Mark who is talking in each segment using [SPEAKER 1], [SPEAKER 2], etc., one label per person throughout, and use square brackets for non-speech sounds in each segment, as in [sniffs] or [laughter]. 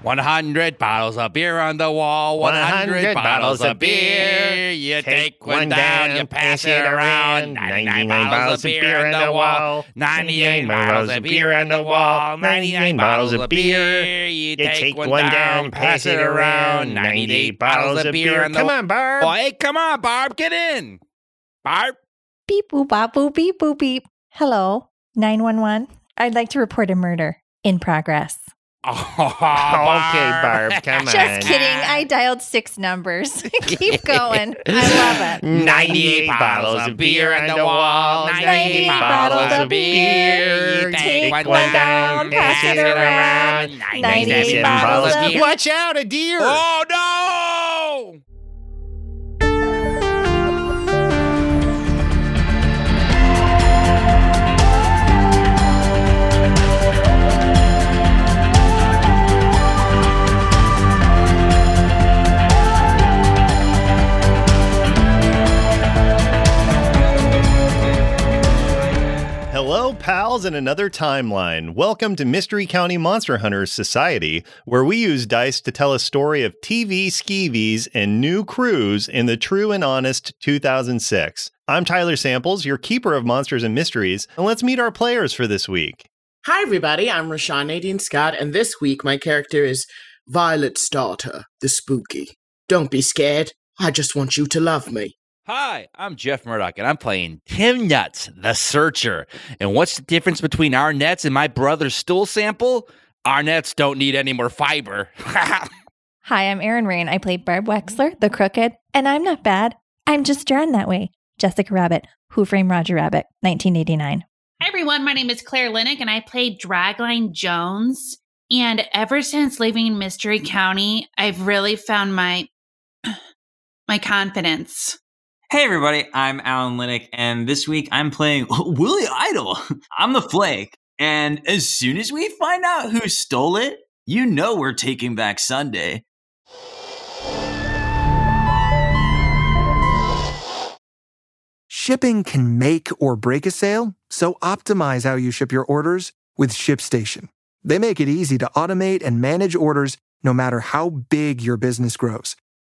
[SPEAKER 1] One hundred bottles of beer on the wall. One
[SPEAKER 2] 100
[SPEAKER 1] hundred bottles of beer. You take one down, you pass it around. Ninety-nine bottles of beer on the wall. Ninety-eight bottles of beer on the wall. Ninety-nine bottles of beer. You take one down, pass it around. Ninety-eight bottles of beer on the
[SPEAKER 2] Come
[SPEAKER 1] wall.
[SPEAKER 2] on, Barb.
[SPEAKER 1] Oh, hey, come on, Barb, get in. Barb, [laughs]
[SPEAKER 3] Beep boop bop boop beep boop beep. Hello, 911. I'd like to report a murder in progress.
[SPEAKER 1] [laughs] Oh,
[SPEAKER 2] Okay,
[SPEAKER 1] [laughs]
[SPEAKER 2] Barb, come on.
[SPEAKER 3] Just
[SPEAKER 2] [laughs]
[SPEAKER 3] kidding. I dialed six numbers. [laughs] Keep going. I love it.
[SPEAKER 2] 98 bottles of beer on the wall.
[SPEAKER 3] 98
[SPEAKER 2] 98
[SPEAKER 3] bottles
[SPEAKER 2] bottles of beer.
[SPEAKER 3] You
[SPEAKER 2] Take one down, pass it around.
[SPEAKER 3] 98
[SPEAKER 2] 97
[SPEAKER 3] bottles
[SPEAKER 2] bottles
[SPEAKER 3] of
[SPEAKER 2] of
[SPEAKER 3] beer.
[SPEAKER 2] beer. Watch out, a deer.
[SPEAKER 1] Oh no!
[SPEAKER 2] Hello, pals, in another timeline. Welcome to Mystery County Monster Hunters Society, where we use dice to tell a story of TV skeevies and new crews in the true and honest 2006. I'm Tyler Samples, your keeper of monsters and mysteries, and let's meet our players for this week.
[SPEAKER 4] Hi, everybody. I'm Rashawn Nadine Scott, and this week my character is Violet's daughter, the spooky. Don't be scared. I just want you to love me.
[SPEAKER 1] Hi, I'm Jeff Murdoch, and I'm playing Tim Nuts, the Searcher. And what's the difference between our nets and my brother's stool sample? Our nets don't need any more fiber. [laughs]
[SPEAKER 3] Hi, I'm Erin Rain. I play Barb Wexler, the crooked, and I'm not bad. I'm just drawn that way. Jessica Rabbit, Who Framed Roger Rabbit, 1989.
[SPEAKER 5] Hi, everyone. My name is Claire Linick, and I play Dragline Jones. And ever since leaving Mystery County, I've really found
[SPEAKER 6] [clears throat]
[SPEAKER 5] my my confidence.
[SPEAKER 7] Hey everybody, I'm Alan Linick, and this week I'm playing [laughs] Willie Idol. I'm the Flake, and as soon as we find out who stole it, you know we're taking back Sunday.
[SPEAKER 8] Shipping can make or break a sale, so optimize how you ship your orders with ShipStation. They make it easy to automate and manage orders no matter how big your business grows.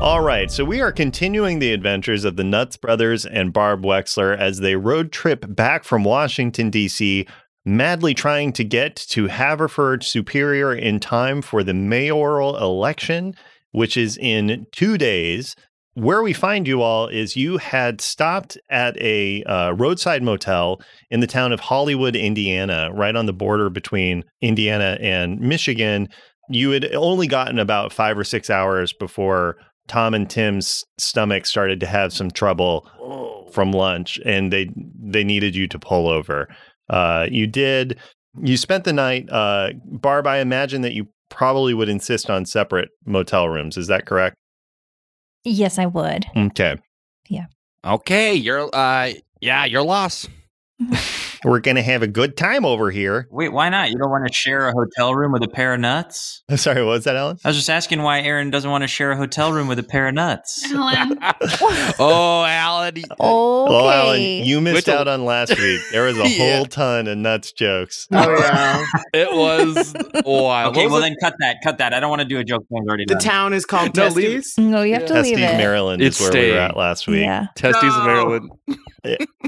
[SPEAKER 2] All right, so we are continuing the adventures of the Nuts brothers and Barb Wexler as they road trip back from Washington, D.C., madly trying to get to Haverford Superior in time for the mayoral election, which is in two days. Where we find you all is you had stopped at a uh, roadside motel in the town of Hollywood, Indiana, right on the border between Indiana and Michigan. You had only gotten about five or six hours before Tom and Tim's stomach started to have some trouble from lunch, and they they needed you to pull over. Uh, you did. You spent the night, uh, Barb. I imagine that you probably would insist on separate motel rooms. Is that correct?
[SPEAKER 3] Yes, I would.
[SPEAKER 2] Okay.
[SPEAKER 1] okay, you're uh yeah, your loss.
[SPEAKER 2] We're going to have a good time over here. [laughs]
[SPEAKER 7] Wait, why not? You don't want to share a hotel room with a pair of nuts?
[SPEAKER 2] Sorry, what was that, Alan?
[SPEAKER 7] I was just asking why Aaron doesn't want to share a hotel room with a pair
[SPEAKER 9] [laughs]
[SPEAKER 7] of nuts.
[SPEAKER 9] Uh,
[SPEAKER 5] Alan,
[SPEAKER 1] [laughs] oh, Alan.
[SPEAKER 3] Okay.
[SPEAKER 2] Well, Alan, you missed
[SPEAKER 1] With the-
[SPEAKER 2] out on last week. There
[SPEAKER 1] [laughs]
[SPEAKER 2] was a
[SPEAKER 1] Yeah.
[SPEAKER 2] whole ton of nuts jokes.
[SPEAKER 4] Oh, yeah.
[SPEAKER 1] It was oh, wild.
[SPEAKER 7] Okay,
[SPEAKER 1] What
[SPEAKER 7] well
[SPEAKER 1] was
[SPEAKER 7] then cut that, cut that. I don't want to do a joke thing already
[SPEAKER 4] [laughs] The
[SPEAKER 7] done.
[SPEAKER 4] town is called
[SPEAKER 1] No,
[SPEAKER 4] no,
[SPEAKER 1] leave it.
[SPEAKER 4] Testes.
[SPEAKER 3] No, Oh, you have to
[SPEAKER 2] Testes,
[SPEAKER 3] leave it.
[SPEAKER 2] Maryland is
[SPEAKER 1] It's
[SPEAKER 2] where we were
[SPEAKER 1] staying.
[SPEAKER 2] at last week.
[SPEAKER 3] Yeah,
[SPEAKER 1] it? Testes
[SPEAKER 4] No.
[SPEAKER 1] of Maryland.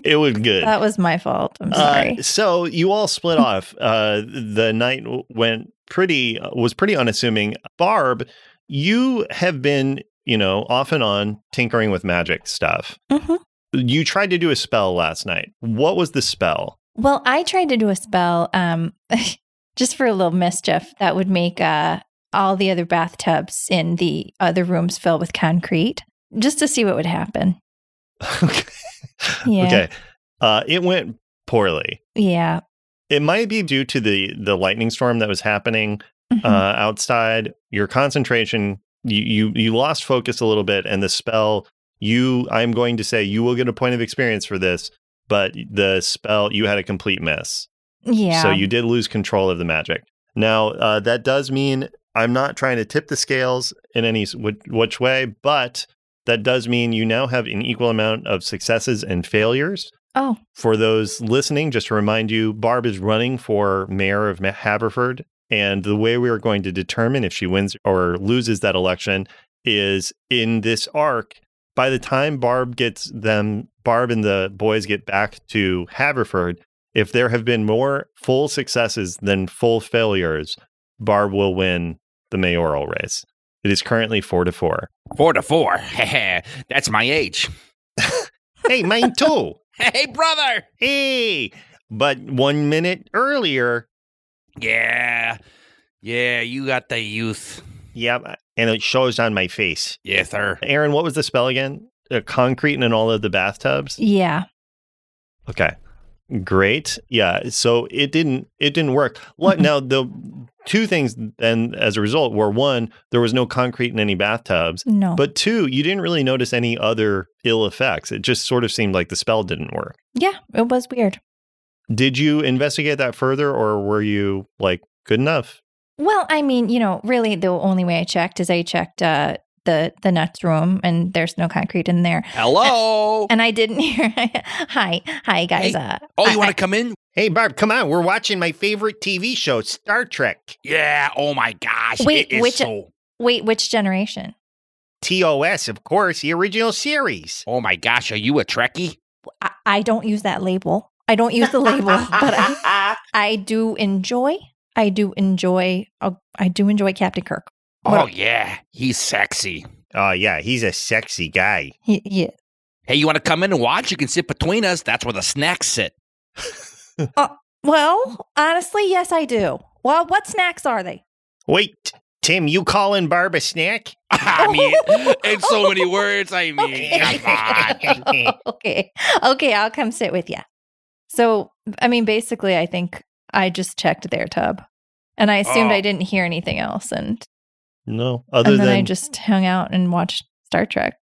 [SPEAKER 2] It was good.
[SPEAKER 3] that was my fault. I'm sorry.
[SPEAKER 2] Uh, so you all split off. Uh, the night w- went pretty uh, was pretty unassuming. Barb, you have been you know off and on tinkering with magic stuff.
[SPEAKER 3] Mhm.
[SPEAKER 2] You tried to do a spell last night. What was the spell? [laughs]
[SPEAKER 3] Well, I tried to do a spell um, [laughs] just for a little mischief that would make uh, all the other bathtubs in the other rooms fill with concrete just to see what would happen.
[SPEAKER 2] okay.
[SPEAKER 3] Yeah.
[SPEAKER 2] Okay. Uh, it went poorly.
[SPEAKER 3] Yeah.
[SPEAKER 2] It might be due to the the lightning storm that was happening
[SPEAKER 3] Mhm.
[SPEAKER 2] uh, outside. Your concentration, you, you you lost focus a little bit, and the spell. You, I'm going to say, you will get a point of experience for this, but the spell you had a complete miss.
[SPEAKER 3] yeah.
[SPEAKER 2] So you did lose control of the magic. Now uh, that does mean I'm not trying to tip the scales in any s- wh- which way, but that does mean you now have an equal amount of successes and failures.
[SPEAKER 3] oh,
[SPEAKER 2] For those listening, just to remind you, Barb is running for mayor of Ma- Haverford. And the way we are going to determine if she wins or loses that election is in this arc. By the time Barb gets them, Barb and the boys get back to Haverford, if there have been more full successes than full failures, Barb will win the mayoral race. It is currently four to four.
[SPEAKER 1] Four to four. [laughs] That's my age.
[SPEAKER 2] Hey, mine too.
[SPEAKER 1] Hey, brother.
[SPEAKER 2] hey. But one minute earlier,
[SPEAKER 1] Yeah. Yeah, you got the youth.
[SPEAKER 2] Yep. uh, And it shows on my face.
[SPEAKER 1] Yes, sir.
[SPEAKER 2] Aaron, what was the spell again? Uh, concrete and in all of the bathtubs.
[SPEAKER 3] yeah.
[SPEAKER 2] Okay. Great. Yeah. So it didn't it didn't work. [laughs] What now the two things then as a result were one, there was no concrete in any bathtubs.
[SPEAKER 3] No.
[SPEAKER 2] But two, you didn't really notice any other ill effects. It just sort of seemed like the spell didn't work.
[SPEAKER 3] yeah, it was weird.
[SPEAKER 2] Did you investigate that further or were you like good enough?
[SPEAKER 3] Well, I mean, you know, really the only way I checked is I checked uh, the the nuts room and there's no concrete in there. [laughs]
[SPEAKER 1] Hello.
[SPEAKER 3] And I didn't hear hi. Hi guys.
[SPEAKER 1] Hey.
[SPEAKER 3] Uh,
[SPEAKER 1] Oh,
[SPEAKER 3] I-
[SPEAKER 1] you want to come in?
[SPEAKER 2] Hey Barb, come on. We're watching my favorite TV show, Star Trek.
[SPEAKER 1] Yeah. Oh my gosh.
[SPEAKER 3] Wait,
[SPEAKER 1] it is
[SPEAKER 3] which-
[SPEAKER 1] so-
[SPEAKER 3] wait, which generation?
[SPEAKER 2] TOS, of course, the original series.
[SPEAKER 1] Oh my gosh. Are you a Trekkie?
[SPEAKER 3] I, I don't use that label. I don't use
[SPEAKER 1] [laughs]
[SPEAKER 3] the label, but I, I do enjoy. I do enjoy. oh, I do enjoy Captain Kirk.
[SPEAKER 1] Oh yeah, he's sexy.
[SPEAKER 2] Oh, yeah, he's a sexy guy.
[SPEAKER 3] He, yeah.
[SPEAKER 1] Hey, you want to come in and watch? You can sit between us. That's where the snacks sit. [laughs]
[SPEAKER 3] Well, honestly, yes, I do. Well, what snacks are they?
[SPEAKER 2] Wait, Tim, you calling Barb a snack?
[SPEAKER 3] Oh.
[SPEAKER 1] I mean, in so many words. I mean, Mm,
[SPEAKER 3] [laughs]
[SPEAKER 1] come on.
[SPEAKER 3] Okay. okay. Okay. I'll come sit with you. So, I mean, basically, I think I just checked their tub, and I assumed
[SPEAKER 1] Oh.
[SPEAKER 3] I didn't hear anything else, and
[SPEAKER 2] No, other
[SPEAKER 3] and
[SPEAKER 2] than,
[SPEAKER 3] then I just hung out and watched Star Trek.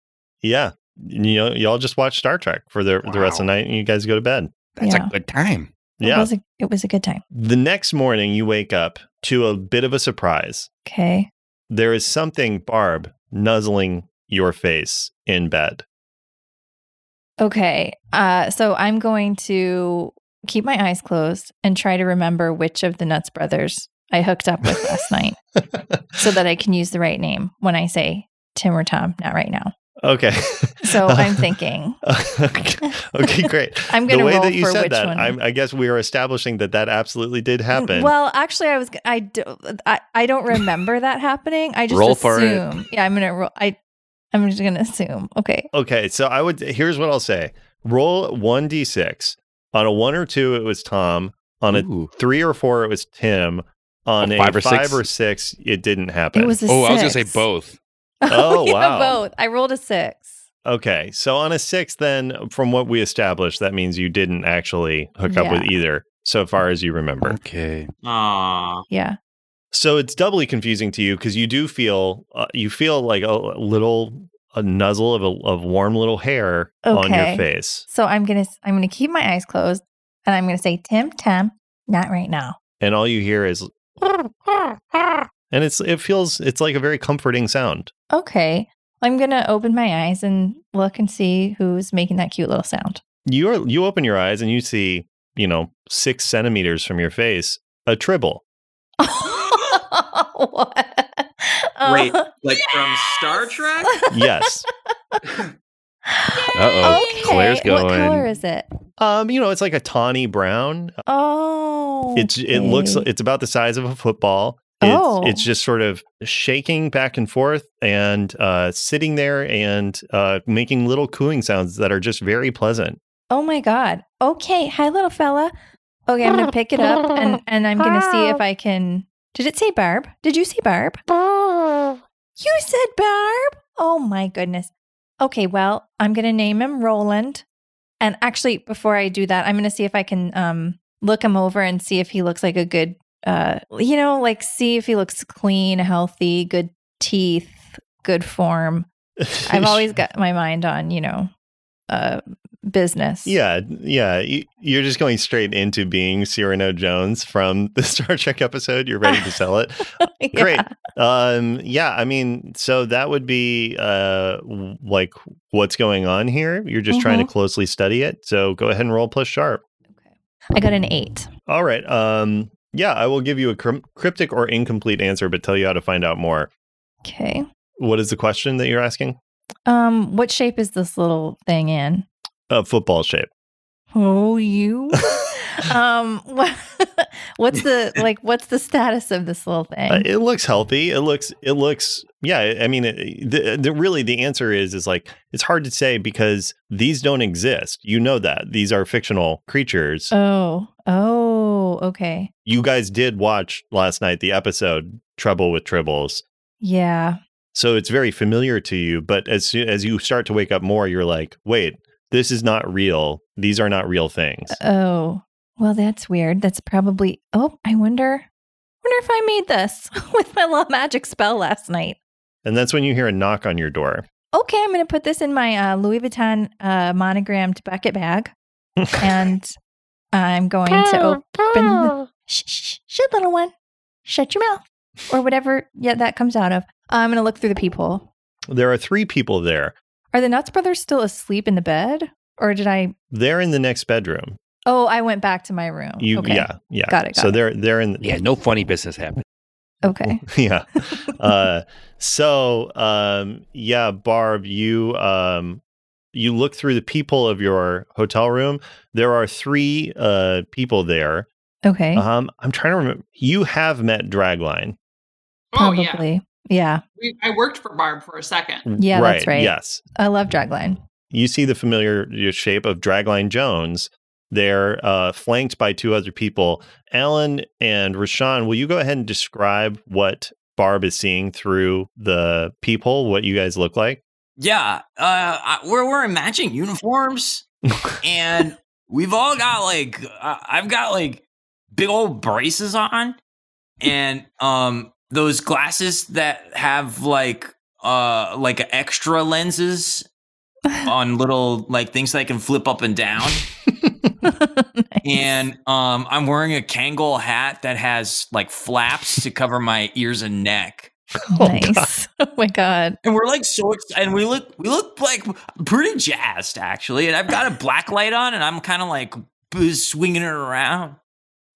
[SPEAKER 2] yeah, you know, y'all just watch Star Trek for the, the rest of the night and you guys go to bed.
[SPEAKER 1] That's
[SPEAKER 3] Yeah.
[SPEAKER 1] a good time.
[SPEAKER 3] It
[SPEAKER 2] Yeah.
[SPEAKER 3] was a, it was a good time.
[SPEAKER 2] The next morning, you wake up to a bit of a surprise.
[SPEAKER 3] Okay.
[SPEAKER 2] There is something, Barb, nuzzling your face in bed. [laughs]
[SPEAKER 3] Okay. Uh, so I'm going to keep my eyes closed and try to remember which of the Nuts brothers I hooked up with last night so that I can use the right name when I say Tim or Tom, not right now.
[SPEAKER 2] okay. [laughs]
[SPEAKER 3] So I'm thinking.
[SPEAKER 2] okay, great.
[SPEAKER 3] I'm
[SPEAKER 2] the
[SPEAKER 3] gonna
[SPEAKER 2] way
[SPEAKER 3] roll
[SPEAKER 2] that you
[SPEAKER 3] for
[SPEAKER 2] said
[SPEAKER 3] which
[SPEAKER 2] that,
[SPEAKER 3] one.
[SPEAKER 2] I'm, I guess we are establishing that that absolutely did happen.
[SPEAKER 3] Well, actually, I was I, do, I I don't remember that happening. I just
[SPEAKER 1] Roll for it.
[SPEAKER 3] assume. Yeah, I'm gonna roll. I I'm just gonna assume. Okay.
[SPEAKER 2] Okay, so I would here's what I'll say. Roll 1d6. On a 1 or 2 it was Tom, on a
[SPEAKER 3] Mm-hmm.
[SPEAKER 1] Ooh.
[SPEAKER 2] 3 or 4 it was Tim, on
[SPEAKER 1] A
[SPEAKER 2] a,
[SPEAKER 1] Oh, five or
[SPEAKER 2] 5
[SPEAKER 1] six?
[SPEAKER 2] or 6 it didn't happen.
[SPEAKER 3] It was. A
[SPEAKER 1] Oh, I was gonna say
[SPEAKER 3] six. [laughs]
[SPEAKER 1] both.
[SPEAKER 2] Oh,
[SPEAKER 3] yeah,
[SPEAKER 2] wow.
[SPEAKER 3] Both. I rolled a six.
[SPEAKER 2] okay, so on a 6 then from what we established that means you didn't actually hook up with either so far as you remember.
[SPEAKER 1] Okay.
[SPEAKER 7] Aw.
[SPEAKER 3] Yeah.
[SPEAKER 2] So it's doubly confusing to you cuz you do feel uh, you feel like a little a nuzzle of a, of warm little hair on your
[SPEAKER 3] Okay.
[SPEAKER 2] face.
[SPEAKER 3] So I'm gonna I'm gonna keep my eyes closed And I'm going to say, Tim, Tim, not right now.
[SPEAKER 2] and all you hear is and it's it feels it's like a very comforting sound.
[SPEAKER 3] Okay. I'm going to open my eyes and look and see who's making that cute little sound. [laughs]
[SPEAKER 2] You are you open your eyes and you see, you know, six centimeters from your face, a tribble.
[SPEAKER 3] what?
[SPEAKER 7] Wait,
[SPEAKER 3] Oh,
[SPEAKER 7] like from
[SPEAKER 3] [laughs]
[SPEAKER 7] Star Trek?
[SPEAKER 2] Yes.
[SPEAKER 1] Uh-oh,
[SPEAKER 3] okay.
[SPEAKER 1] Claire's
[SPEAKER 3] What
[SPEAKER 1] going.
[SPEAKER 3] color is it?
[SPEAKER 2] um, you know, it's like a tawny brown.
[SPEAKER 3] Oh.
[SPEAKER 2] It's it looks
[SPEAKER 3] okay.
[SPEAKER 2] it's about the size of a football. It's,
[SPEAKER 3] Oh.
[SPEAKER 2] it's just sort of shaking back and forth and uh, sitting there and uh, making little cooing sounds that are just very pleasant.
[SPEAKER 3] Oh my god. Okay, hi little fella. Okay, I'm gonna pick it up and and I'm gonna see if I can. Did it say Barb? Did you say Barb? You said Barb. Oh my goodness. Okay, well I'm gonna name him Roland. And actually, before I do that, I'm gonna see if I can um look him over and see if he looks like a good uh you know like see if he looks clean, healthy, good teeth, good form.
[SPEAKER 2] [laughs]
[SPEAKER 3] I've always got my mind on you know uh business.
[SPEAKER 2] Yeah, yeah. You- You're just going straight into being Cyrano Jones from the [laughs] Star Trek episode. You're ready to
[SPEAKER 3] [laughs]
[SPEAKER 2] sell it.
[SPEAKER 3] Yeah.
[SPEAKER 2] Great. Um, yeah, I mean, so that would be uh, w- like what's going on here. You're just trying to
[SPEAKER 3] Mm-hmm.
[SPEAKER 2] closely study it. So go ahead and roll plus sharp.
[SPEAKER 3] I got an eight.
[SPEAKER 2] All right. Um, yeah, I will give you a cryp- cryptic or incomplete answer, but tell you how to find out more.
[SPEAKER 3] Okay.
[SPEAKER 2] What is the question that you're asking?
[SPEAKER 3] Um, what shape is this little thing in?
[SPEAKER 2] A football shape. [laughs] Uh,
[SPEAKER 3] Oh, [laughs] you. um, what, [laughs] what's [laughs] the like? What's the status of this little thing?
[SPEAKER 2] Uh, it looks healthy. It looks. It looks. Yeah. I mean, it, the, the really the answer is is like it's hard to say because these don't exist. You know that these are fictional creatures.
[SPEAKER 3] oh, oh, okay,
[SPEAKER 2] you guys did watch last night the episode Trouble with Tribbles,
[SPEAKER 3] yeah.
[SPEAKER 2] so it's very familiar to you. But as soon as you start to wake up more, you're like, wait, this is not real. These are not real things.
[SPEAKER 3] Oh, well, that's weird. That's probably. Oh, I wonder. Wonder if I made this [laughs] with my little magic spell last night.
[SPEAKER 2] And that's when you hear a knock on your door.
[SPEAKER 3] Okay, I'm going to put this in my uh, Louis Vuitton uh, monogrammed bucket bag, and I'm going to open. the- shh, shh, shh, little one. Shut your mouth. Or whatever yeah, that comes out of. Uh, I'm going to look through the peephole.
[SPEAKER 2] [laughs] There are three people there.
[SPEAKER 3] Are the Nuts brothers still asleep in the bed? Or did I?
[SPEAKER 2] They're in the next bedroom.
[SPEAKER 3] Oh, I went back to my room.
[SPEAKER 2] You,
[SPEAKER 3] Oh, okay.
[SPEAKER 2] yeah, yeah.
[SPEAKER 3] Got it, got
[SPEAKER 2] so
[SPEAKER 3] it.
[SPEAKER 2] they're they're in.
[SPEAKER 1] Yeah, no funny business happened.
[SPEAKER 3] Okay.
[SPEAKER 2] [laughs]
[SPEAKER 3] [laughs]
[SPEAKER 2] yeah. Uh, so um, yeah, Barb, you um, you look through the people of your hotel room. There are three uh, people there.
[SPEAKER 3] Okay.
[SPEAKER 2] Um, I'm trying to remember. You have met Dragline,
[SPEAKER 6] [laughs] Oh, yeah.
[SPEAKER 3] Probably. yeah.
[SPEAKER 6] We, I worked for Barb for a second.
[SPEAKER 3] Yeah, that's right.
[SPEAKER 2] Mm, Yes,
[SPEAKER 3] I love
[SPEAKER 2] [laughs]
[SPEAKER 3] [laughs] Dragline.
[SPEAKER 2] you see the familiar shape of Dragline Jones. They're uh, flanked by two other people. Alan and Rashawn, will you go ahead and describe what Barb is seeing through the people? What you guys look like?
[SPEAKER 7] Yeah, uh, I- we're wearing matching uniforms, and we've all got like uh, I've got like big old braces on, and um those glasses that have like uh like extra lenses on little like things that I can flip up and down. And um, I'm wearing a Kangol hat that has like flaps to cover my ears and neck.
[SPEAKER 3] nice. [laughs] Oh my God.
[SPEAKER 7] And we're like so ex- and we look we look like pretty jazzed actually. And I've got a black light on and I'm kind of like b- swinging it around.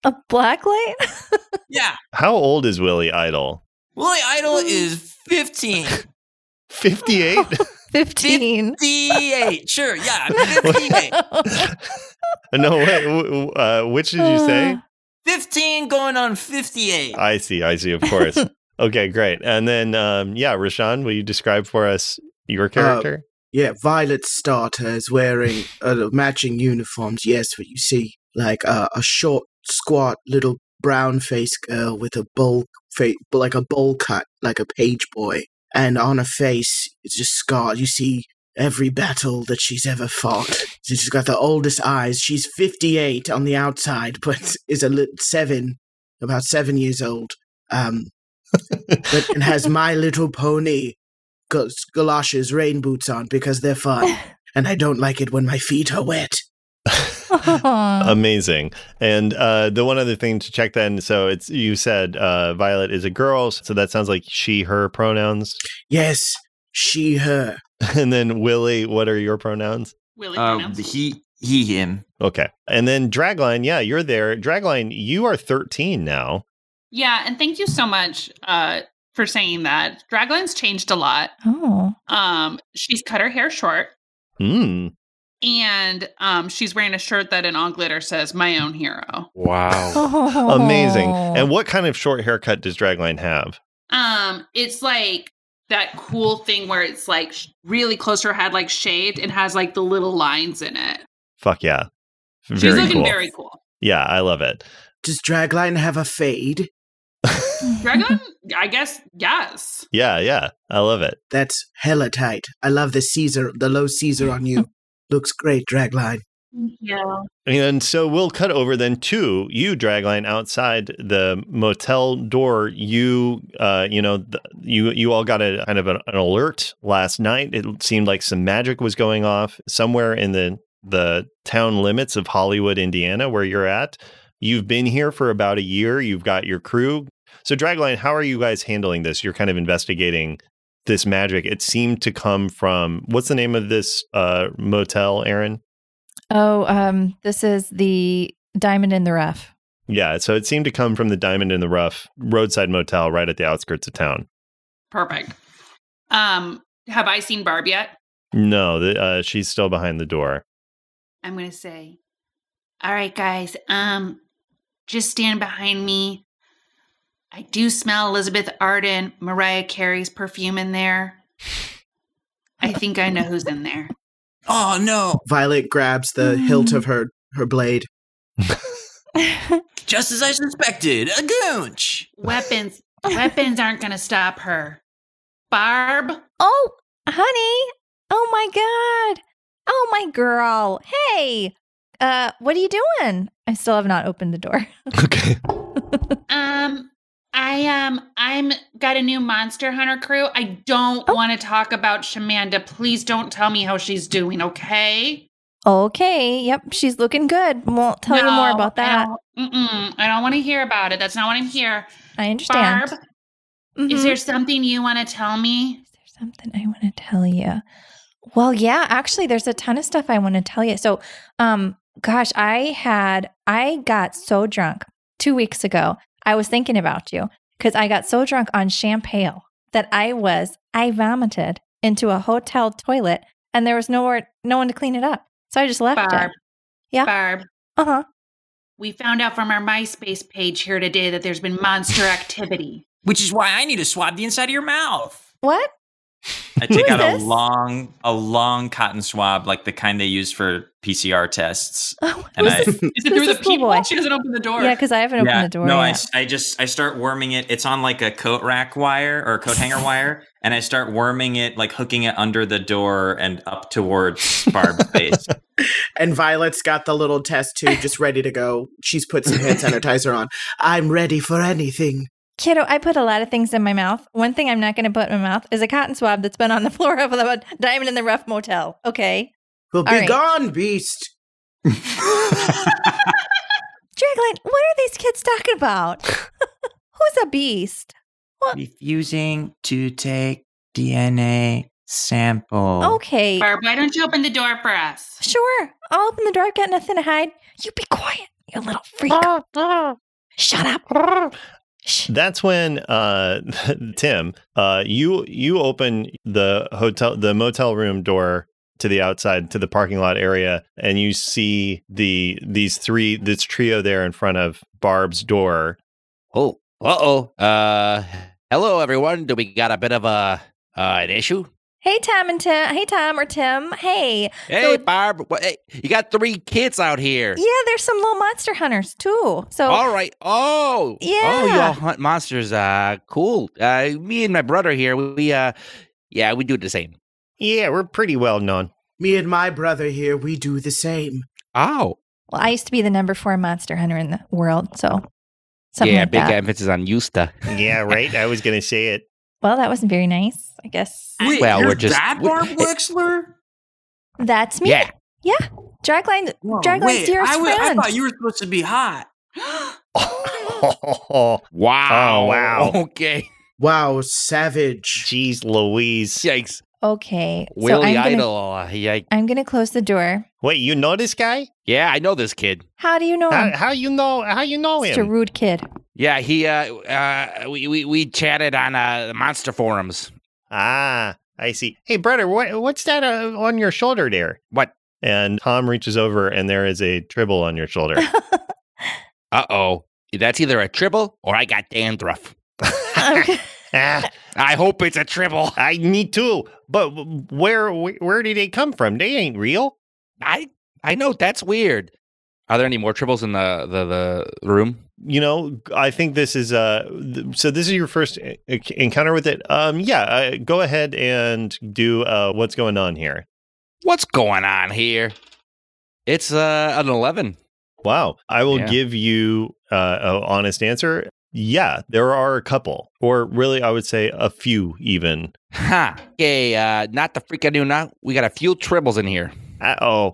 [SPEAKER 3] A black light? [laughs]
[SPEAKER 7] Yeah.
[SPEAKER 2] How old is Willie Idol?
[SPEAKER 7] Willie Idol is 15.
[SPEAKER 2] 58?
[SPEAKER 3] [laughs] 15.
[SPEAKER 7] 58. Sure. Yeah. [laughs]
[SPEAKER 3] [laughs]
[SPEAKER 7] 58.
[SPEAKER 2] [laughs] no, wait. w- w- Uh, which did you say?
[SPEAKER 7] 15 going on 58.
[SPEAKER 2] I see. I see. Of
[SPEAKER 3] [laughs]
[SPEAKER 2] course. Okay, great. And then, um, yeah, Rashawn, will you describe for us
[SPEAKER 3] Uh,
[SPEAKER 2] your
[SPEAKER 3] [laughs]
[SPEAKER 2] character?
[SPEAKER 4] Yeah, Violet Starter is wearing uh, matching uniforms. Yes, but you see, like uh, a short, squat, little brown-faced girl with a bowl, fa- like a bowl cut, like a page boy, and on her face it's just scarred. You see every battle that she's ever fought. She's got the oldest eyes. She's fifty-eight on the outside, [laughs] but is a lit seven, about seven years old. Um, but, and has My Little Pony gal-
[SPEAKER 3] [laughs]
[SPEAKER 4] galoshes, rain boots on because they're fun, and I don't like it when my feet are wet.
[SPEAKER 3] uh,
[SPEAKER 6] Uh-huh.
[SPEAKER 3] Oh.
[SPEAKER 2] Amazing. And uh, the one other thing to check then, so it's you said uh, Violet is a girl, so that sounds like she, her pronouns. [laughs]
[SPEAKER 4] Yes, she, her.
[SPEAKER 2] And then Willie, what are your pronouns?
[SPEAKER 6] Willie
[SPEAKER 7] Uh,
[SPEAKER 6] pronouns.
[SPEAKER 7] he, he, him.
[SPEAKER 2] Okay. And then Dragline, yeah, you're there. Dragline, you are 13 now.
[SPEAKER 6] yeah, and thank you so much uh, for saying that. Dragline's changed a lot.
[SPEAKER 3] Oh,
[SPEAKER 6] Um, she's cut her hair short,
[SPEAKER 2] Hmm.
[SPEAKER 6] and um, she's wearing a shirt that in all glitter says "My Own Hero."
[SPEAKER 3] [laughs]
[SPEAKER 1] Wow.
[SPEAKER 3] Oh.
[SPEAKER 2] Amazing. And what kind of short haircut does Dragline have?
[SPEAKER 6] Um, it's like that cool thing where it's like sh- really close to her head, like shaved, and has like the little lines in it.
[SPEAKER 2] Fuck yeah.
[SPEAKER 6] She's
[SPEAKER 2] Very
[SPEAKER 6] looking
[SPEAKER 2] cool.
[SPEAKER 6] very cool.
[SPEAKER 2] yeah, I love it.
[SPEAKER 4] Does Dragline have a fade?
[SPEAKER 6] Dragon, I guess, yes.
[SPEAKER 2] Yeah, yeah. I love it.
[SPEAKER 4] That's hella tight. I love the Caesar, the low Caesar
[SPEAKER 3] [laughs]
[SPEAKER 4] on you. Looks great, Dragline.
[SPEAKER 5] Mm,
[SPEAKER 6] Yeah.
[SPEAKER 2] And so we'll cut over then to you, Dragline, outside the motel door. You, uh, you know, th- you you all got a kind of an, an alert last night. It seemed like some magic was going off somewhere in the the town limits of Hollywood, Indiana, where you're at. You've been here for about a year. You've got your crew. So, Dragline, how are you guys handling this? You're kind of investigating this magic. It seemed to come from what's the name of this uh, motel, Aaron?
[SPEAKER 3] Oh, um, this is the diamond in the [laughs] rough.
[SPEAKER 2] Yeah, so it seemed to come from the Diamond in the Rough roadside motel right at the outskirts of town.
[SPEAKER 6] Perfect. Um, have I seen Barb yet?
[SPEAKER 2] No, the, uh, she's still behind the door.
[SPEAKER 5] I'm gonna say, all right, guys, um, just stand behind me. I do smell Elizabeth Arden, Mariah Carey's perfume in there. I think I know who's in there.
[SPEAKER 7] Oh no!
[SPEAKER 4] Violet grabs the hilt
[SPEAKER 3] Mm.
[SPEAKER 4] of her her blade.
[SPEAKER 3] Oh,
[SPEAKER 7] Just as I suspected, a goonch.
[SPEAKER 5] Weapons, weapons aren't gonna stop her. Barb,
[SPEAKER 3] Oh, honey. Oh my god. Oh my girl. Hey. Uh, what are you doing? I still have not opened the door.
[SPEAKER 2] Okay.
[SPEAKER 5] um, I um, I'm got a new Monster Hunter crew. I don't
[SPEAKER 3] Oh.
[SPEAKER 5] want to talk about Shamanda. Please don't tell me how she's doing. Okay.
[SPEAKER 3] Okay. Yep. She's looking good. Won't tell you more
[SPEAKER 5] No,
[SPEAKER 3] about
[SPEAKER 5] I
[SPEAKER 3] that.
[SPEAKER 5] don't, mm-mm, I don't want to hear about it. That's not what I'm here.
[SPEAKER 3] I understand.
[SPEAKER 5] Barb,
[SPEAKER 3] Mhm.
[SPEAKER 5] is there something you want to tell me?
[SPEAKER 3] Is there something I want to tell you? Well, yeah, actually, there's a ton of stuff I want to tell you. So, um, gosh, I had, I got so drunk two weeks ago. I was thinking about you because I got so drunk on champagne that I was, I vomited into a hotel toilet and there was nowhere, no one to clean it up. So I just left
[SPEAKER 5] Barb.
[SPEAKER 3] it. Yeah.
[SPEAKER 5] Barb,
[SPEAKER 3] Uh huh.
[SPEAKER 5] we found out from our MySpace page here today that there's been monster activity.
[SPEAKER 7] Which is why I need to swab the inside of your mouth.
[SPEAKER 3] What? [laughs]
[SPEAKER 7] I take
[SPEAKER 3] is
[SPEAKER 7] out
[SPEAKER 3] this?
[SPEAKER 7] a long, a long cotton swab, like the kind they use for PCR tests.
[SPEAKER 3] Oh,
[SPEAKER 7] And
[SPEAKER 3] who's
[SPEAKER 7] [laughs] I-
[SPEAKER 3] this?
[SPEAKER 6] Is it
[SPEAKER 3] Who's
[SPEAKER 6] [laughs] through
[SPEAKER 3] this
[SPEAKER 6] the
[SPEAKER 3] little boy?
[SPEAKER 6] people? She doesn't open the door.
[SPEAKER 3] Yeah, because I haven't opened
[SPEAKER 7] yeah,
[SPEAKER 3] the door
[SPEAKER 7] no, I,
[SPEAKER 3] yet.
[SPEAKER 7] s- I just I start worming it. It's on like a coat rack wire or coat hanger wire, and I start worming it, like hooking it under the door and up towards Barb's face. [laughs]
[SPEAKER 4] And Violet's got the little test tube just ready to go. She's put some
[SPEAKER 3] [laughs]
[SPEAKER 4] hand sanitizer on. I'm ready for anything.
[SPEAKER 3] Kiddo, I put a lot of things in my mouth. One thing I'm not going to put in my mouth is a cotton swab that's been on the [laughs] floor of the Diamond in the Rough Motel. Okay.
[SPEAKER 4] Well, be
[SPEAKER 3] All right.
[SPEAKER 4] gone, beast.
[SPEAKER 3] Draglin, what are these kids talking about? [laughs] Who's a beast?
[SPEAKER 7] Refusing to take DNA sample.
[SPEAKER 8] Oh.
[SPEAKER 3] Okay.
[SPEAKER 5] Barb, why don't you open the door for us?
[SPEAKER 3] Sure. I'll open the door. I've got nothing to hide. You be quiet, you little freak. Shut up. Shh.
[SPEAKER 2] That's when uh, [laughs] Tim, uh, you you open the hotel the motel room door to the outside to the parking lot area, and you see the these three this trio there in front of Barb's door.
[SPEAKER 1] Oh, uh oh. Uh, hello, everyone. Do we got a bit of a uh, an issue?
[SPEAKER 3] Hey, Tom and Tim. Hey, Tom or Tim. Hey.
[SPEAKER 1] Hey, Barb. What, hey, you got three kids out here.
[SPEAKER 3] Yeah, there's some little monster hunters too. So,
[SPEAKER 1] All right. Oh, Oh, you
[SPEAKER 3] Yeah.
[SPEAKER 1] all hunt monsters. Uh, cool. Uh, me and my brother here. We uh, yeah, we do the same.
[SPEAKER 2] Yeah, we're pretty well known.
[SPEAKER 4] Me and my brother here, we do the same.
[SPEAKER 1] Oh,
[SPEAKER 3] well, I used to be the number four monster hunter in the world. So, something
[SPEAKER 1] yeah.
[SPEAKER 3] like
[SPEAKER 1] big
[SPEAKER 3] that. Oh,
[SPEAKER 1] emphasis on Eusta.
[SPEAKER 2] Yeah, right. I was gonna say it. [laughs]
[SPEAKER 3] Well, that wasn't very nice, I guess.
[SPEAKER 7] Wait,
[SPEAKER 1] Well,
[SPEAKER 7] you're
[SPEAKER 1] we're just-
[SPEAKER 7] that
[SPEAKER 1] we-
[SPEAKER 7] Barb Wexler.
[SPEAKER 3] That's me.
[SPEAKER 1] Yeah.
[SPEAKER 3] Yeah. Dragline,
[SPEAKER 7] Whoa,
[SPEAKER 3] Dragline's
[SPEAKER 7] wait,
[SPEAKER 3] dearest
[SPEAKER 7] I, was- I
[SPEAKER 3] friend.
[SPEAKER 7] thought you were supposed to be hot.
[SPEAKER 2] Oh,
[SPEAKER 1] Wow.
[SPEAKER 2] Oh, wow.
[SPEAKER 1] [laughs] Okay.
[SPEAKER 4] Wow, savage.
[SPEAKER 2] jeez Louise.
[SPEAKER 1] Yikes.
[SPEAKER 3] okay. so
[SPEAKER 1] Willie
[SPEAKER 3] I'm gonna,
[SPEAKER 1] Idol. uh, Yikes.
[SPEAKER 3] I'm gonna close the door.
[SPEAKER 2] Wait, you know this guy?
[SPEAKER 1] Yeah, I know this kid.
[SPEAKER 3] How do you know
[SPEAKER 2] How,
[SPEAKER 3] him?
[SPEAKER 2] how you know? How you know
[SPEAKER 3] Such a
[SPEAKER 2] him?
[SPEAKER 3] rude kid. [laughs]
[SPEAKER 1] Yeah, he. Uh, uh, we, we we chatted on uh, the monster forums.
[SPEAKER 2] Ah, I see. Hey, brother, what what's that uh, on your shoulder there?
[SPEAKER 1] What?
[SPEAKER 2] And Tom reaches over, and there is a tribble on your shoulder.
[SPEAKER 1] Uh oh, that's either a triple or I got dandruff.
[SPEAKER 3] I'm-
[SPEAKER 2] [laughs] ah,
[SPEAKER 1] I hope it's a triple.
[SPEAKER 2] I need to. But where where did they come from? They ain't real.
[SPEAKER 1] [laughs] I I know that's weird. Are there any more triples in the the, the room?
[SPEAKER 2] you know, I think this is uh th- so this is your first e- e- encounter with it. Um yeah, uh, go ahead and do uh what's going on here.
[SPEAKER 1] What's going on here? It's uh, an eleven.
[SPEAKER 2] Wow. I will
[SPEAKER 1] Yeah.
[SPEAKER 2] give you uh an honest answer. Yeah, there are a couple or really I would say a few even.
[SPEAKER 1] Ha! Okay, uh, not the freak I knew. Not we got a few tribbles in here.
[SPEAKER 2] Uh-oh. Uh,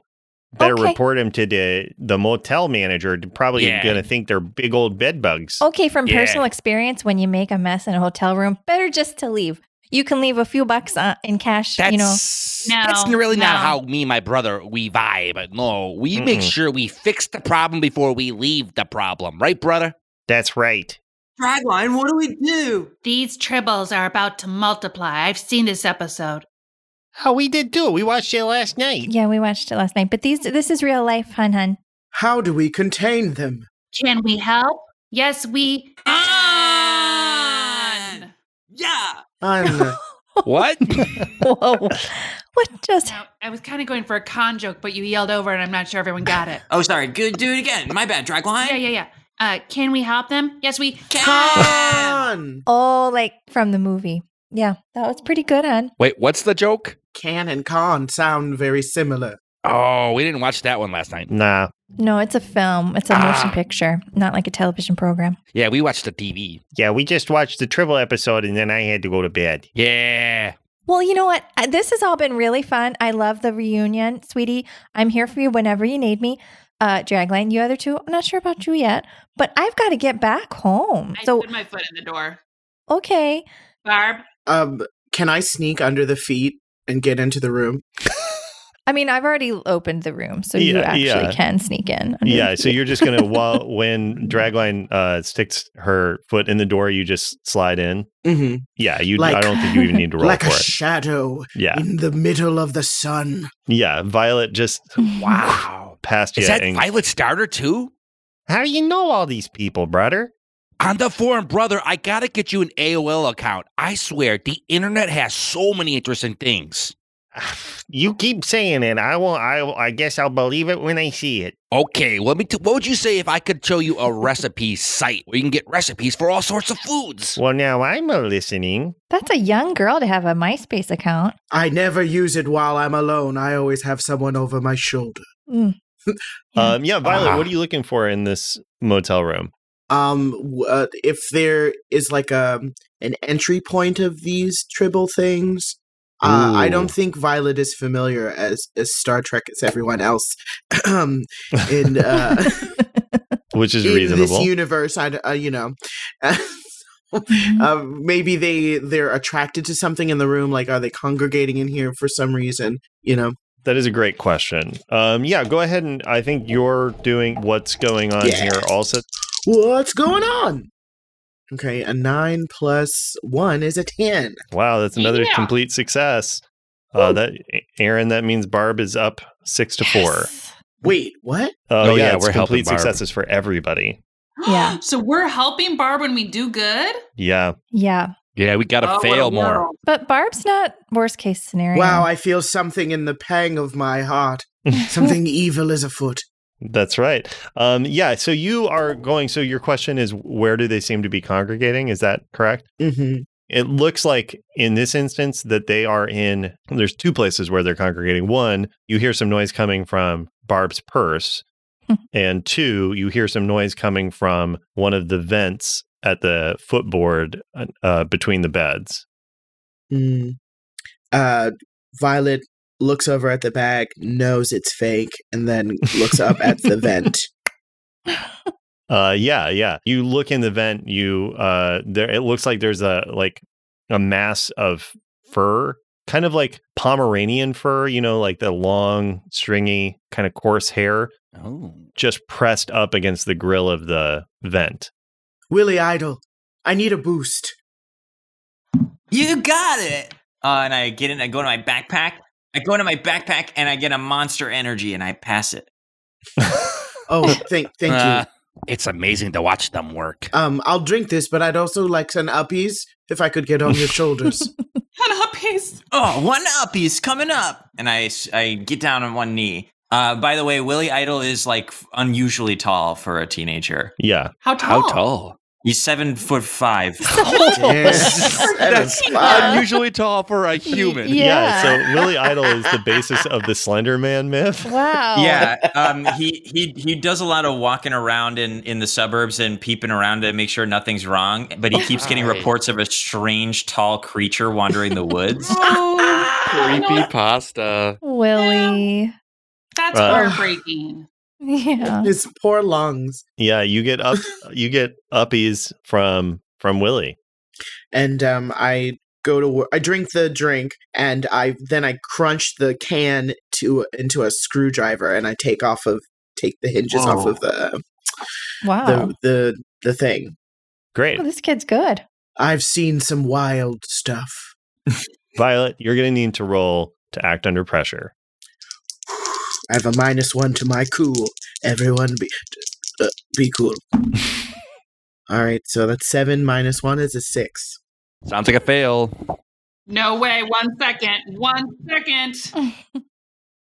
[SPEAKER 2] Better
[SPEAKER 3] Okay.
[SPEAKER 2] report him to the the motel manager. Probably
[SPEAKER 1] Yeah.
[SPEAKER 2] going to think they're big old bed bugs.
[SPEAKER 3] okay, from
[SPEAKER 1] Yeah.
[SPEAKER 3] personal experience, when you make a mess in a hotel room, better just to leave. You can leave a few bucks uh, in cash.
[SPEAKER 1] That's
[SPEAKER 3] you know,
[SPEAKER 5] No,
[SPEAKER 1] that's really not
[SPEAKER 5] no.
[SPEAKER 1] how me and my brother we vibe. No, we make
[SPEAKER 2] Mm-mm.
[SPEAKER 1] sure we fix the problem before we leave the problem, right, brother?
[SPEAKER 2] That's right.
[SPEAKER 7] Dragline, what do we do?
[SPEAKER 5] These tribbles are about to multiply. I've seen this episode.
[SPEAKER 2] How Oh, we did too. We watched it last night.
[SPEAKER 3] yeah, we watched it last night, but these this is real life, hun hun. [laughs]
[SPEAKER 4] How do we contain them?
[SPEAKER 5] Can we help? Yes, we can.
[SPEAKER 7] Yeah.
[SPEAKER 4] I'm the
[SPEAKER 1] What?
[SPEAKER 3] Whoa, what just?
[SPEAKER 5] Now, I was kind of going for a con joke, but you yelled over, and I'm not sure everyone got it.
[SPEAKER 7] Oh, sorry. Good. Do it again. My bad, Dragline.
[SPEAKER 5] yeah, yeah, yeah. Uh, can we help them? Yes, we can.
[SPEAKER 4] con.
[SPEAKER 3] Oh, like from the movie. Yeah, that was pretty good, hun.
[SPEAKER 1] Wait, what's the joke?
[SPEAKER 4] Can and con sound very similar.
[SPEAKER 1] Oh, we didn't watch that one last night.
[SPEAKER 2] Nah.
[SPEAKER 3] No, it's a film. It's a motion
[SPEAKER 1] Ah.
[SPEAKER 3] picture, not like a television program.
[SPEAKER 1] Yeah, we watched the TV.
[SPEAKER 2] Yeah, we just watched the triple episode and then I had to go to bed.
[SPEAKER 1] Yeah.
[SPEAKER 3] Well, you know what? Uh, This has all been really fun. I love the reunion, sweetie. I'm here for you whenever you need me. Uh, Dragline, you other two, I'm not sure about you yet, but I've got to get back home.
[SPEAKER 6] I
[SPEAKER 3] So,
[SPEAKER 6] put my foot in the door.
[SPEAKER 3] okay.
[SPEAKER 6] Barb,
[SPEAKER 4] Um, can I sneak under the feet and get into the room?
[SPEAKER 3] I mean, I've already opened the room, so you
[SPEAKER 2] Yeah,
[SPEAKER 3] actually
[SPEAKER 2] yeah.
[SPEAKER 3] can sneak in. under
[SPEAKER 2] Yeah,
[SPEAKER 3] the [laughs]
[SPEAKER 2] so
[SPEAKER 3] feet.
[SPEAKER 2] you're just gonna while when Dragline uh sticks her foot in the door, you just slide in.
[SPEAKER 4] Mm-hmm.
[SPEAKER 2] Yeah, you. I
[SPEAKER 4] Like-
[SPEAKER 2] don't think you even
[SPEAKER 4] [laughs]
[SPEAKER 2] need to roll
[SPEAKER 4] like
[SPEAKER 2] for
[SPEAKER 4] a
[SPEAKER 2] it.
[SPEAKER 4] shadow
[SPEAKER 2] yeah,
[SPEAKER 4] in the middle of the sun.
[SPEAKER 2] yeah. Violet just
[SPEAKER 1] Wow.
[SPEAKER 2] passed
[SPEAKER 1] Is
[SPEAKER 2] you.
[SPEAKER 1] that
[SPEAKER 2] and-
[SPEAKER 1] Violet Starter too?
[SPEAKER 2] How do you know all these people, brother? [sighs]
[SPEAKER 1] On the forum, brother, I gotta get you an AOL account. I swear, the internet has so many interesting things.
[SPEAKER 2] You keep saying it. I will. I. will- I guess I'll believe it when I see it.
[SPEAKER 1] Okay, let me. T- what would you say if I could show you a recipe site where you can get recipes for all sorts of foods?
[SPEAKER 2] Well, now I'm a listening.
[SPEAKER 3] That's a young girl to have a MySpace account.
[SPEAKER 4] I never use it while I'm alone. I always have someone over my shoulder.
[SPEAKER 3] Mm. Yeah.
[SPEAKER 2] Um, yeah, Violet.
[SPEAKER 1] Ah.
[SPEAKER 2] What are you looking for in this motel room?
[SPEAKER 4] Um, w- uh, if there is like a an entry point of these tribble things, uh, I
[SPEAKER 1] Ooh.
[SPEAKER 4] don't think Violet is familiar as as Star Trek as everyone else. [clears throat] in uh,
[SPEAKER 2] Which is
[SPEAKER 4] [laughs] in
[SPEAKER 2] reasonable.
[SPEAKER 4] this universe, I d- uh, you know. [laughs] Uh, maybe they they're attracted to something in the room. Like, are they congregating in here for some reason? You know,
[SPEAKER 2] That is a great question. Um, yeah, go ahead and I think you're doing what's going on
[SPEAKER 4] Yeah.
[SPEAKER 2] here also.
[SPEAKER 4] what's going on? Mm. Okay, a nine plus one is a ten.
[SPEAKER 2] Wow, that's another
[SPEAKER 6] Yeah.
[SPEAKER 2] complete success. Uh, that Aaron, that means Barb is up six to four.
[SPEAKER 3] Yes.
[SPEAKER 4] Wait, what?
[SPEAKER 2] Oh,
[SPEAKER 1] Oh,
[SPEAKER 2] yeah,
[SPEAKER 1] yeah,
[SPEAKER 2] it's
[SPEAKER 1] we're helping
[SPEAKER 2] complete
[SPEAKER 1] Barb.
[SPEAKER 2] successes for everybody.
[SPEAKER 3] Yeah.
[SPEAKER 6] [gasps] so we're helping Barb when we do good.
[SPEAKER 2] Yeah,
[SPEAKER 3] Yeah.
[SPEAKER 1] Yeah, we gotta
[SPEAKER 6] Oh, what a
[SPEAKER 1] fail more.
[SPEAKER 6] world.
[SPEAKER 3] But Barb's not worst case scenario.
[SPEAKER 4] Wow, I feel something in the pang of my heart. Something evil is afoot.
[SPEAKER 2] that's right. Um, yeah, so you are going. So your question is, where do they seem to be congregating? Is that correct?
[SPEAKER 4] hmm
[SPEAKER 2] It looks like in this instance that they are in. There's two places where they're congregating. One, you hear some noise coming from Barb's purse,
[SPEAKER 3] Hmm.
[SPEAKER 2] and two, you hear some noise coming from one of the vents at the footboard uh, uh, between the beds.
[SPEAKER 4] Mm. Uh, Violet looks over at the bag, knows it's fake, and then looks up at the vent.
[SPEAKER 2] Uh, yeah, yeah. You look in the vent. You uh, there. It looks like there's a like a mass of fur, kind of like Pomeranian fur. You know, like the long, stringy, kind of coarse hair,
[SPEAKER 7] Oh.
[SPEAKER 2] just pressed up against the grill of the vent. [laughs]
[SPEAKER 4] Willie Idol, I need a boost.
[SPEAKER 7] You got it. Uh, and I get in, I go to my backpack. I go into my backpack and I get a monster energy and I pass it.
[SPEAKER 4] Oh, thank thank
[SPEAKER 1] Uh,
[SPEAKER 4] you.
[SPEAKER 1] It's amazing to watch them work.
[SPEAKER 4] Um, I'll drink this, but I'd also like an uppies if I could get on your shoulders.
[SPEAKER 6] And up his.
[SPEAKER 7] Oh, one up. He's coming up. And I, s- I get down on one knee. Uh, by the way, Willie Idol is like f- unusually tall for a teenager.
[SPEAKER 2] Yeah.
[SPEAKER 6] How tall?
[SPEAKER 1] tall?
[SPEAKER 7] He's seven foot five.
[SPEAKER 4] Damn.
[SPEAKER 1] That's
[SPEAKER 4] Seven five.
[SPEAKER 1] unusually tall for a human.
[SPEAKER 3] Yeah.
[SPEAKER 2] so Willie Idol is the basis of
[SPEAKER 3] [laughs]
[SPEAKER 2] the Slender Man myth.
[SPEAKER 3] Wow.
[SPEAKER 7] Yeah, um, he he he does a lot of walking around in in the suburbs and peeping around to make sure nothing's wrong. But he keeps getting
[SPEAKER 1] Right.
[SPEAKER 7] reports of a strange tall creature wandering the woods.
[SPEAKER 1] Oh, creepy pasta.
[SPEAKER 3] Willie.
[SPEAKER 6] That's
[SPEAKER 2] Uh,
[SPEAKER 6] heartbreaking.
[SPEAKER 3] [laughs]
[SPEAKER 2] [laughs]
[SPEAKER 3] Yeah.
[SPEAKER 4] His poor lungs.
[SPEAKER 2] Yeah, you get up you get uppies from from Willie.
[SPEAKER 4] And um, I go to work. I drink the drink, and I then I crunch the can to into a screwdriver, and I take off of take the hinges off
[SPEAKER 1] Whoa.
[SPEAKER 4] of the
[SPEAKER 3] Wow.
[SPEAKER 4] the the the thing.
[SPEAKER 2] Great.
[SPEAKER 3] Oh, this kid's good.
[SPEAKER 4] I've seen some wild stuff.
[SPEAKER 2] Violet, you're gonna need to roll to act under pressure.
[SPEAKER 4] I have a minus one to my cool. Everyone be uh, be cool. All right, so that's seven minus one is a six.
[SPEAKER 1] Sounds like a fail.
[SPEAKER 6] No way. One second. One second.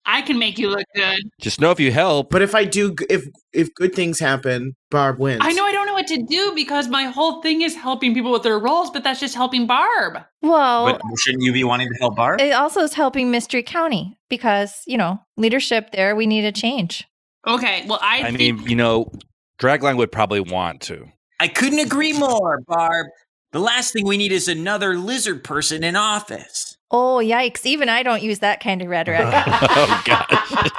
[SPEAKER 6] I can make you look good.
[SPEAKER 1] Just know if you help.
[SPEAKER 4] But if I do, g- if if good things happen, Barb wins.
[SPEAKER 6] I know I don't know what to do because my whole thing is helping people with their roles, but that's just helping Barb.
[SPEAKER 3] Well,
[SPEAKER 7] But shouldn't you be wanting to help Barb?
[SPEAKER 3] it also is helping Mystery County because, you know, leadership there, we need a change.
[SPEAKER 6] Okay. Well, I,
[SPEAKER 1] I
[SPEAKER 6] think
[SPEAKER 1] mean, you know, Dragline would probably want to.
[SPEAKER 7] I couldn't agree more, Barb. The last thing we need is another lizard person in office.
[SPEAKER 3] Oh, yikes. Even I don't use that kind of rhetoric. [laughs]
[SPEAKER 2] [laughs]
[SPEAKER 1] oh gosh.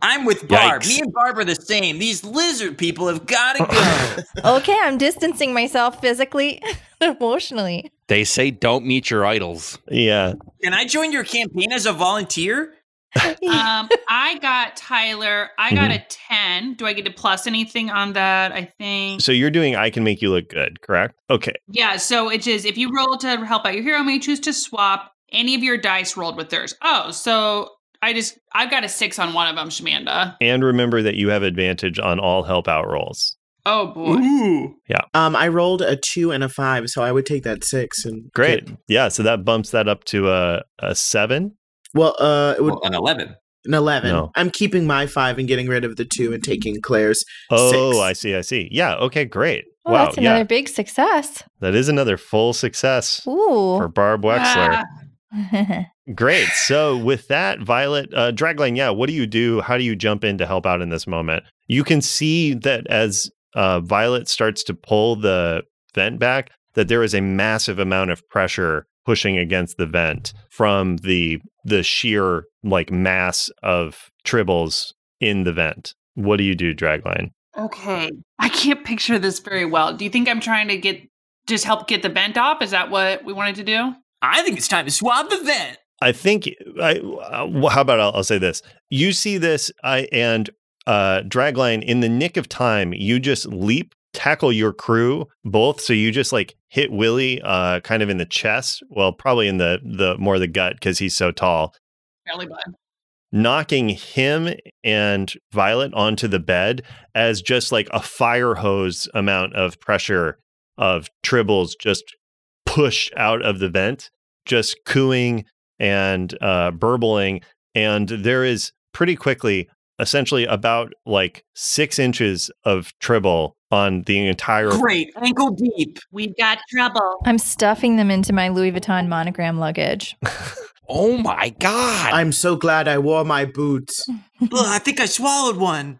[SPEAKER 7] I'm with Barb.
[SPEAKER 1] Yikes.
[SPEAKER 7] Me and Barb are the same. These lizard people have got to [laughs] go.
[SPEAKER 3] okay, I'm distancing myself physically, emotionally.
[SPEAKER 1] They say don't meet your idols.
[SPEAKER 2] Yeah.
[SPEAKER 7] Can I join your campaign as a volunteer?
[SPEAKER 6] [laughs] um, I got Tyler. I got a ten. Do I get to plus anything on that? I think.
[SPEAKER 2] So you're doing I can make you look good, correct? Okay.
[SPEAKER 6] yeah. So it is if you roll to help out your hero, may you choose to swap any of your dice rolled with theirs. Oh, so I just I've got a six on one of them, Shamanda.
[SPEAKER 2] And remember that you have advantage on all help out rolls.
[SPEAKER 6] Oh boy.
[SPEAKER 4] Um, I rolled a two and a five, so I would take that six and
[SPEAKER 2] Great.
[SPEAKER 4] get-
[SPEAKER 2] Yeah. So that bumps that up to a, a seven.
[SPEAKER 4] well, uh, it would
[SPEAKER 7] Well, an 11.
[SPEAKER 4] an eleven.
[SPEAKER 2] No.
[SPEAKER 4] I'm keeping my five and getting rid of the two and taking Claire's.
[SPEAKER 2] Oh,
[SPEAKER 4] Six.
[SPEAKER 2] I see. I see. Yeah. Okay. Great.
[SPEAKER 3] Well,
[SPEAKER 2] wow.
[SPEAKER 3] Oh, that's
[SPEAKER 2] Yeah.
[SPEAKER 3] another big success.
[SPEAKER 2] That is another full success for
[SPEAKER 3] Ooh.
[SPEAKER 2] Barb Wexler.
[SPEAKER 6] Ah,
[SPEAKER 2] Great. So with that, Violet, uh, Dragline, yeah, what do you do? How do you jump in to help out in this moment? You can see that as uh, Violet starts to pull the vent back, that there is a massive amount of pressure pushing against the vent from the the sheer like mass of tribbles in the vent. What do you do, Dragline?
[SPEAKER 6] okay. I can't picture this very well. Do you think I'm trying to get just help get the bent off? Is that what we wanted to do?
[SPEAKER 7] I think it's time to swab the vent.
[SPEAKER 2] I think I. Uh, well, how about I'll, I'll say this? You see this, I and uh, Dragline in the nick of time. You just leap, tackle your crew both. So you just like hit Willie, uh, kind of in the chest. Well, probably in the the more the gut because he's so tall,
[SPEAKER 6] Belly button.
[SPEAKER 2] knocking him and Violet onto the bed as just like a fire hose amount of pressure of tribbles just pushed out of the vent, just cooing and uh, burbling. And there is pretty quickly, essentially about like six inches of tribble on the entire.
[SPEAKER 7] Great. Ankle deep.
[SPEAKER 5] We've got trouble.
[SPEAKER 3] [laughs] I'm stuffing them into my Louis Vuitton monogram luggage.
[SPEAKER 1] Oh my god.
[SPEAKER 4] I'm so glad I wore my boots.
[SPEAKER 7] Ugh, I think I swallowed one.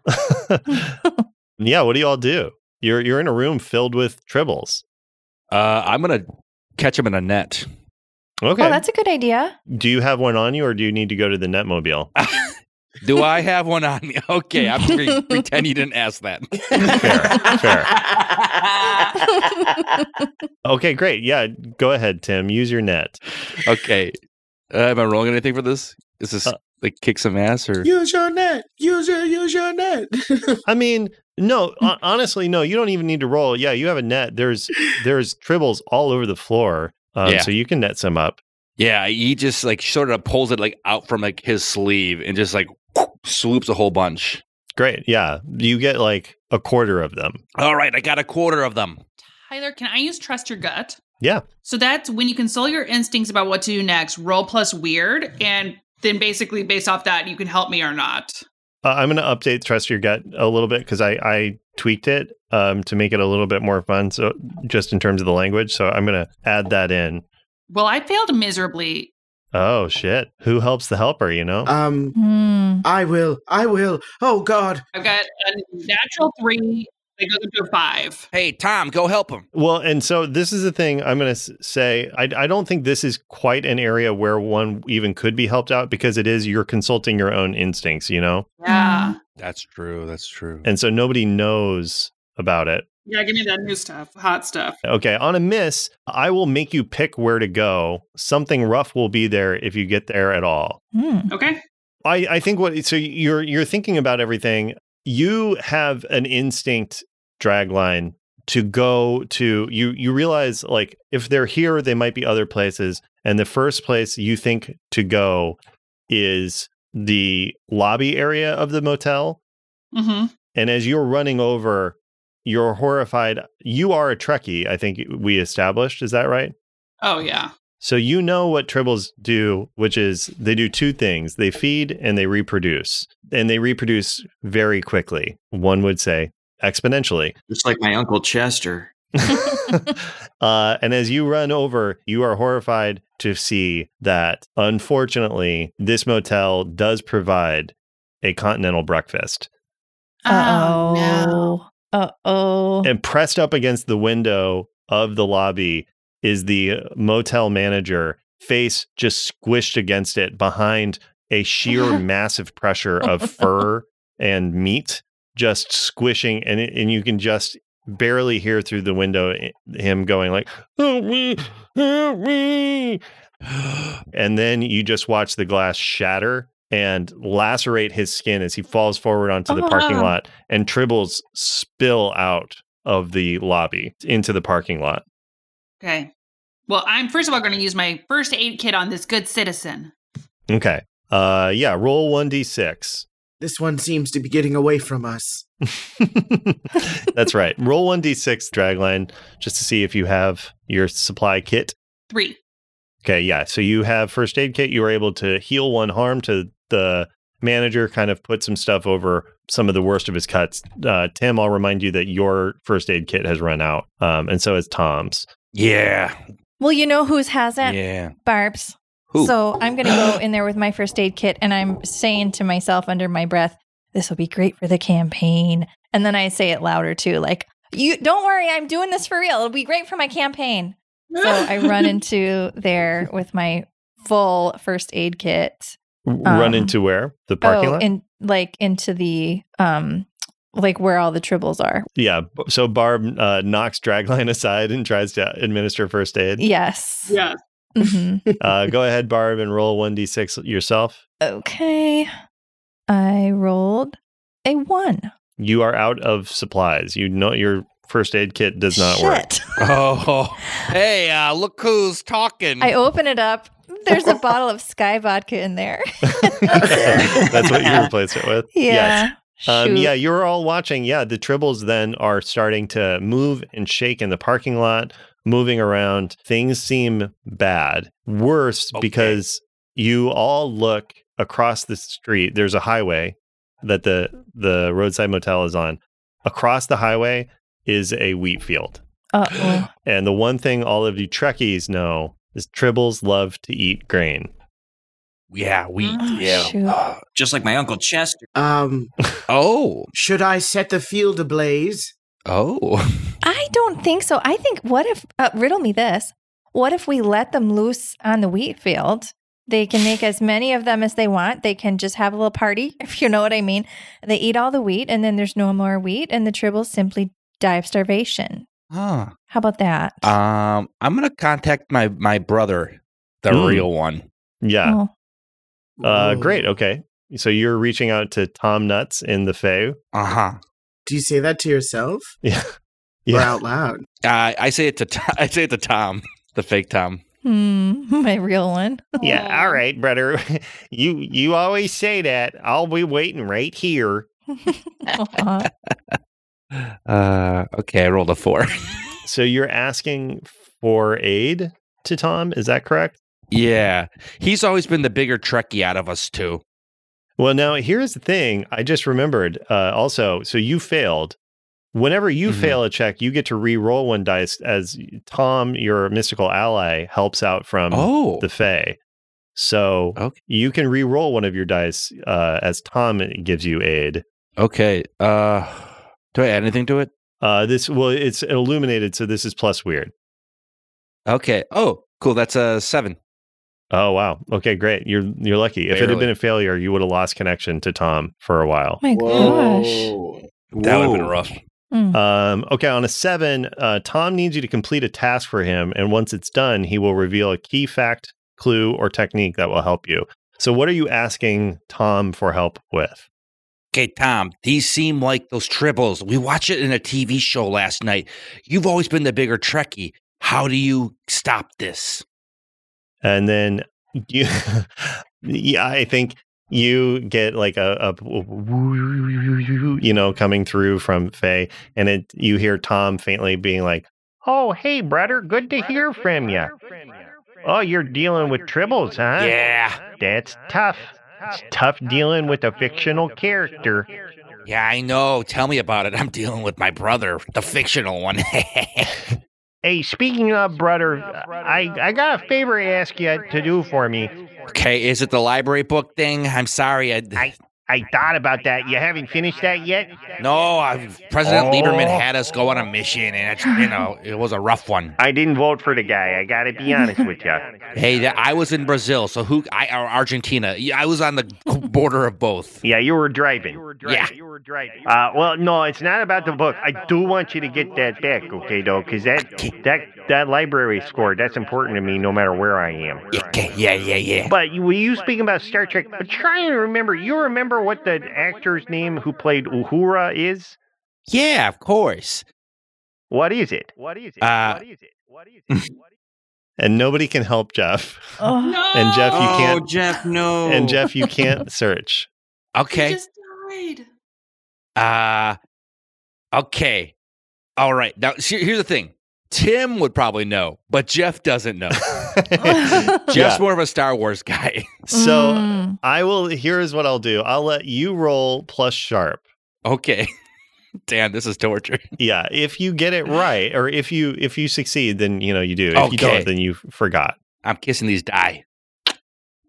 [SPEAKER 2] [laughs]
[SPEAKER 7] [laughs]
[SPEAKER 2] yeah, what do y'all do? You're you're in a room filled with tribbles.
[SPEAKER 1] uh, I'm gonna catch him in a net.
[SPEAKER 2] Okay.
[SPEAKER 3] Oh, that's a good [laughs] idea.
[SPEAKER 2] do you have one on you, or do you need to go to the Netmobile?
[SPEAKER 1] Do
[SPEAKER 2] [laughs]
[SPEAKER 1] I have one on me? [laughs] Okay, I'm going pretend you didn't ask that.
[SPEAKER 2] Fair, fair. Okay, great. Yeah, go ahead, Tim. Use your net.
[SPEAKER 1] Okay, uh, am I rolling anything for this? Is this
[SPEAKER 2] Uh,
[SPEAKER 1] like kick some ass or?
[SPEAKER 4] Use your net. Use your use your net. [laughs]
[SPEAKER 2] I mean, no, hon- honestly, no. You don't even need to roll. Yeah, you have a net. There's there's tribbles all over the floor, um,
[SPEAKER 1] Yeah.
[SPEAKER 2] so you can net some up.
[SPEAKER 1] Yeah, he just like sort of pulls it like out from like his sleeve and just like [sniffs] swoops a whole bunch.
[SPEAKER 2] Great. Yeah, you get like a quarter of them.
[SPEAKER 1] All right, I got a quarter of them.
[SPEAKER 6] Tyler, can I use trust your gut?
[SPEAKER 2] Yeah.
[SPEAKER 6] So that's when you consult your instincts about what to do next, roll plus weird, and then basically based off that, you can help me or not.
[SPEAKER 2] Uh, I'm going to update Trust Your Gut a little bit because I, I tweaked it um, to make it a little bit more fun. So just in terms of the language, so I'm going to add that in.
[SPEAKER 6] Well, I failed miserably.
[SPEAKER 2] Oh shit! Who helps the helper? You know.
[SPEAKER 4] Um,
[SPEAKER 3] Hmm.
[SPEAKER 4] I will. I will. Oh God.
[SPEAKER 6] I've got a natural three that goes up to a five.
[SPEAKER 1] Hey, Tom, go help him.
[SPEAKER 2] Well, and so this is the thing I'm going to say. I, I don't think this is quite an area where one even could be helped out because it is you're consulting your own instincts, you know?
[SPEAKER 6] Yeah.
[SPEAKER 1] That's true. That's true.
[SPEAKER 2] And so nobody knows about it.
[SPEAKER 6] Yeah, give me that new stuff, hot stuff.
[SPEAKER 2] Okay. On a miss, I will make you pick where to go. Something rough will be there if you get there at all.
[SPEAKER 3] Hmm.
[SPEAKER 6] Okay.
[SPEAKER 2] I, I think what so you're you're thinking about everything. You have an instinct drag line to go to you you realize like if they're here, they might be other places. And the first place you think to go is the lobby area of the motel.
[SPEAKER 6] Mm-hmm.
[SPEAKER 2] And as you're running over, you're horrified. You are a Trekkie, I think we established. Is that right?
[SPEAKER 6] Oh yeah.
[SPEAKER 2] So you know what tribbles do, which is they do two things. They feed and they reproduce. And they reproduce very quickly. One would say exponentially. [laughs]
[SPEAKER 7] Just like my uncle Chester.
[SPEAKER 2] uh, and as you run over, you are horrified to see that unfortunately, this motel does provide a continental breakfast.
[SPEAKER 6] Um,
[SPEAKER 3] Uh-oh. Uh-oh.
[SPEAKER 2] And pressed up against the window of the lobby is the uh, motel manager, face just squished against it behind a sheer massive pressure of fur and meat, just squishing. And, it- and you can just barely hear through the window i- him going like, help me, help me. And then you just watch the glass shatter and lacerate his skin as he falls forward onto the parking
[SPEAKER 6] Ah.
[SPEAKER 2] lot and tribbles spill out of the lobby into the parking lot.
[SPEAKER 6] Okay. Well, I'm first of all going to use my first aid kit on this good citizen.
[SPEAKER 2] Okay. Uh yeah, roll 1d6.
[SPEAKER 4] This one seems to be getting away from us.
[SPEAKER 2] [laughs] That's right. Roll 1d6 dragline just to see if you have your supply kit.
[SPEAKER 6] Three.
[SPEAKER 2] Okay, yeah. So you have first aid kit. You were able to heal one harm to the manager, kind of put some stuff over some of the worst of his cuts. Uh, Tim, I'll remind you that your first aid kit has run out, um, and so has Tom's.
[SPEAKER 1] Yeah.
[SPEAKER 3] Well, you know whose hasn't?
[SPEAKER 1] Yeah.
[SPEAKER 3] Barb's.
[SPEAKER 1] Who?
[SPEAKER 3] So I'm going to go in there with my first aid kit and I'm saying to myself under my breath, this will be great for the campaign. And then I say it louder too, like, you don't worry, I'm doing this for real. It'll be great for my campaign. So
[SPEAKER 2] [laughs]
[SPEAKER 3] I
[SPEAKER 7] [laughs]
[SPEAKER 3] run into there with my full first aid kit.
[SPEAKER 2] R- Run
[SPEAKER 3] Um,
[SPEAKER 2] into where? The parking
[SPEAKER 3] oh,
[SPEAKER 2] lot?
[SPEAKER 3] and like into the um like where all the tribbles are.
[SPEAKER 2] yeah. b- So Barb uh, knocks Dragline [laughs] aside and tries to administer first aid.
[SPEAKER 3] [laughs] Yes.
[SPEAKER 6] Yeah.
[SPEAKER 3] Mhm.
[SPEAKER 2] Uh, go ahead, Barb, and roll 1d6 yourself.
[SPEAKER 3] Okay. I rolled a one.
[SPEAKER 2] You are out of supplies. You know your first aid kit does not work.
[SPEAKER 3] Shit.
[SPEAKER 1] [laughs] Oh, hey, uh, look who's talking.
[SPEAKER 2] Mm.
[SPEAKER 3] I open it up.
[SPEAKER 2] [laughs]
[SPEAKER 3] There's a bottle of Sky vodka in there. [laughs]
[SPEAKER 2] [laughs] That's what you replaced it with. Yes.
[SPEAKER 3] yeah.
[SPEAKER 2] Um,
[SPEAKER 3] Shoot.
[SPEAKER 2] yeah, you're all watching. Yeah, the tribbles then are starting to move and shake in the parking lot, moving around. Things seem bad. Worse
[SPEAKER 1] Okay.
[SPEAKER 2] because you all look across the street. There's a highway that the the roadside motel is on. Across the highway is a wheat field.
[SPEAKER 3] Uh-oh.
[SPEAKER 2] And the one thing all of you Trekkies know is tribbles love to eat grain.
[SPEAKER 1] yeah, we.
[SPEAKER 6] Oh,
[SPEAKER 1] yeah.
[SPEAKER 3] shoot.
[SPEAKER 7] Just like my uncle Chester.
[SPEAKER 4] Um,
[SPEAKER 1] Oh.
[SPEAKER 4] should I set the field ablaze?
[SPEAKER 1] Oh.
[SPEAKER 3] I don't think so. I think what if uh, riddle me this? What if we let them loose on the wheat field? They can make as many of them as they want. They can just have a little party, [laughs] if you know what I mean. They eat all the wheat, and then there's no more wheat, and the tribbles simply die of starvation.
[SPEAKER 1] Huh.
[SPEAKER 3] How about that?
[SPEAKER 1] Um, I'm gonna contact my my brother, the
[SPEAKER 2] Hmm.
[SPEAKER 1] real one.
[SPEAKER 2] Yeah.
[SPEAKER 3] Oh,
[SPEAKER 2] Uh,
[SPEAKER 4] Ooh.
[SPEAKER 2] great. Okay. So you're reaching out to Tom Nuts in the Fae.
[SPEAKER 1] Uh huh.
[SPEAKER 4] Do you say that to yourself
[SPEAKER 2] Yeah.
[SPEAKER 4] or
[SPEAKER 2] Yeah.
[SPEAKER 4] out loud?
[SPEAKER 1] Uh, I say it to Tom, [laughs] I say it to Tom, the fake Tom.
[SPEAKER 3] hmm, [laughs] my real one.
[SPEAKER 2] [laughs] Yeah. All right, brother. [laughs] You you always say that. I'll be waiting right here.
[SPEAKER 3] Aw.
[SPEAKER 1] Uh, okay, I rolled a four. [laughs]
[SPEAKER 2] So you're asking for aid to Tom, is that correct?
[SPEAKER 1] yeah, he's always been the bigger Trekkie out of us too.
[SPEAKER 2] Well, now here's the thing. I just remembered uh, also. So you failed. Whenever you
[SPEAKER 1] Mhm.
[SPEAKER 2] fail a check, you get to re-roll one dice as Tom, your mystical ally, helps out from
[SPEAKER 1] Oh,
[SPEAKER 2] the Fae. So
[SPEAKER 1] Okay.
[SPEAKER 2] you can re-roll one of your dice uh, as Tom gives you aid.
[SPEAKER 1] okay. Uh, do I add anything to it?
[SPEAKER 2] Uh, this well, it's illuminated, so this is plus weird.
[SPEAKER 1] Okay. Oh, cool. That's a seven.
[SPEAKER 2] Oh wow. Okay, great. You're you're lucky. If it had
[SPEAKER 1] Barely.
[SPEAKER 2] been a failure, you would have lost connection to Tom for a while.
[SPEAKER 3] my gosh.
[SPEAKER 1] That would have been
[SPEAKER 7] Whoa.
[SPEAKER 1] rough.
[SPEAKER 3] Hmm.
[SPEAKER 2] Um, okay, on a seven, uh, Tom needs you to complete a task for him, and once it's done, he will reveal a key fact, clue, or technique that will help you. So, what are you asking Tom for help with?
[SPEAKER 1] Okay, Tom, these seem like those tribbles. We watched it in a TV show last night. You've always been the bigger Trekkie. How do you stop this?
[SPEAKER 2] And then you, [laughs] yeah, I think you get like a, a you know coming through from Faye, and it you hear Tom faintly being like, "Oh, hey, brother, good to hear from you. Oh, you're dealing with tribbles, huh?
[SPEAKER 1] Yeah.
[SPEAKER 2] That's tough. It's tough dealing with a fictional character.
[SPEAKER 1] Yeah, I know. Tell me about it. I'm dealing with my brother, the fictional one. [laughs]
[SPEAKER 2] Hey, speaking of brother, I, I got a favor to ask you to do for me.
[SPEAKER 1] okay, is it the library book thing? I'm sorry. I,
[SPEAKER 2] I thought about that. You haven't finished that yet?
[SPEAKER 1] [laughs] no, i President
[SPEAKER 2] Oh.
[SPEAKER 1] Lieberman had us go on a mission, and it's, you know it was a rough one.
[SPEAKER 2] I didn't vote for the guy. I got to be honest with [laughs] you.
[SPEAKER 1] Hey, that, I was in Brazil, so who? I or Argentina. Yeah, I was on the [laughs] border of both.
[SPEAKER 2] Yeah, you were driving.
[SPEAKER 1] Yeah.
[SPEAKER 2] Uh, well, no, it's not about the book. I do want you to get that back, okay, though, because that, that, that library score, that's important to me no matter where I am.
[SPEAKER 1] Okay, yeah, yeah, yeah.
[SPEAKER 2] But you- were you speaking about Star Trek? I'm trying to remember. You remember what the actor's name who played Uhura is?
[SPEAKER 1] Yeah, of course.
[SPEAKER 2] What is it? What is it?
[SPEAKER 1] Uh, What
[SPEAKER 2] is it? What is it? and nobody can help Jeff.
[SPEAKER 3] Oh,
[SPEAKER 6] No.
[SPEAKER 2] And Jeff, you
[SPEAKER 6] [gasps]
[SPEAKER 7] oh,
[SPEAKER 2] can't-
[SPEAKER 7] Jeff, no.
[SPEAKER 2] And Jeff, you can't search.
[SPEAKER 1] Okay.
[SPEAKER 5] He just died.
[SPEAKER 1] Uh okay. All right. Now see- here's the thing. Tim would probably know, but Jeff doesn't
[SPEAKER 3] [laughs]
[SPEAKER 1] know. Jeff's more of a Star Wars guy. [laughs]
[SPEAKER 2] So [laughs]
[SPEAKER 3] mm.
[SPEAKER 2] I will. Here's what I'll do. I'll let you roll plus sharp.
[SPEAKER 1] okay. Damn, this is torture.
[SPEAKER 2] Yeah. If you get it right, or if you if you succeed, then you know you do. If you
[SPEAKER 1] Okay.
[SPEAKER 2] don't, then you forgot.
[SPEAKER 1] I'm kissing these die.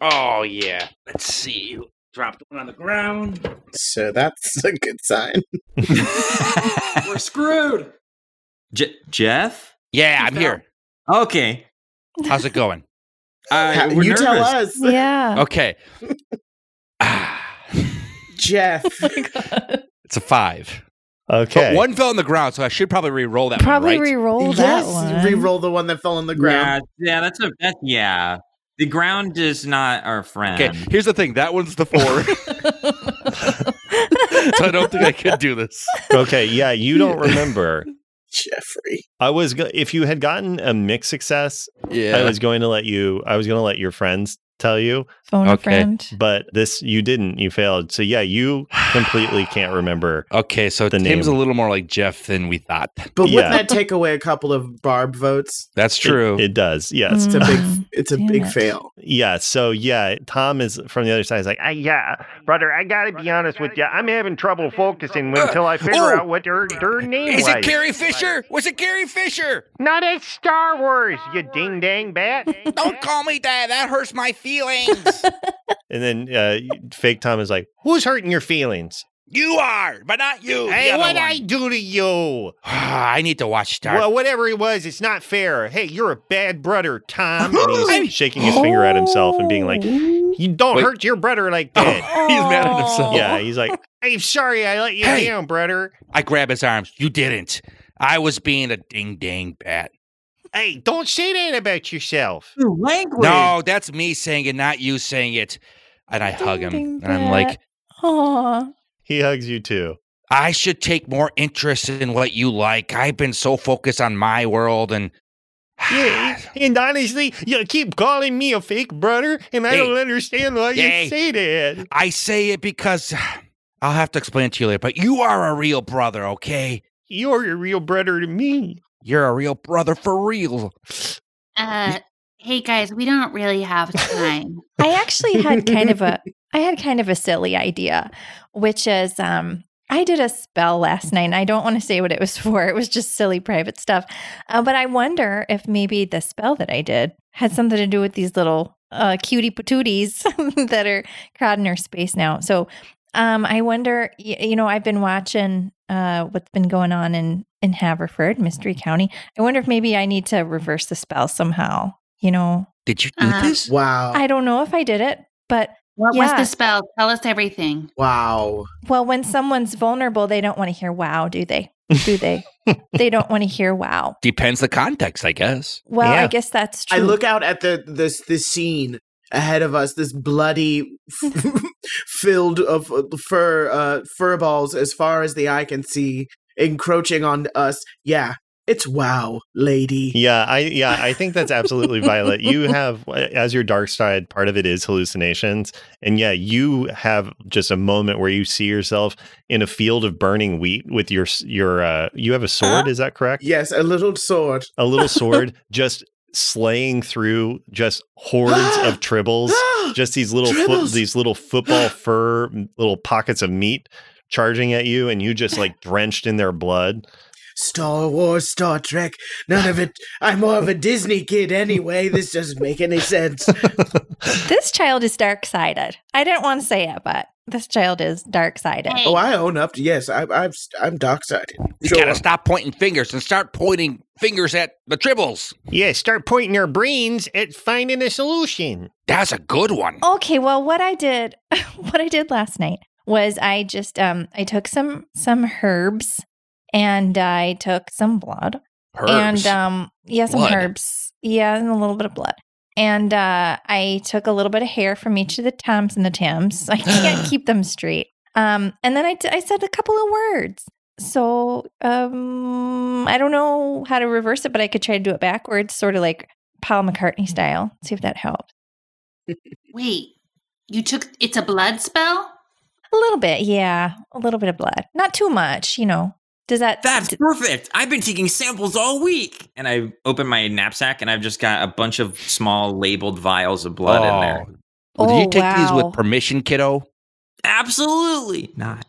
[SPEAKER 1] Oh yeah. Let's see. Dropped one on the ground.
[SPEAKER 4] So that's a good sign.
[SPEAKER 7] [laughs]
[SPEAKER 6] We're screwed.
[SPEAKER 7] Je- Jeff?
[SPEAKER 1] Yeah,
[SPEAKER 6] You
[SPEAKER 1] I'm
[SPEAKER 6] fell.
[SPEAKER 1] here.
[SPEAKER 7] Okay.
[SPEAKER 1] How's it [laughs] going?
[SPEAKER 7] Uh,
[SPEAKER 4] you
[SPEAKER 7] we're
[SPEAKER 4] tell
[SPEAKER 7] nervous.
[SPEAKER 4] us,
[SPEAKER 3] yeah.
[SPEAKER 1] Okay. Ah,
[SPEAKER 2] [laughs]
[SPEAKER 4] Jeff.
[SPEAKER 2] Oh
[SPEAKER 1] it's a five.
[SPEAKER 2] Okay.
[SPEAKER 1] But one fell on the ground, so I should probably re-roll that
[SPEAKER 3] Probably
[SPEAKER 1] one, right?
[SPEAKER 3] re-roll that one.
[SPEAKER 4] yes, re-roll the one that fell on the ground.
[SPEAKER 7] Yeah, yeah, that's a that, yeah. The ground is not our friend.
[SPEAKER 1] okay, here's the thing. That one's the
[SPEAKER 3] [laughs]
[SPEAKER 1] four. [laughs] so I don't think I could do this.
[SPEAKER 2] [laughs] okay. Yeah. You
[SPEAKER 1] [laughs]
[SPEAKER 2] don't remember.
[SPEAKER 4] Jeffrey.
[SPEAKER 2] I was go- if you had gotten a mixed success,
[SPEAKER 1] Yeah.
[SPEAKER 2] I was going to let you. I was going to let your friends tell you,
[SPEAKER 3] [laughs] Phone a
[SPEAKER 1] Okay.
[SPEAKER 3] friend.
[SPEAKER 2] but this you didn't. You failed. So yeah, you completely can't remember.
[SPEAKER 1] okay, so
[SPEAKER 2] The
[SPEAKER 1] Tim's
[SPEAKER 2] name.
[SPEAKER 1] a little more like Jeff than we thought.
[SPEAKER 4] But
[SPEAKER 2] Yeah.
[SPEAKER 4] wouldn't that take away a couple of Barb votes?
[SPEAKER 1] That's
[SPEAKER 2] It- It, does. Yes.
[SPEAKER 4] It's a
[SPEAKER 3] Mm.
[SPEAKER 4] big. [laughs] It's a
[SPEAKER 3] Damn
[SPEAKER 4] big
[SPEAKER 3] it.
[SPEAKER 4] fail.
[SPEAKER 2] Yeah. So yeah, Tom is from the other side. He's like, I, yeah, brother, I gotta be honest with you. I'm having trouble focusing until I figure
[SPEAKER 1] oh!
[SPEAKER 2] out what her, [laughs] her name
[SPEAKER 1] Is it
[SPEAKER 2] was.
[SPEAKER 1] Carrie Fisher? Was it Carrie Fisher?
[SPEAKER 2] Not at Star Wars, you ding dang [laughs] bat.
[SPEAKER 1] Don't call me that. That hurts my feelings.
[SPEAKER 2] and then uh, fake Tom is like, Who's hurting your feelings?
[SPEAKER 1] You are, but not you. the
[SPEAKER 2] Hey,
[SPEAKER 1] other
[SPEAKER 2] what
[SPEAKER 1] one.
[SPEAKER 2] I do to you?
[SPEAKER 1] [sighs] I need to watch Star.
[SPEAKER 2] Well, whatever it was, it's not fair. Hey, you're a bad brother, Tom. And [gasps] he's shaking his finger at himself and being like, "You don't
[SPEAKER 1] Wait.
[SPEAKER 2] hurt your brother like that."
[SPEAKER 1] [laughs] He's mad at himself.
[SPEAKER 2] Yeah, he's [laughs] like, "I'm sorry, I let you
[SPEAKER 1] Hey.
[SPEAKER 2] down, brother.
[SPEAKER 1] I grab his arms. You didn't. I was being a ding dang bat.
[SPEAKER 2] Hey, don't say that about yourself."
[SPEAKER 7] Your language.
[SPEAKER 1] No, that's me saying it, not you saying it. And I hug him.
[SPEAKER 3] Ding, ding,
[SPEAKER 1] And I'm like,
[SPEAKER 3] bat. Aw.
[SPEAKER 2] He hugs you too.
[SPEAKER 1] I should take more interest in what you like. I've been so focused on my world and
[SPEAKER 2] Yeah, and honestly, you keep calling me a fake brother, and I
[SPEAKER 1] Hey.
[SPEAKER 2] don't understand why
[SPEAKER 1] Hey.
[SPEAKER 2] you say that.
[SPEAKER 1] [sighs] I say it because [sighs] I'll have to explain it to you later, but you are a real brother, okay?
[SPEAKER 2] You're your real brother to me.
[SPEAKER 1] You're a real brother for real.
[SPEAKER 5] Uh, hey guys, we don't really have
[SPEAKER 6] [laughs]
[SPEAKER 5] time.
[SPEAKER 3] I actually had kind of a I had kind of a silly idea, which is um I did a spell last night and I don't want to say what it was [laughs] for. It was just silly private stuff. Uh, but I wonder if maybe the spell that I did had something to do with these little uh, cutie patooties [laughs] that are crowding our space now. So um, I wonder, y- you know, I've been watching uh, what's been going on in, in Haverford, Mystery County. I wonder if maybe I need to reverse the spell somehow, you know,
[SPEAKER 1] Did you do
[SPEAKER 3] Uh-huh.
[SPEAKER 5] Uh,
[SPEAKER 1] this?
[SPEAKER 4] Wow.
[SPEAKER 3] I don't know if I did it, but
[SPEAKER 5] What
[SPEAKER 3] Yeah.
[SPEAKER 5] was the spell? Tell us everything.
[SPEAKER 4] wow.
[SPEAKER 3] well, when someone's vulnerable, they don't want to hear wow, do they? Do they? they don't want to hear wow.
[SPEAKER 1] Depends the context, I guess.
[SPEAKER 3] Well,
[SPEAKER 2] Yeah.
[SPEAKER 3] I guess that's true.
[SPEAKER 4] I look out at the this this scene ahead of us,
[SPEAKER 3] [laughs]
[SPEAKER 4] this bloody field of uh, fur uh, fur balls as far as the eye can see, encroaching on us. Yeah, it's wow, lady.
[SPEAKER 2] Yeah, I yeah, I think that's absolutely Violet. You have uh, as your dark side, part of it is hallucinations. And yeah, you have just a moment where you see yourself in a field of burning wheat with your s- your uh you have a sword, is that correct?
[SPEAKER 4] Yes, a little sword.
[SPEAKER 2] A little sword just slaying through just hordes of tribbles, [laughs]
[SPEAKER 4] [gasps]
[SPEAKER 2] just these little foot,
[SPEAKER 4] Tribbles!
[SPEAKER 2] these little
[SPEAKER 3] [gasps]
[SPEAKER 2] football fur little pockets of meat charging at you and you just like drenched in their blood.
[SPEAKER 4] Star Wars, Star Trek, none of it. I'm more of a Disney kid anyway. This doesn't make any sense.
[SPEAKER 3] this child is dark sided. I didn't want to say it, but this child is dark sided.
[SPEAKER 5] Hey,
[SPEAKER 4] Oh, I own up. To, yes, I'm I'm, I'm dark sided.
[SPEAKER 1] We gotta stop pointing fingers and start pointing fingers at the tribbles.
[SPEAKER 2] Yeah, start pointing our brains at finding a solution.
[SPEAKER 1] That's a good one.
[SPEAKER 3] Okay, well what I did [laughs] what I did last night was I just um I took some some herbs and I took some blood
[SPEAKER 1] Herbs.
[SPEAKER 3] And um yeah, some
[SPEAKER 1] Blood.
[SPEAKER 3] herbs. Yeah, and a little bit of blood. And uh I took a little bit of hair from each of the toms and the tams. I
[SPEAKER 1] [laughs]
[SPEAKER 3] can't keep them straight. Um and then I t- I said a couple of words. So um I don't know how to reverse it, but I could try to do it backwards, sort of like Paul McCartney style. See if that helps.
[SPEAKER 5] wait. You took it's a blood spell?
[SPEAKER 3] A little bit, yeah. A little bit of blood. Not too much, you know. Does that
[SPEAKER 7] That's perfect. I've been taking samples all week. And I open my knapsack and I've just got a bunch of small labeled vials of blood in there.
[SPEAKER 1] Oh. Well, did you
[SPEAKER 3] Oh,
[SPEAKER 1] take these
[SPEAKER 3] wow.
[SPEAKER 1] with permission, kiddo? [laughs]
[SPEAKER 7] Absolutely not.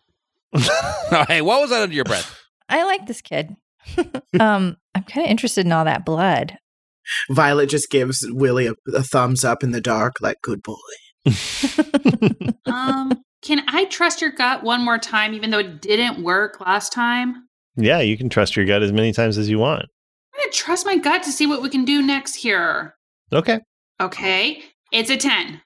[SPEAKER 1] hey, what was that under your breath?
[SPEAKER 7] [laughs]
[SPEAKER 3] I like this kid. [laughs] um I'm kind of interested in all that blood.
[SPEAKER 4] Violet just gives Willie a, a thumbs up in the dark, like good boy.
[SPEAKER 5] Um,
[SPEAKER 6] Can I trust your gut one more time, even though it didn't work last time?
[SPEAKER 2] Yeah, you can trust your gut as many times as you want.
[SPEAKER 6] I'm gonna trust my gut to see what we can do next here.
[SPEAKER 2] Okay,
[SPEAKER 6] Okay, it's a ten.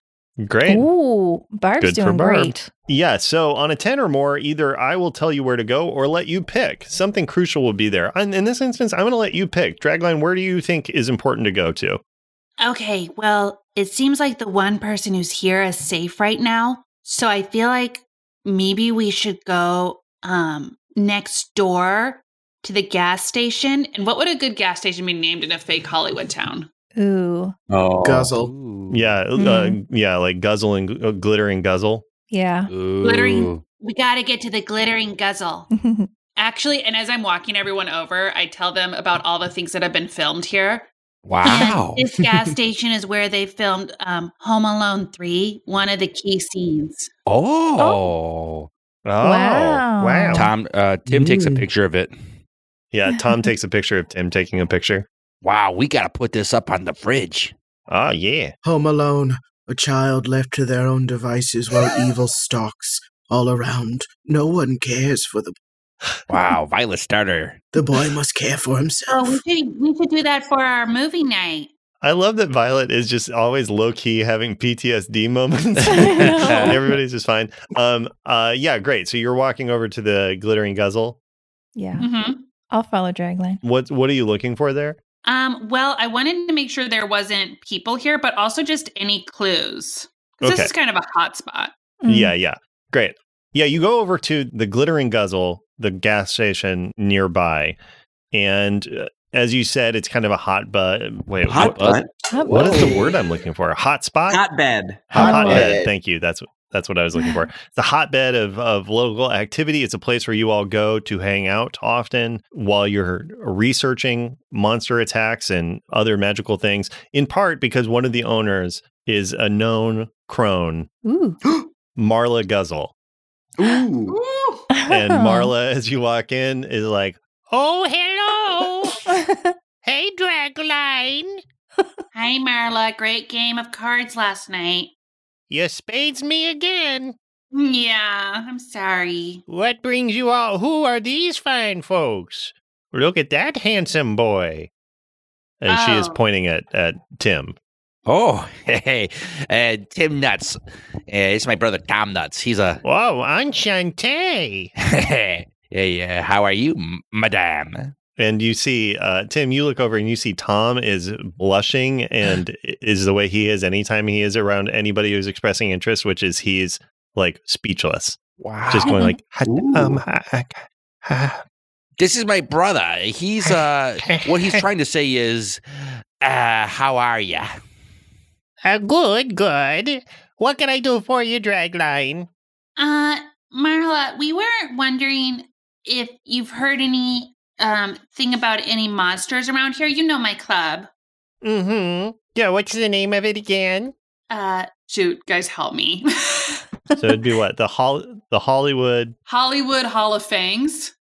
[SPEAKER 2] great.
[SPEAKER 3] Ooh, Barb's
[SPEAKER 2] Good for
[SPEAKER 3] doing
[SPEAKER 2] Barb.
[SPEAKER 3] great.
[SPEAKER 2] Yeah, so on a 10 or more, either I will tell you where to go or let you pick. Something crucial will be there. And in this instance, I'm going to let you pick. Dragline, where do you think is important to go to?
[SPEAKER 5] okay, well, it seems like the one person who's here is safe right now. So I feel like maybe we should go um next door to the gas station.
[SPEAKER 6] And what would a good gas station be named in a fake Hollywood town?
[SPEAKER 3] Ooh,
[SPEAKER 7] Oh.
[SPEAKER 4] Guzzle.
[SPEAKER 2] Yeah, uh,
[SPEAKER 3] Mhm.
[SPEAKER 2] yeah, like guzzle and gl- uh, glitter and guzzle.
[SPEAKER 3] yeah.
[SPEAKER 5] Glittering we gotta get to the glittering [laughs] guzzle.
[SPEAKER 6] Actually, and as I'm walking everyone over, I tell them about all the things that have been filmed here.
[SPEAKER 1] Wow.
[SPEAKER 5] And this [laughs] gas station is where they filmed um, Home Alone 3, one of the key scenes.
[SPEAKER 1] Oh.
[SPEAKER 2] Oh,
[SPEAKER 3] Wow.
[SPEAKER 1] Tom, uh, Tim takes a
[SPEAKER 4] Mm.
[SPEAKER 1] picture of it.
[SPEAKER 2] Yeah,
[SPEAKER 3] [laughs]
[SPEAKER 2] Tom takes a picture of Tim taking a picture.
[SPEAKER 1] Wow, we got to put this up on the fridge.
[SPEAKER 2] Oh, yeah.
[SPEAKER 4] Home alone, a child left to their own devices while evil stalks. all around. No one cares for the
[SPEAKER 1] Wow, Violet Starter.
[SPEAKER 4] the boy must care for himself.
[SPEAKER 5] Oh, we should, we should do that for our movie night.
[SPEAKER 2] I love that Violet is just always low key having PTSD [laughs] moments.
[SPEAKER 3] [laughs] I know.
[SPEAKER 2] Everybody's just fine. Um, uh, yeah, great. So you're walking over to the glittering guzzle.
[SPEAKER 3] [laughs] Yeah.
[SPEAKER 6] Mm-hmm.
[SPEAKER 3] I'll follow Dragline.
[SPEAKER 2] What What are you looking for there?
[SPEAKER 6] Um, well, I wanted to make sure there wasn't people here, but also just any clues. 'Cause
[SPEAKER 2] Okay.
[SPEAKER 6] This is kind of a hot spot.
[SPEAKER 3] Mm.
[SPEAKER 2] Yeah, yeah, great. Yeah, you go over to the glittering guzzle, the gas station nearby, and uh, as you said, it's kind of a hot but wait,
[SPEAKER 7] Hot
[SPEAKER 2] what-
[SPEAKER 7] butt.
[SPEAKER 3] Hot
[SPEAKER 2] what is
[SPEAKER 3] butt.
[SPEAKER 2] the word I'm looking for? A hot spot.
[SPEAKER 7] Hot bed.
[SPEAKER 2] Hot,
[SPEAKER 4] Hotbed.
[SPEAKER 2] hotbed. Thank you. That's that's what I was looking for. It's a hotbed of of local activity. It's a place where you all go to hang out often while you're researching monster attacks and other magical things. In part because one of the owners is a known crone,
[SPEAKER 3] Ooh.
[SPEAKER 2] Marla Guzzle.
[SPEAKER 7] Ooh.
[SPEAKER 6] Ooh.
[SPEAKER 3] [laughs]
[SPEAKER 2] And Marla, as you walk in, is like,
[SPEAKER 1] Oh,
[SPEAKER 3] [laughs]
[SPEAKER 1] hello. hey, Dragline.
[SPEAKER 5] Hi, Marla. Great game of cards last night.
[SPEAKER 1] You spades me again.
[SPEAKER 5] Yeah, I'm sorry.
[SPEAKER 1] What brings you all? Who are these fine folks?
[SPEAKER 2] "Look at that handsome boy," and she is
[SPEAKER 5] Oh.
[SPEAKER 2] pointing at at Tim.
[SPEAKER 1] Oh, [laughs] hey, hey, uh, Tim Nuts. Uh, it's my brother Tom Nuts. He's a. [laughs]
[SPEAKER 2] Whoa, Enchante!
[SPEAKER 1] hey, uh, how are you, m- madame?
[SPEAKER 2] And you see, uh, Tim, you look over and you see Tom is blushing and is the way he is anytime he is around anybody who's expressing interest, which is he's like speechless,
[SPEAKER 1] Wow.
[SPEAKER 2] just going like, "Ha-
[SPEAKER 7] Ooh.
[SPEAKER 2] um, ha- ha- ha-
[SPEAKER 1] This is my brother. He's uh what he's trying to say is uh how are you?
[SPEAKER 10] Uh, good, good. What can I do for you, Dragline?
[SPEAKER 5] Uh, Marla, we were wondering if you've heard any um thing about any monsters around here. You know my club.
[SPEAKER 10] Mm-hmm. Yeah, what's the name of it again?
[SPEAKER 5] Uh,
[SPEAKER 6] Shoot, guys, help me.
[SPEAKER 5] [laughs]
[SPEAKER 2] so it'd be what the hol- the Hollywood. [laughs]
[SPEAKER 6] Hollywood Hall of Fangs.
[SPEAKER 3] [laughs]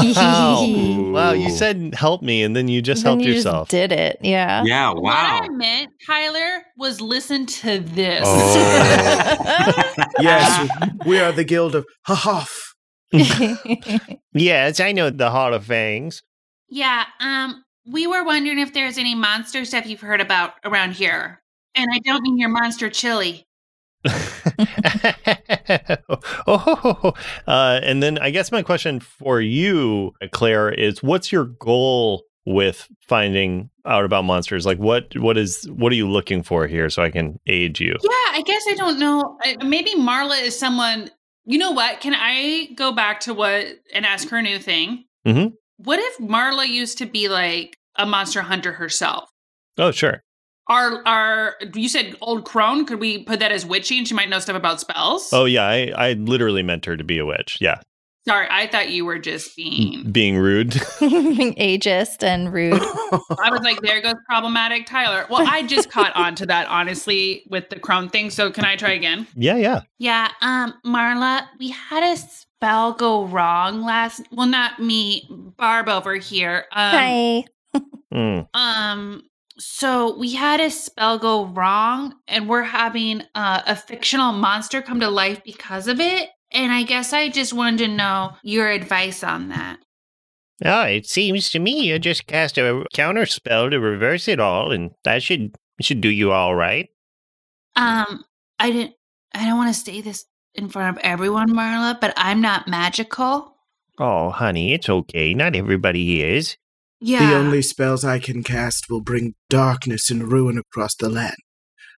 [SPEAKER 2] Wow. wow, you said help me, and then you just
[SPEAKER 3] Then
[SPEAKER 2] helped
[SPEAKER 3] you
[SPEAKER 2] yourself.
[SPEAKER 3] did it. Yeah.
[SPEAKER 7] Yeah, wow.
[SPEAKER 6] What I meant, Tyler, was listen to this. Oh. [laughs]
[SPEAKER 2] Oh.
[SPEAKER 3] [laughs]
[SPEAKER 4] yes, we are the guild of Hahoff.
[SPEAKER 2] [laughs]
[SPEAKER 3] [laughs]
[SPEAKER 2] yes, I know the Hall of Fangs.
[SPEAKER 5] [laughs]
[SPEAKER 2] [laughs]
[SPEAKER 5] yeah. Um, we were wondering if there's any monster stuff you've heard about around here. And I don't mean your monster chili.
[SPEAKER 2] oh, uh, and then I guess my question for you, Claire, is what's your goal with finding out about monsters? Like, what what is what are you looking for here, so I can aid you?
[SPEAKER 6] Yeah, I guess I don't know. I, maybe Marla is someone. You know what? Can I go back to what and ask her a new thing?
[SPEAKER 2] Mhm.
[SPEAKER 6] What if Marla used to be like a monster hunter herself?
[SPEAKER 2] Oh, sure.
[SPEAKER 6] Our, our, you said old crone. Could we put that as witchy, and she might know stuff about spells?
[SPEAKER 2] Oh, yeah. I I literally meant her to be a witch. Yeah,
[SPEAKER 6] sorry, I thought you were just being.
[SPEAKER 2] being rude. [laughs]
[SPEAKER 3] Being ageist and rude.
[SPEAKER 4] Um,
[SPEAKER 6] I was like, there goes problematic Tyler. Well, I just caught on to that honestly with the crone thing. So can I try again?
[SPEAKER 2] yeah, yeah.
[SPEAKER 5] Yeah, um, Marla, we had a spell go wrong last well not me, Barb over here. Um
[SPEAKER 3] Hi.
[SPEAKER 2] Mm.
[SPEAKER 5] Um, so we had a spell go wrong, and we're having uh, a fictional monster come to life because of it. And I guess I just wanted to know your advice on that.
[SPEAKER 10] Oh, it seems to me you just cast a counter spell to reverse it all, and that should should do you all right.
[SPEAKER 5] Um, I didn't. I don't want to say this in front of everyone, Marla, but I'm not magical.
[SPEAKER 10] Oh, honey, it's okay. Not everybody is.
[SPEAKER 5] Yeah.
[SPEAKER 4] The only spells I can cast will bring darkness and ruin across the land.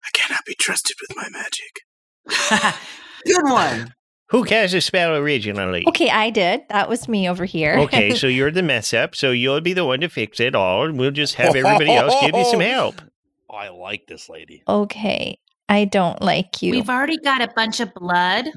[SPEAKER 4] I cannot be trusted with my magic.
[SPEAKER 7] [laughs] Good one.
[SPEAKER 10] Who cast a spell originally?
[SPEAKER 3] Okay, I did. That was me over here.
[SPEAKER 10] Okay, so you're the mess up, so you'll be the one to fix it all, and we'll just have everybody else give you some help.
[SPEAKER 1] I like this lady.
[SPEAKER 3] [laughs] okay. I don't like you.
[SPEAKER 5] We've already got a bunch of blood.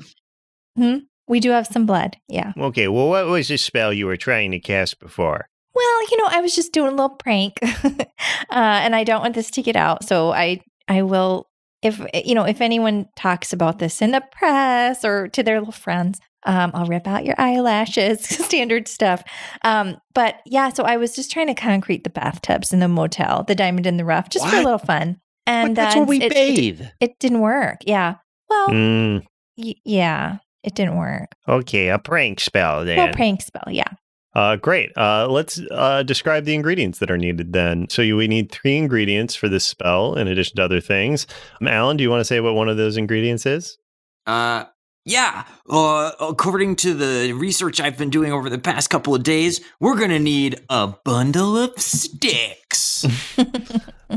[SPEAKER 3] we do have some blood. Yeah.
[SPEAKER 10] Okay, well, what was the spell you were trying to cast before?
[SPEAKER 3] Well, you know, I was just doing a little prank, [laughs] uh, and I don't want this to get out. So I, I will, if eh, you know, if anyone talks about this in the press or to their little friends, um, I'll rip out your eyelashes, [laughs] standard stuff. Um, but yeah, so I was just trying to concrete the bathtubs in the motel, the diamond in the rough, just for a
[SPEAKER 1] What?
[SPEAKER 3] little fun. And
[SPEAKER 1] that's
[SPEAKER 3] uh,
[SPEAKER 1] where we
[SPEAKER 3] it, it,
[SPEAKER 1] bathe.
[SPEAKER 3] Oh. it didn't work. Yeah. Well,
[SPEAKER 2] Mm.
[SPEAKER 3] y- yeah. It didn't work.
[SPEAKER 10] Hmm, Okay, a prank spell then.
[SPEAKER 3] Well, prank spell, yeah. [laughs]
[SPEAKER 2] Uh, great. Uh, let's uh, describe the ingredients that are needed then. So you, we need three ingredients for this spell, in addition to other things. Um, Alan, do you want to say what one of those ingredients is?
[SPEAKER 7] Uh, yeah. Uh, according to the research I've been doing over the past couple of days, we're going to need a bundle of sticks.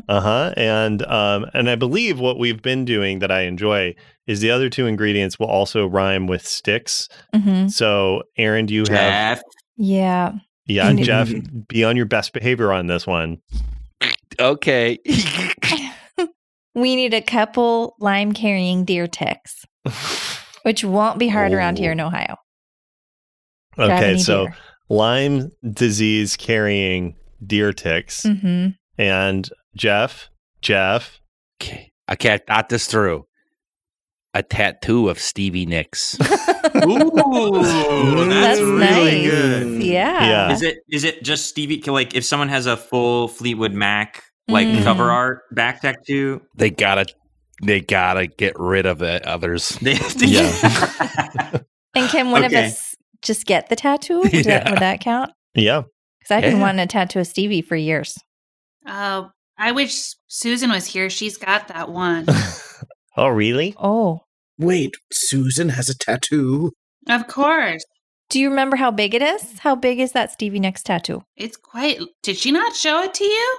[SPEAKER 2] uh huh. And um, and I believe what we've been doing that I enjoy is the other two ingredients will also rhyme with sticks.
[SPEAKER 3] Mm-hmm.
[SPEAKER 2] So, Aaron, do you have?
[SPEAKER 7] Jeff,
[SPEAKER 3] Yeah.
[SPEAKER 2] Yeah,
[SPEAKER 3] [laughs]
[SPEAKER 2] Jeff, be on your best behavior on this one.
[SPEAKER 1] Okay. [laughs]
[SPEAKER 3] [laughs] We need a couple lime carrying deer ticks, which won't be hard around here in Ohio. Grab
[SPEAKER 2] Okay,
[SPEAKER 3] any
[SPEAKER 2] so
[SPEAKER 3] deer.
[SPEAKER 2] Lyme disease carrying deer ticks,
[SPEAKER 3] Mhm.
[SPEAKER 2] and Jeff, Jeff,
[SPEAKER 1] okay. I can't thought this through. A tattoo of Stevie Nicks.
[SPEAKER 3] Mm-hmm.
[SPEAKER 7] Ooh, that's
[SPEAKER 3] That's
[SPEAKER 7] really
[SPEAKER 3] nice. [laughs]
[SPEAKER 7] good.
[SPEAKER 3] Yeah.
[SPEAKER 2] Yeah.
[SPEAKER 7] Is it is it just Stevie? Like, if someone has a full Fleetwood Mac like
[SPEAKER 3] Mm.
[SPEAKER 7] cover art back tattoo, [laughs]
[SPEAKER 1] they gotta, they gotta get rid of the others.
[SPEAKER 7] they have to.
[SPEAKER 3] And can one
[SPEAKER 7] Okay.
[SPEAKER 3] of us just get the
[SPEAKER 7] [laughs]
[SPEAKER 3] tattoo? Would, that, would that count?
[SPEAKER 2] yeah, [laughs]
[SPEAKER 3] Because I've
[SPEAKER 1] Yeah.
[SPEAKER 3] been wanting a tattoo of Stevie for years.
[SPEAKER 5] Oh, I wish Susan was here. She's got that
[SPEAKER 2] [laughs]
[SPEAKER 5] one.
[SPEAKER 10] Oh, really?
[SPEAKER 3] Oh.
[SPEAKER 4] Wait, Susan has a tattoo.
[SPEAKER 5] of course.
[SPEAKER 3] Do you remember how big it is? How big is that Stevie Nicks tattoo?
[SPEAKER 5] It's quite. Did she not show it to you?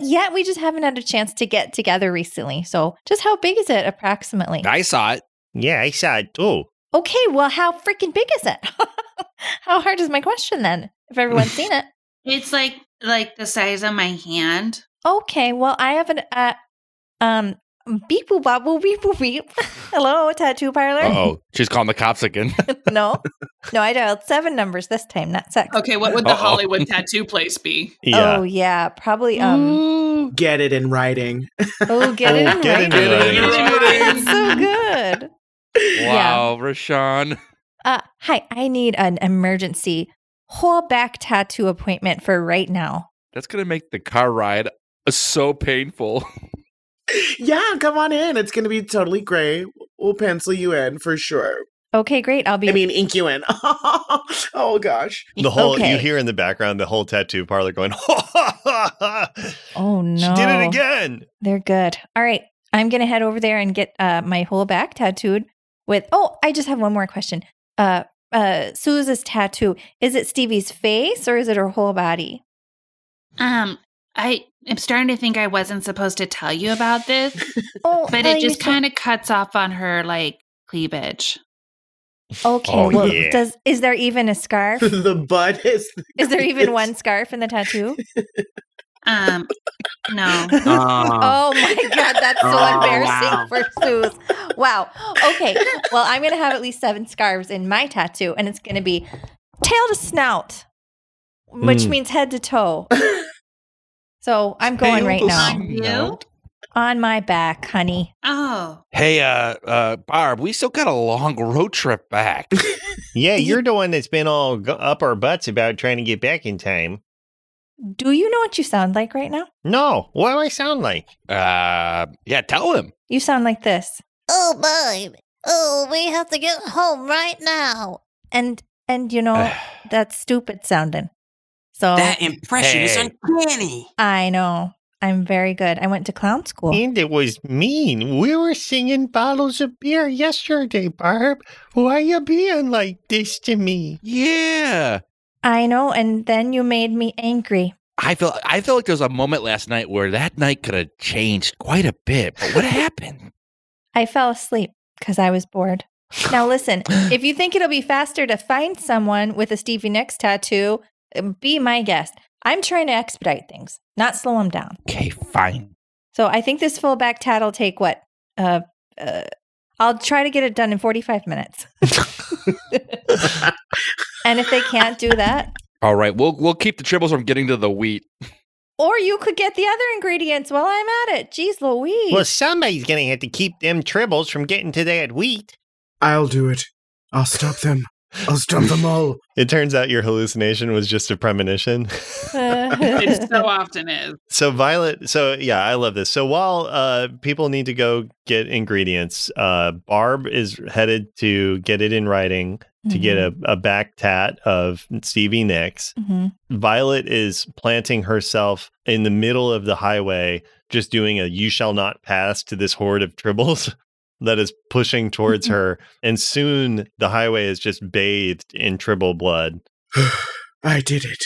[SPEAKER 3] Not yet. We just haven't had a chance to get together recently. So, just how big is it approximately?
[SPEAKER 1] I saw it.
[SPEAKER 10] Yeah, I saw it too.
[SPEAKER 3] Okay, well, how freaking big is it? [laughs] how hard is my question then? If everyone's
[SPEAKER 2] [laughs]
[SPEAKER 3] seen it.
[SPEAKER 5] It's like like the size of my hand.
[SPEAKER 3] Okay, well, I have an uh, um beep boop bop boop beep boop beep. [laughs] Hello, tattoo parlor.
[SPEAKER 1] Oh, she's calling the cops again.
[SPEAKER 3] [laughs] No, no, I dialed seven numbers this time, not six.
[SPEAKER 6] Okay, what would the
[SPEAKER 1] Uh-oh.
[SPEAKER 6] Hollywood tattoo place be?
[SPEAKER 2] yeah.
[SPEAKER 3] Oh yeah, probably. Um.
[SPEAKER 4] Get it in writing.
[SPEAKER 3] Oh, get
[SPEAKER 2] Oh,
[SPEAKER 3] it in
[SPEAKER 2] get
[SPEAKER 3] right.
[SPEAKER 2] it in writing.
[SPEAKER 3] That's [laughs] so
[SPEAKER 2] [laughs]
[SPEAKER 3] good.
[SPEAKER 1] wow, Rashawn.
[SPEAKER 3] Uh, hi, I need an emergency whole back tattoo appointment for right now.
[SPEAKER 1] That's gonna make the car ride so painful.
[SPEAKER 4] [laughs]
[SPEAKER 1] [laughs]
[SPEAKER 4] Yeah, come on in. It's going to be totally great. We'll pencil you in for sure.
[SPEAKER 3] Okay, great. I'll be.
[SPEAKER 4] I mean, ink you in. [laughs] oh, gosh. [laughs]
[SPEAKER 2] The whole
[SPEAKER 3] Okay.
[SPEAKER 2] you hear in the background the whole tattoo parlor going, [laughs]
[SPEAKER 3] oh no,
[SPEAKER 2] she did it again.
[SPEAKER 3] They're good. All right. I'm going to head over there and get uh, my whole back tattooed with. Oh, I just have one more question. Uh, uh, Suze's tattoo, is it Stevie's face or is it her whole body?
[SPEAKER 5] Um, I am starting to think I wasn't supposed to tell you about this,
[SPEAKER 3] Oh,
[SPEAKER 5] but
[SPEAKER 3] well,
[SPEAKER 5] it just
[SPEAKER 3] you
[SPEAKER 5] kind of cuts off on her like cleavage.
[SPEAKER 3] said- Okay.
[SPEAKER 10] Oh,
[SPEAKER 3] well,
[SPEAKER 10] yeah.
[SPEAKER 3] does is there even a scarf?
[SPEAKER 4] the butt is.
[SPEAKER 10] [laughs]
[SPEAKER 3] Is there even one scarf in the tattoo?
[SPEAKER 5] Um, no.
[SPEAKER 6] [laughs]
[SPEAKER 7] Uh, [laughs]
[SPEAKER 3] Oh my god, that's so
[SPEAKER 7] Oh,
[SPEAKER 3] embarrassing
[SPEAKER 7] wow.
[SPEAKER 3] for Suze. Wow. Okay. Well, I'm going to have at least seven scarves in my tattoo, and it's going to be tail to snout, which
[SPEAKER 2] Mm.
[SPEAKER 3] means head to
[SPEAKER 7] [laughs]
[SPEAKER 3] toe. So I'm going right now
[SPEAKER 5] On you?
[SPEAKER 3] on my back, honey.
[SPEAKER 5] Oh,
[SPEAKER 1] Hey, uh, uh, Barb, we still got a long road trip back.
[SPEAKER 10] Yeah, you're the one that's been all go- up our butts about trying to get back in time.
[SPEAKER 3] Do you know what you sound like right now?
[SPEAKER 10] No, what do I sound like?
[SPEAKER 1] uh, yeah, tell him.
[SPEAKER 3] You sound like this.
[SPEAKER 11] Oh, babe. Oh, we have to get home right now.
[SPEAKER 3] And and you
[SPEAKER 7] [sighs]
[SPEAKER 3] know that's stupid sounding. So
[SPEAKER 7] that impression is
[SPEAKER 1] Hey.
[SPEAKER 7] uncanny.
[SPEAKER 3] I know. I'm very good. I went to clown school.
[SPEAKER 10] And it was mean. We were singing bottles of beer yesterday, Barb. Why you being like this to me?
[SPEAKER 1] [sighs] yeah,
[SPEAKER 3] I know, and then you made me angry.
[SPEAKER 1] I feel I feel like there was a moment last night where that night could have changed quite a bit. But what happened?
[SPEAKER 3] I fell asleep because I was bored. Now, listen, if you think it'll be faster to find someone with a Stevie Nicks tattoo, uh, be my guest. I'm trying to expedite things, not slow them down.
[SPEAKER 1] Okay, fine.
[SPEAKER 3] So I think this full back tat will take what? Uh, uh, I'll try to get it done in 45 minutes. [laughs] and if they can't do that,
[SPEAKER 1] All right, we'll we'll keep the tribbles from getting to the wheat.
[SPEAKER 3] or you could get the other ingredients while I'm at it. Jeez Louise.
[SPEAKER 10] Well, somebody's going to have to keep them tribbles from getting to that wheat.
[SPEAKER 4] I'll do it. I'll stop them. I'll stop them all.
[SPEAKER 2] It turns out your hallucination was just a premonition. [laughs]
[SPEAKER 6] it so often is.
[SPEAKER 2] So Violet, so yeah, I love this. So while uh, people need to go get ingredients, uh, Barb is headed to get it in writing [laughs] to get a, a back tat of Stevie Nicks. [laughs]
[SPEAKER 3] Mhm.
[SPEAKER 2] Violet is planting herself in the middle of the highway, just doing a you shall not pass to this horde of tribbles [laughs] that is pushing towards her. And soon the highway is just bathed in tribble blood.
[SPEAKER 4] I did it.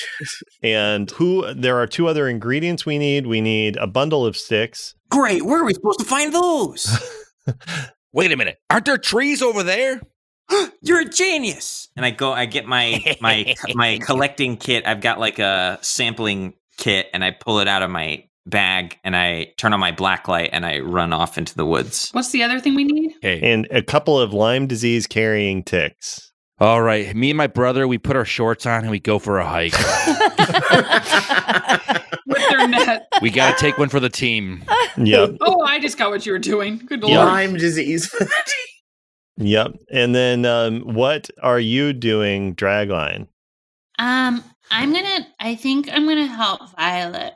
[SPEAKER 2] And who there are two other ingredients we need. We need a bundle of sticks.
[SPEAKER 7] Great, where are we supposed to find those?
[SPEAKER 1] Wait a minute. Aren't there trees over there?
[SPEAKER 7] You're a genius. And I go, I get my [laughs] my my collecting kit. I've got like a sampling kit, and I pull it out of my bag, and I turn on my black light, and I run off into the woods.
[SPEAKER 6] What's the other thing we need?
[SPEAKER 2] And a couple of Lyme disease carrying ticks.
[SPEAKER 1] All right. Me and my brother, we put our shorts on and we go for a hike.
[SPEAKER 6] With their net.
[SPEAKER 1] we got to take one for
[SPEAKER 12] [laughs]
[SPEAKER 1] the team.
[SPEAKER 2] Yep.
[SPEAKER 6] Oh, I just got what you were doing. Good lord.
[SPEAKER 4] Lyme disease. [laughs]
[SPEAKER 2] Yep. And then um, what are you doing, Dragline?
[SPEAKER 5] Um, I'm gonna. I think I'm gonna help Violet.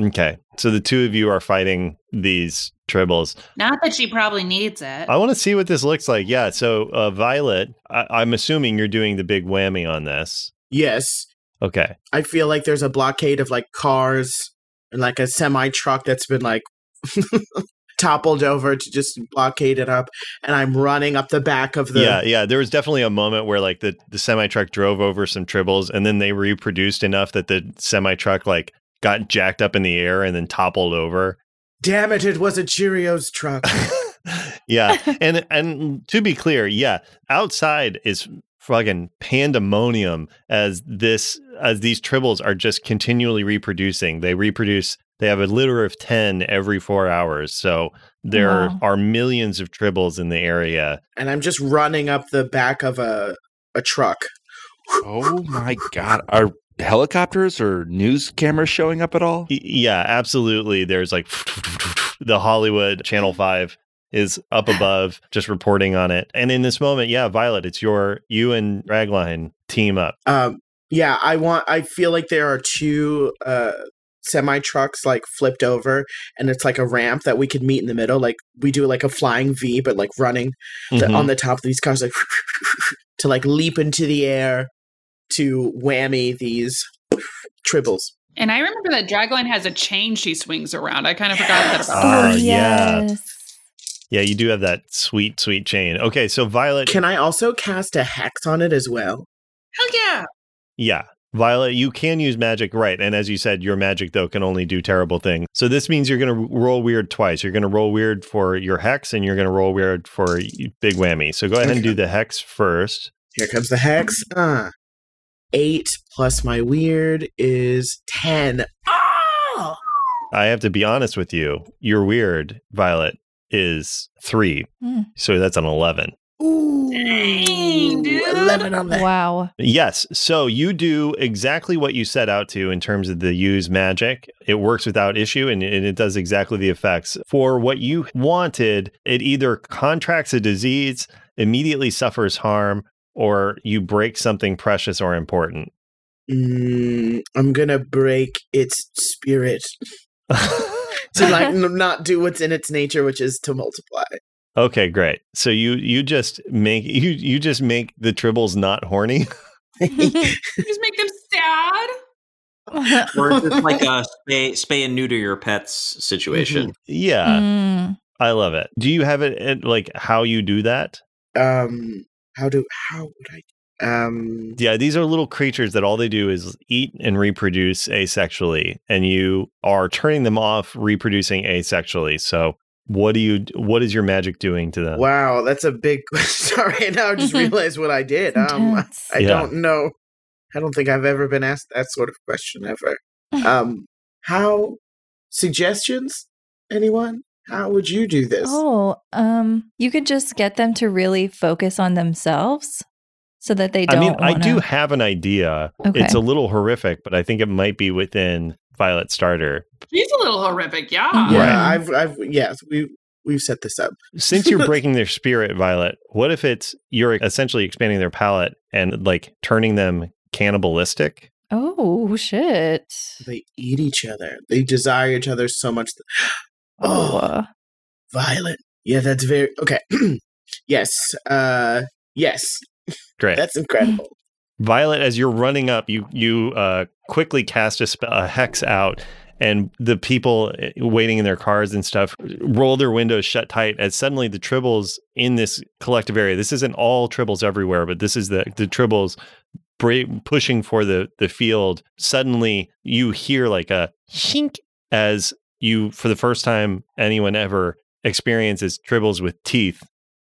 [SPEAKER 2] Okay. So the two of you are fighting these tribbles.
[SPEAKER 5] Not that she probably needs it.
[SPEAKER 2] I want to see what this looks like. Yeah. So, uh, Violet, I- I'm assuming you're doing the big whammy on this.
[SPEAKER 4] yes.
[SPEAKER 2] Okay.
[SPEAKER 4] I feel like there's a blockade of like cars and like a semi truck that's been like [laughs] toppled over to just blockade it up. And I'm running up the back of the.
[SPEAKER 2] yeah. Yeah. There was definitely a moment where like the, the semi truck drove over some tribbles and then they reproduced enough that the semi truck like got jacked up in the air and then toppled over.
[SPEAKER 4] Damn it, it was a Cheerios
[SPEAKER 2] [laughs]
[SPEAKER 4] truck.
[SPEAKER 2] Yeah. and and to be clear, yeah, outside is fucking pandemonium as this as these tribbles are just continually reproducing. They reproduce they have a litter of 10 every 4 hours. So there
[SPEAKER 3] Wow.
[SPEAKER 2] are millions of tribbles in the area.
[SPEAKER 4] and I'm just running up the back of a, a truck.
[SPEAKER 1] Oh my God. Are helicopters or news cameras showing up at all?
[SPEAKER 2] Y- Yeah, absolutely. There's like [laughs] the Hollywood Channel 5 is up above just reporting on it. And in this moment, yeah, Violet, it's your you and Ragline team up.
[SPEAKER 4] Um, yeah, I want. I feel like there are two uh, semi trucks like flipped over, and it's like a ramp that we could meet in the middle. Like we do like a flying V, but like running the,
[SPEAKER 2] Mhm.
[SPEAKER 4] on the top of these cars, like [laughs] to like leap into the air to whammy these tribbles.
[SPEAKER 6] And I remember that Dragline has a chain she swings around. I kind of forgot that about her.
[SPEAKER 2] Oh,
[SPEAKER 3] oh,
[SPEAKER 2] yeah.
[SPEAKER 3] yes.
[SPEAKER 2] Yeah, you do have that sweet, sweet chain. Okay, so Violet,
[SPEAKER 4] Can I also cast a hex on it as well?
[SPEAKER 6] Hell yeah.
[SPEAKER 2] yeah, Violet, you can use magic, right? And as you said, your magic though can only do terrible things. So this means you're going to roll weird twice. You're going to roll weird for your hex, and you're going to roll weird for y- big whammy. So go ahead and do the hex first.
[SPEAKER 4] Here comes the hex. Uh, eight plus my weird is ten.
[SPEAKER 13] Oh!
[SPEAKER 2] I have to be honest with you. Your weird, Violet, is three,
[SPEAKER 3] Hmm.
[SPEAKER 2] so that's an eleven.
[SPEAKER 4] Ooh,
[SPEAKER 6] Dang, dude.
[SPEAKER 4] eleven on the
[SPEAKER 2] [laughs]
[SPEAKER 3] Wow.
[SPEAKER 2] Yes. So you do exactly what you set out to in terms of the use magic. It works without issue and, and it does exactly the effects. For what you wanted, it either contracts a disease, immediately suffers harm, or you break something precious or important.
[SPEAKER 4] Mm, I'm gonna break its spirit to like [laughs] n- not do what's in its nature, which is to multiply.
[SPEAKER 2] okay, great. So you you just make [laughs] you you just make the tribbles not horny. [laughs]
[SPEAKER 6] You just make them sad.
[SPEAKER 7] [laughs]
[SPEAKER 2] Uh,
[SPEAKER 7] Or is this
[SPEAKER 6] [laughs]
[SPEAKER 7] like a spay, spay and neuter your pets situation?
[SPEAKER 2] yeah,
[SPEAKER 3] Mm.
[SPEAKER 2] I love it. Do you have it at, like how you do that?
[SPEAKER 4] um, how do how would I? Um,
[SPEAKER 2] Yeah, these are little creatures that all they do is eat and reproduce asexually, and you are turning them off reproducing asexually. So, what do you? What is your magic doing to them?
[SPEAKER 4] wow, that's a big. [laughs] Sorry, now I
[SPEAKER 3] [laughs]
[SPEAKER 4] just realized what I did. Um,
[SPEAKER 3] Intense.
[SPEAKER 4] I
[SPEAKER 2] Yeah.
[SPEAKER 4] don't know. I don't think I've ever been asked that sort of
[SPEAKER 3] [laughs]
[SPEAKER 4] question ever. Um, how suggestions? Anyone? How would you do this?
[SPEAKER 3] Oh, um, you could just get them to really focus on themselves so that they
[SPEAKER 2] I
[SPEAKER 3] don't.
[SPEAKER 2] mean, I do
[SPEAKER 3] wanna-
[SPEAKER 2] have an idea. It's
[SPEAKER 3] Okay.
[SPEAKER 2] a little horrific, but I think it might be within Violet Starter.
[SPEAKER 6] She's a little horrific. Yeah.
[SPEAKER 4] yeah,
[SPEAKER 2] Right.
[SPEAKER 4] I've, I've, yes, we We've set this up.
[SPEAKER 2] Since [laughs] you're breaking their spirit, Violet, what if it's you're essentially expanding their palate and like turning them cannibalistic?
[SPEAKER 3] Oh shit!
[SPEAKER 4] They eat each other. They desire each other so much. That-
[SPEAKER 3] Oh,
[SPEAKER 4] oh,
[SPEAKER 3] uh,
[SPEAKER 4] Violet. Yeah, that's very okay. [clears throat] yes. Uh, yes.
[SPEAKER 2] Great.
[SPEAKER 4] That's incredible.
[SPEAKER 2] Violet, as you're running up, you you uh, quickly cast a, spe- a hex out, and the people eh, waiting in their cars and stuff roll their windows shut tight. As suddenly the tribbles in this collective area, this isn't all tribbles everywhere, but this is the the tribbles bra- pushing for the the field. Suddenly you hear like a shink as you, for the first time anyone ever experiences tribbles with teeth,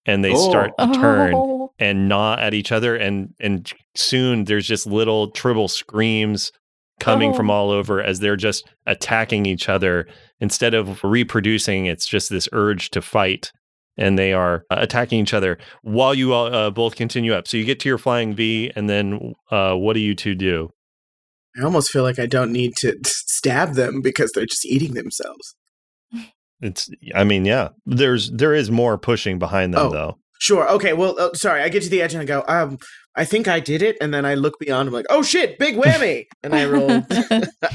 [SPEAKER 2] and they
[SPEAKER 7] Oh.
[SPEAKER 2] start to turn
[SPEAKER 3] Oh.
[SPEAKER 2] and gnaw at each other and and soon there's just little tribal screams coming
[SPEAKER 3] Oh.
[SPEAKER 2] from all over as they're just attacking each other instead of reproducing it's just this urge to fight and they are uh, attacking each other while you all uh, both continue up so you get to your flying v and then uh, what do you two do
[SPEAKER 4] I almost feel like I don't need to [laughs] stab them because they're just eating themselves.
[SPEAKER 2] it's i mean yeah there's there is more pushing behind them
[SPEAKER 4] Oh.
[SPEAKER 2] though
[SPEAKER 4] Sure. Okay. Well, uh, sorry. I get to the edge and I go, um, I think I did it. And then I look beyond. I'm like, oh shit, big whammy. and I roll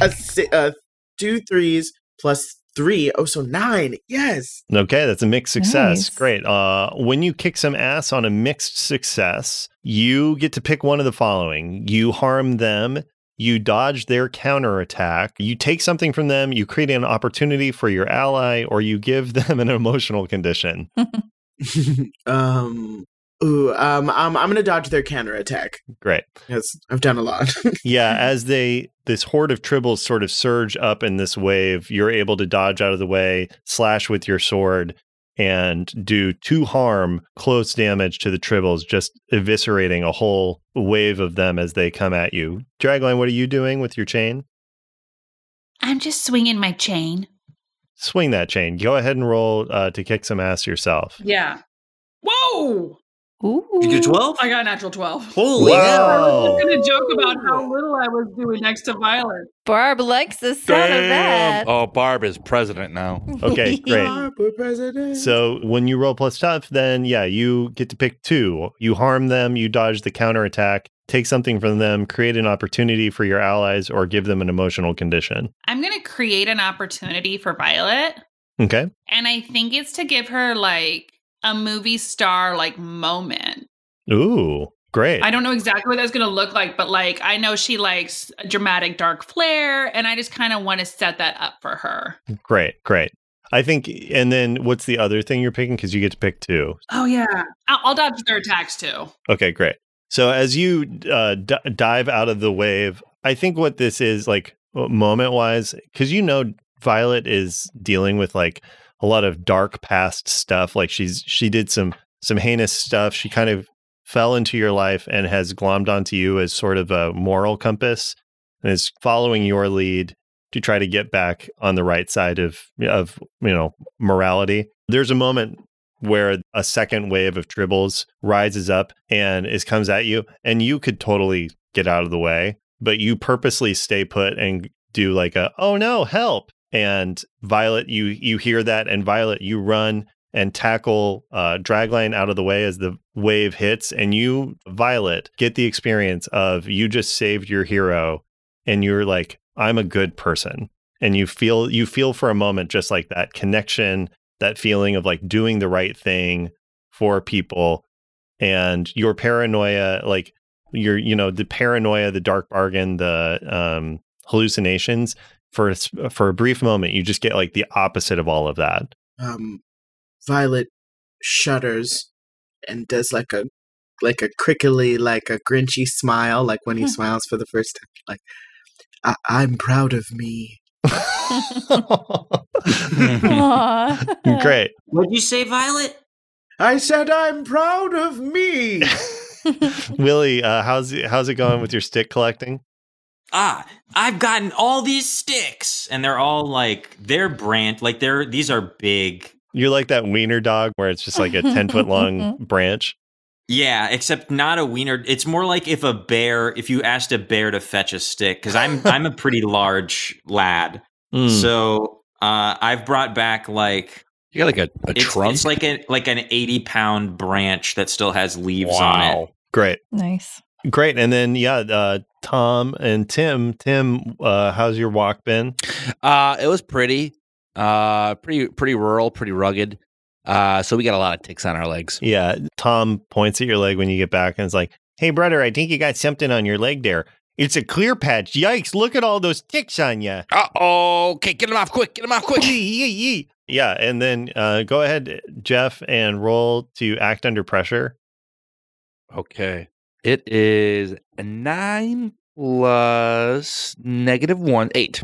[SPEAKER 4] a, si- uh, two threes plus three. Oh, so nine. Yes.
[SPEAKER 2] Okay, that's a mixed success.
[SPEAKER 3] Nice.
[SPEAKER 2] Great. Uh, when you kick some ass on a mixed success, you get to pick one of the following you harm them, you dodge their counterattack, you take something from them, you create an opportunity for your ally, or you give [laughs] them an emotional condition.
[SPEAKER 4] um. Ooh. Um. I'm. I'm gonna dodge their counterattack.
[SPEAKER 2] Great.
[SPEAKER 4] Yes. I've done a lot.
[SPEAKER 2] Yeah, as they, this horde of tribbles sort of surge up in this wave, you're able to dodge out of the way, slash with your sword. And do two harm, close damage to the tribbles, just eviscerating a whole wave of them as they come at you. Dragline, what are you doing with your chain?
[SPEAKER 5] I'm just swinging my chain.
[SPEAKER 2] Swing that chain. Go ahead and roll uh, to kick some ass yourself.
[SPEAKER 6] Yeah. Whoa!
[SPEAKER 3] Ooh.
[SPEAKER 7] You get 12?
[SPEAKER 6] I got a natural 12.
[SPEAKER 7] Holy
[SPEAKER 2] Wow.
[SPEAKER 6] I
[SPEAKER 7] hell.
[SPEAKER 2] Oh.
[SPEAKER 6] was going to joke about how little I was doing next to Violet.
[SPEAKER 3] Barb likes the sound of
[SPEAKER 2] [laughs]
[SPEAKER 3] that.
[SPEAKER 1] Oh, Barb is president now.
[SPEAKER 2] Okay, great.
[SPEAKER 4] [laughs] Ah, poor president.
[SPEAKER 2] So when you roll plus tough, then yeah, you get to pick two. You harm them, you dodge the counterattack, take something from them, create an opportunity for your allies, or give them an emotional condition.
[SPEAKER 6] I'm going to create an opportunity for Violet.
[SPEAKER 2] Okay.
[SPEAKER 6] And I think it's to give her like a movie star like moment.
[SPEAKER 2] Ooh, great.
[SPEAKER 6] I don't know exactly what that's going to look like, but like I know she likes a dramatic dark flair and I just kind of want to set that up for her.
[SPEAKER 2] Great, great. I think, and then what's the other thing you're picking? Because you get to pick two.
[SPEAKER 6] Oh yeah. I'll, I'll dodge their attacks too.
[SPEAKER 2] Okay, great. So as you uh, d- dive out of the wave, I think what this is like moment wise, because you know Violet is dealing with like a lot of dark past stuff. Like she's she did some some heinous stuff. She kind of fell into your life and has glommed onto you as sort of a moral compass and is following your lead to try to get back on the right side of of you know morality. There's a moment where a second wave of tribbles rises up and is comes at you and you could totally get out of the way but you purposely stay put and do like a oh no help and violet you you hear that and violet you run and tackle uh, dragline out of the way as the wave hits and you violet get the experience of you just saved your hero and you're like i'm a good person and you feel you feel for a moment just like that connection that feeling of like doing the right thing for people and your paranoia like your you know the paranoia the dark bargain the um hallucinations for a s- for a brief moment you just get like the opposite of all of that [laughs]
[SPEAKER 4] um, Violet shudders and does like a like a crickly, like a grinchy smile, like
[SPEAKER 3] Hmm.
[SPEAKER 4] when he smiles for the first time. Like I- I'm proud of me.
[SPEAKER 3] Aw.
[SPEAKER 2] great [laughs]
[SPEAKER 7] What'd you say, Violet?
[SPEAKER 4] I said I'm proud
[SPEAKER 12] [laughs]
[SPEAKER 4] of me.
[SPEAKER 2] willie uh how's it- how's it going with your stick collecting
[SPEAKER 7] ah, I've gotten all these sticks, and they're all like they're brand like they're these are big.
[SPEAKER 2] you're like that wiener dog where it's just like a 10 foot long branch
[SPEAKER 7] Yeah, except not a wiener. It's more like if a bear, if you asked a bear to fetch a stick, because [laughs] I'm I'm a pretty large lad,
[SPEAKER 2] Mm.
[SPEAKER 7] so uh, I've brought back like
[SPEAKER 12] You got like a, a
[SPEAKER 7] it's,
[SPEAKER 12] trunk.
[SPEAKER 7] It's like a like an eighty pound branch that still has leaves on it.
[SPEAKER 2] Great.
[SPEAKER 3] [laughs] Nice. [laughs]
[SPEAKER 2] Great. And then, yeah, uh, Tom and Tim. Tim, uh, how's your walk been?
[SPEAKER 12] Uh, it was pretty, uh, pretty, pretty rural, pretty rugged. Uh, so we got a lot of ticks on our legs.
[SPEAKER 2] Yeah. Tom points at your leg when you get back and is like, hey, brother, I think you got something on your leg there. It's a clear patch. Yikes. Look at all those ticks on you.
[SPEAKER 12] Uh oh. Okay, get him off quick. Get him off [laughs] quick.
[SPEAKER 2] Yeah. And then uh, go ahead, Jeff, and roll to act under pressure.
[SPEAKER 12] Okay. It is a nine plus negative one, eight.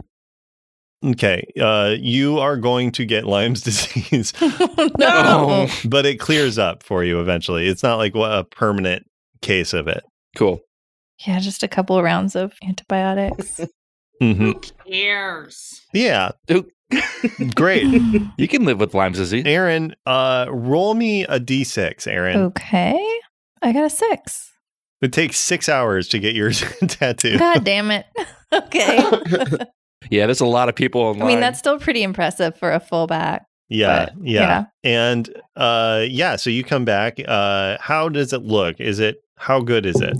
[SPEAKER 2] Okay. Uh, you are going to get Lyme's [laughs] disease,
[SPEAKER 3] No.
[SPEAKER 2] but it clears up for you eventually. It's not like a permanent case of it.
[SPEAKER 12] Cool.
[SPEAKER 3] Yeah, just a couple of rounds of antibiotics.
[SPEAKER 2] hmm
[SPEAKER 6] Cares.
[SPEAKER 2] Yeah.
[SPEAKER 12] Dude.
[SPEAKER 2] Great.
[SPEAKER 12] You can live with Lyme's disease.
[SPEAKER 2] Aaron, uh, roll me a d6, Aaron.
[SPEAKER 3] Oh. okay. I got a six.
[SPEAKER 2] It takes six hours to get [laughs] yours
[SPEAKER 3] [laughs]
[SPEAKER 2] tattooed.
[SPEAKER 3] God damn it. Okay.
[SPEAKER 12] Yeah, there's a lot of people
[SPEAKER 3] I
[SPEAKER 12] online.
[SPEAKER 3] mean, that's still pretty impressive for a fullback.
[SPEAKER 2] Yeah,
[SPEAKER 3] But,
[SPEAKER 2] yeah. And uh yeah, so you come back. Uh how does it look? Is it how good is it?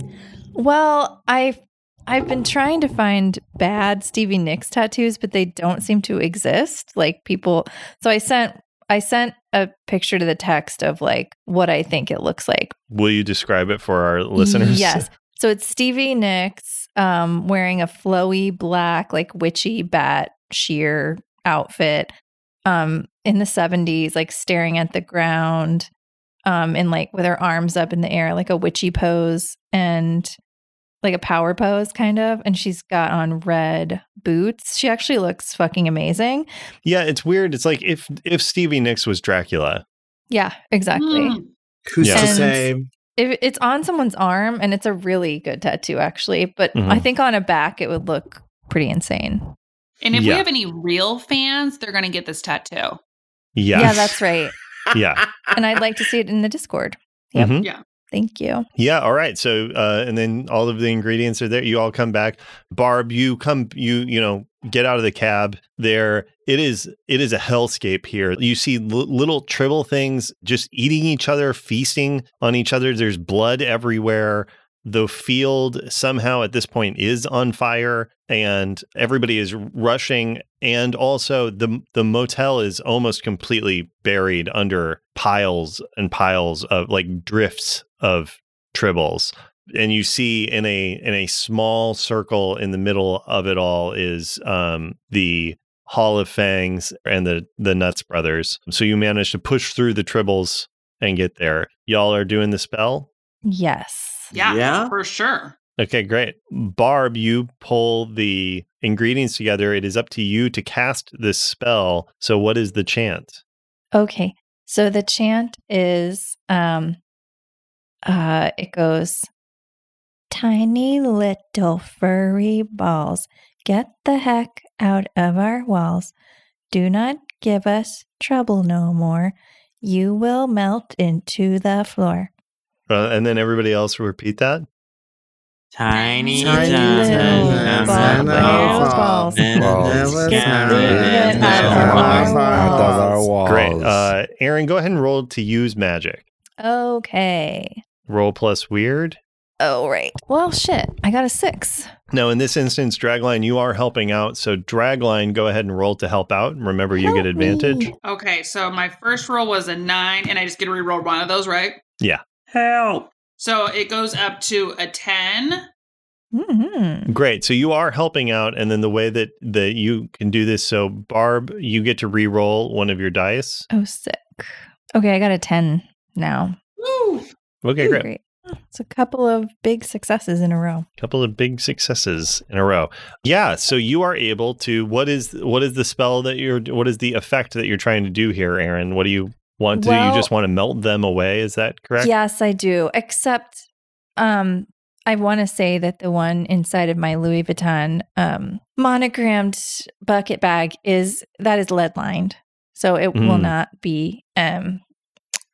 [SPEAKER 3] Well, I've I've been trying to find bad Stevie Nicks tattoos, but they don't seem to exist. Like people so I sent I sent a picture to the text of like what I think it looks like.
[SPEAKER 2] Will you describe it for our listeners?
[SPEAKER 3] Yes. So it's Stevie Nicks um, wearing a flowy black, like witchy bat sheer outfit um, in the 70s, like staring at the ground um, and like with her arms up in the air, like a witchy pose and like a power pose kind of. And she's got on red boots. She actually looks fucking amazing.
[SPEAKER 2] [laughs] Yeah, it's weird. It's like if if Stevie Nicks was Dracula.
[SPEAKER 3] Yeah, exactly.
[SPEAKER 6] Mm.
[SPEAKER 4] Who's
[SPEAKER 2] Yeah.
[SPEAKER 4] to
[SPEAKER 3] And-
[SPEAKER 4] say?
[SPEAKER 3] If it's on someone's arm and it's a really good tattoo actually but
[SPEAKER 2] Mhm.
[SPEAKER 3] i think on a back it would look pretty insane
[SPEAKER 6] And if
[SPEAKER 2] Yeah.
[SPEAKER 6] we have any real fans, they're going to get this tattoo.
[SPEAKER 2] Yeah.
[SPEAKER 3] yeah that's right
[SPEAKER 2] [laughs] yeah.
[SPEAKER 3] and i'd like to see it in the discord Yep.
[SPEAKER 2] Mhm.
[SPEAKER 6] Yeah.
[SPEAKER 3] thank you
[SPEAKER 2] Yeah, all right. So uh and then all of the ingredients are there. You all come back. Barb, you come you you know, get out of the cab there. It is it is a hellscape here. You see l- little tribal things just eating each other, feasting on each other. There's blood everywhere. The field somehow at this point is on fire and everybody is rushing and also the the motel is almost completely buried under piles and piles of like drifts of tribbles and you see in a in a small circle in the middle of it all is um the hall of fangs and the the nuts brothers so you manage to push through the tribbles and get there y'all are doing the spell
[SPEAKER 3] yes
[SPEAKER 6] Yeah,
[SPEAKER 7] Yeah?
[SPEAKER 6] for sure.
[SPEAKER 2] okay great barb you pull the ingredients together it is up to you to cast this spell so what is the chant
[SPEAKER 3] okay so the chant is um uh it goes tiny little furry balls get the heck out of our walls do not give us trouble no more you will melt into the floor
[SPEAKER 2] uh, and then everybody else repeat that
[SPEAKER 7] Tiny,
[SPEAKER 4] Tiny
[SPEAKER 7] tiny,
[SPEAKER 4] little
[SPEAKER 7] tiny
[SPEAKER 4] balls.
[SPEAKER 3] balls.
[SPEAKER 7] balls. Balls.
[SPEAKER 3] Balls. Balls.
[SPEAKER 2] great uh aaron go ahead and roll to use magic
[SPEAKER 3] okay
[SPEAKER 2] roll plus weird.
[SPEAKER 3] oh right well shit i got a six
[SPEAKER 2] Now, in this instance, Dragline, you are helping out. So, Dragline, go ahead and roll to help out. Remember, you
[SPEAKER 3] Help
[SPEAKER 2] get advantage.
[SPEAKER 3] me.
[SPEAKER 6] Okay, so my first roll was a nine, and I just get to reroll one of those, right?
[SPEAKER 2] Yeah.
[SPEAKER 7] Help.
[SPEAKER 6] So it goes up to a 10.
[SPEAKER 3] Mhm.
[SPEAKER 2] Great. So, you are helping out. And then the way that, that you can do this so, Barb, you get to re roll one of your dice.
[SPEAKER 3] oh sick okay i got a 10 now
[SPEAKER 6] Woo!
[SPEAKER 3] Hmm.
[SPEAKER 2] Okay, great.
[SPEAKER 3] it's a couple of big successes in a row
[SPEAKER 2] Couple of big successes in a row. Yeah. So, you are able to. What is what is the spell that you're, what is the effect that you're trying to do here, Aaron? What do you want to do?
[SPEAKER 3] Well-
[SPEAKER 2] You just want to melt them away. Is that correct?
[SPEAKER 3] Yes, I do. Except um I want to say that the one inside of my Louis Vuitton um monogrammed bucket bag is that is lead lined. So it will
[SPEAKER 2] Mm.
[SPEAKER 3] not be um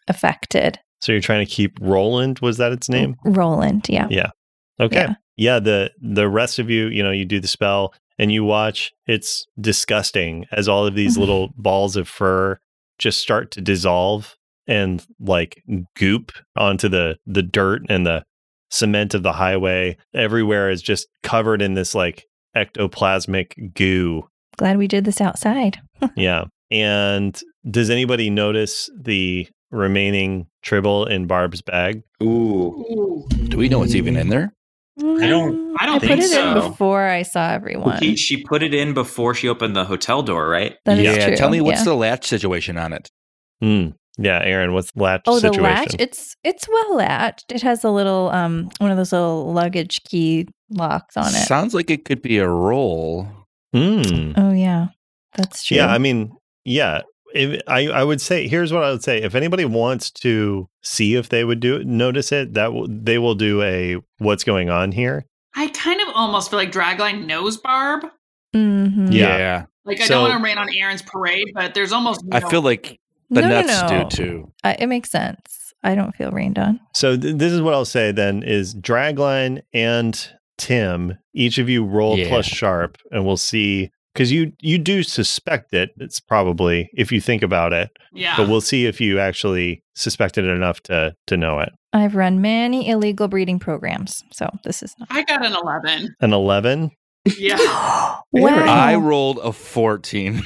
[SPEAKER 3] affected.
[SPEAKER 2] So you're trying to keep Roland, was that
[SPEAKER 3] Hmm.
[SPEAKER 2] its name?
[SPEAKER 3] Roland, yeah.
[SPEAKER 2] Yeah. Okay.
[SPEAKER 3] Yeah.
[SPEAKER 2] Yeah. the the rest of you, you know, you do the
[SPEAKER 3] [laughs]
[SPEAKER 2] spell and you watch it's disgusting as all of these little balls of fur just start to dissolve and like goop onto the the dirt and the cement of the highway. Everywhere is just covered in this like ectoplasmic
[SPEAKER 3] [laughs]
[SPEAKER 2] goo.
[SPEAKER 3] Glad we did this outside.
[SPEAKER 2] yeah. And does anybody notice the remaining tribble in Barb's bag?
[SPEAKER 12] Ooh. Do we know what's even in there?
[SPEAKER 7] I don't.
[SPEAKER 3] I put
[SPEAKER 7] think
[SPEAKER 3] it
[SPEAKER 7] so.
[SPEAKER 3] in before I saw everyone.
[SPEAKER 7] She, she put it in before she opened the hotel door, right?
[SPEAKER 3] That is
[SPEAKER 12] yeah.
[SPEAKER 3] true,
[SPEAKER 12] Tell me what's
[SPEAKER 3] yeah.
[SPEAKER 12] the latch situation on it?
[SPEAKER 2] Mm. Yeah, Aaron, what's the latch
[SPEAKER 3] Oh,
[SPEAKER 2] situation?
[SPEAKER 3] the latch. It's it's well latched. It has a little um one of those little luggage key locks on it.
[SPEAKER 12] Sounds like it could be a roll.
[SPEAKER 2] Mm.
[SPEAKER 3] oh yeah, that's true.
[SPEAKER 2] Yeah, I mean, yeah. If, I I would say here's what I would say: if anybody wants to see if they would do it, notice it, that will they will do a what's going on here.
[SPEAKER 6] I kind of almost feel like Dragline knows Barb.
[SPEAKER 3] Mm-hmm.
[SPEAKER 2] Yeah.
[SPEAKER 6] Like I
[SPEAKER 2] So-
[SPEAKER 6] don't want to rain on Aaron's parade, but there's almost
[SPEAKER 12] I
[SPEAKER 6] no-
[SPEAKER 12] feel like the
[SPEAKER 3] No, no,
[SPEAKER 12] nuts
[SPEAKER 3] no.
[SPEAKER 12] do too.
[SPEAKER 3] I, it makes sense. I don't feel rained on.
[SPEAKER 2] So th- this is what I'll say then: is Dragline and Tim, each of you roll
[SPEAKER 12] Yeah.
[SPEAKER 2] plus sharp, and we'll see because you you do suspect it. It's probably if you think about it,
[SPEAKER 6] yeah.
[SPEAKER 2] but we'll see if you actually suspected it enough to to know it.
[SPEAKER 3] I've run many illegal breeding programs, so this
[SPEAKER 6] [gasps]
[SPEAKER 3] is not.
[SPEAKER 6] I got an eleven.
[SPEAKER 2] An eleven.
[SPEAKER 6] Yeah.
[SPEAKER 3] Wow.
[SPEAKER 12] I rolled a 14.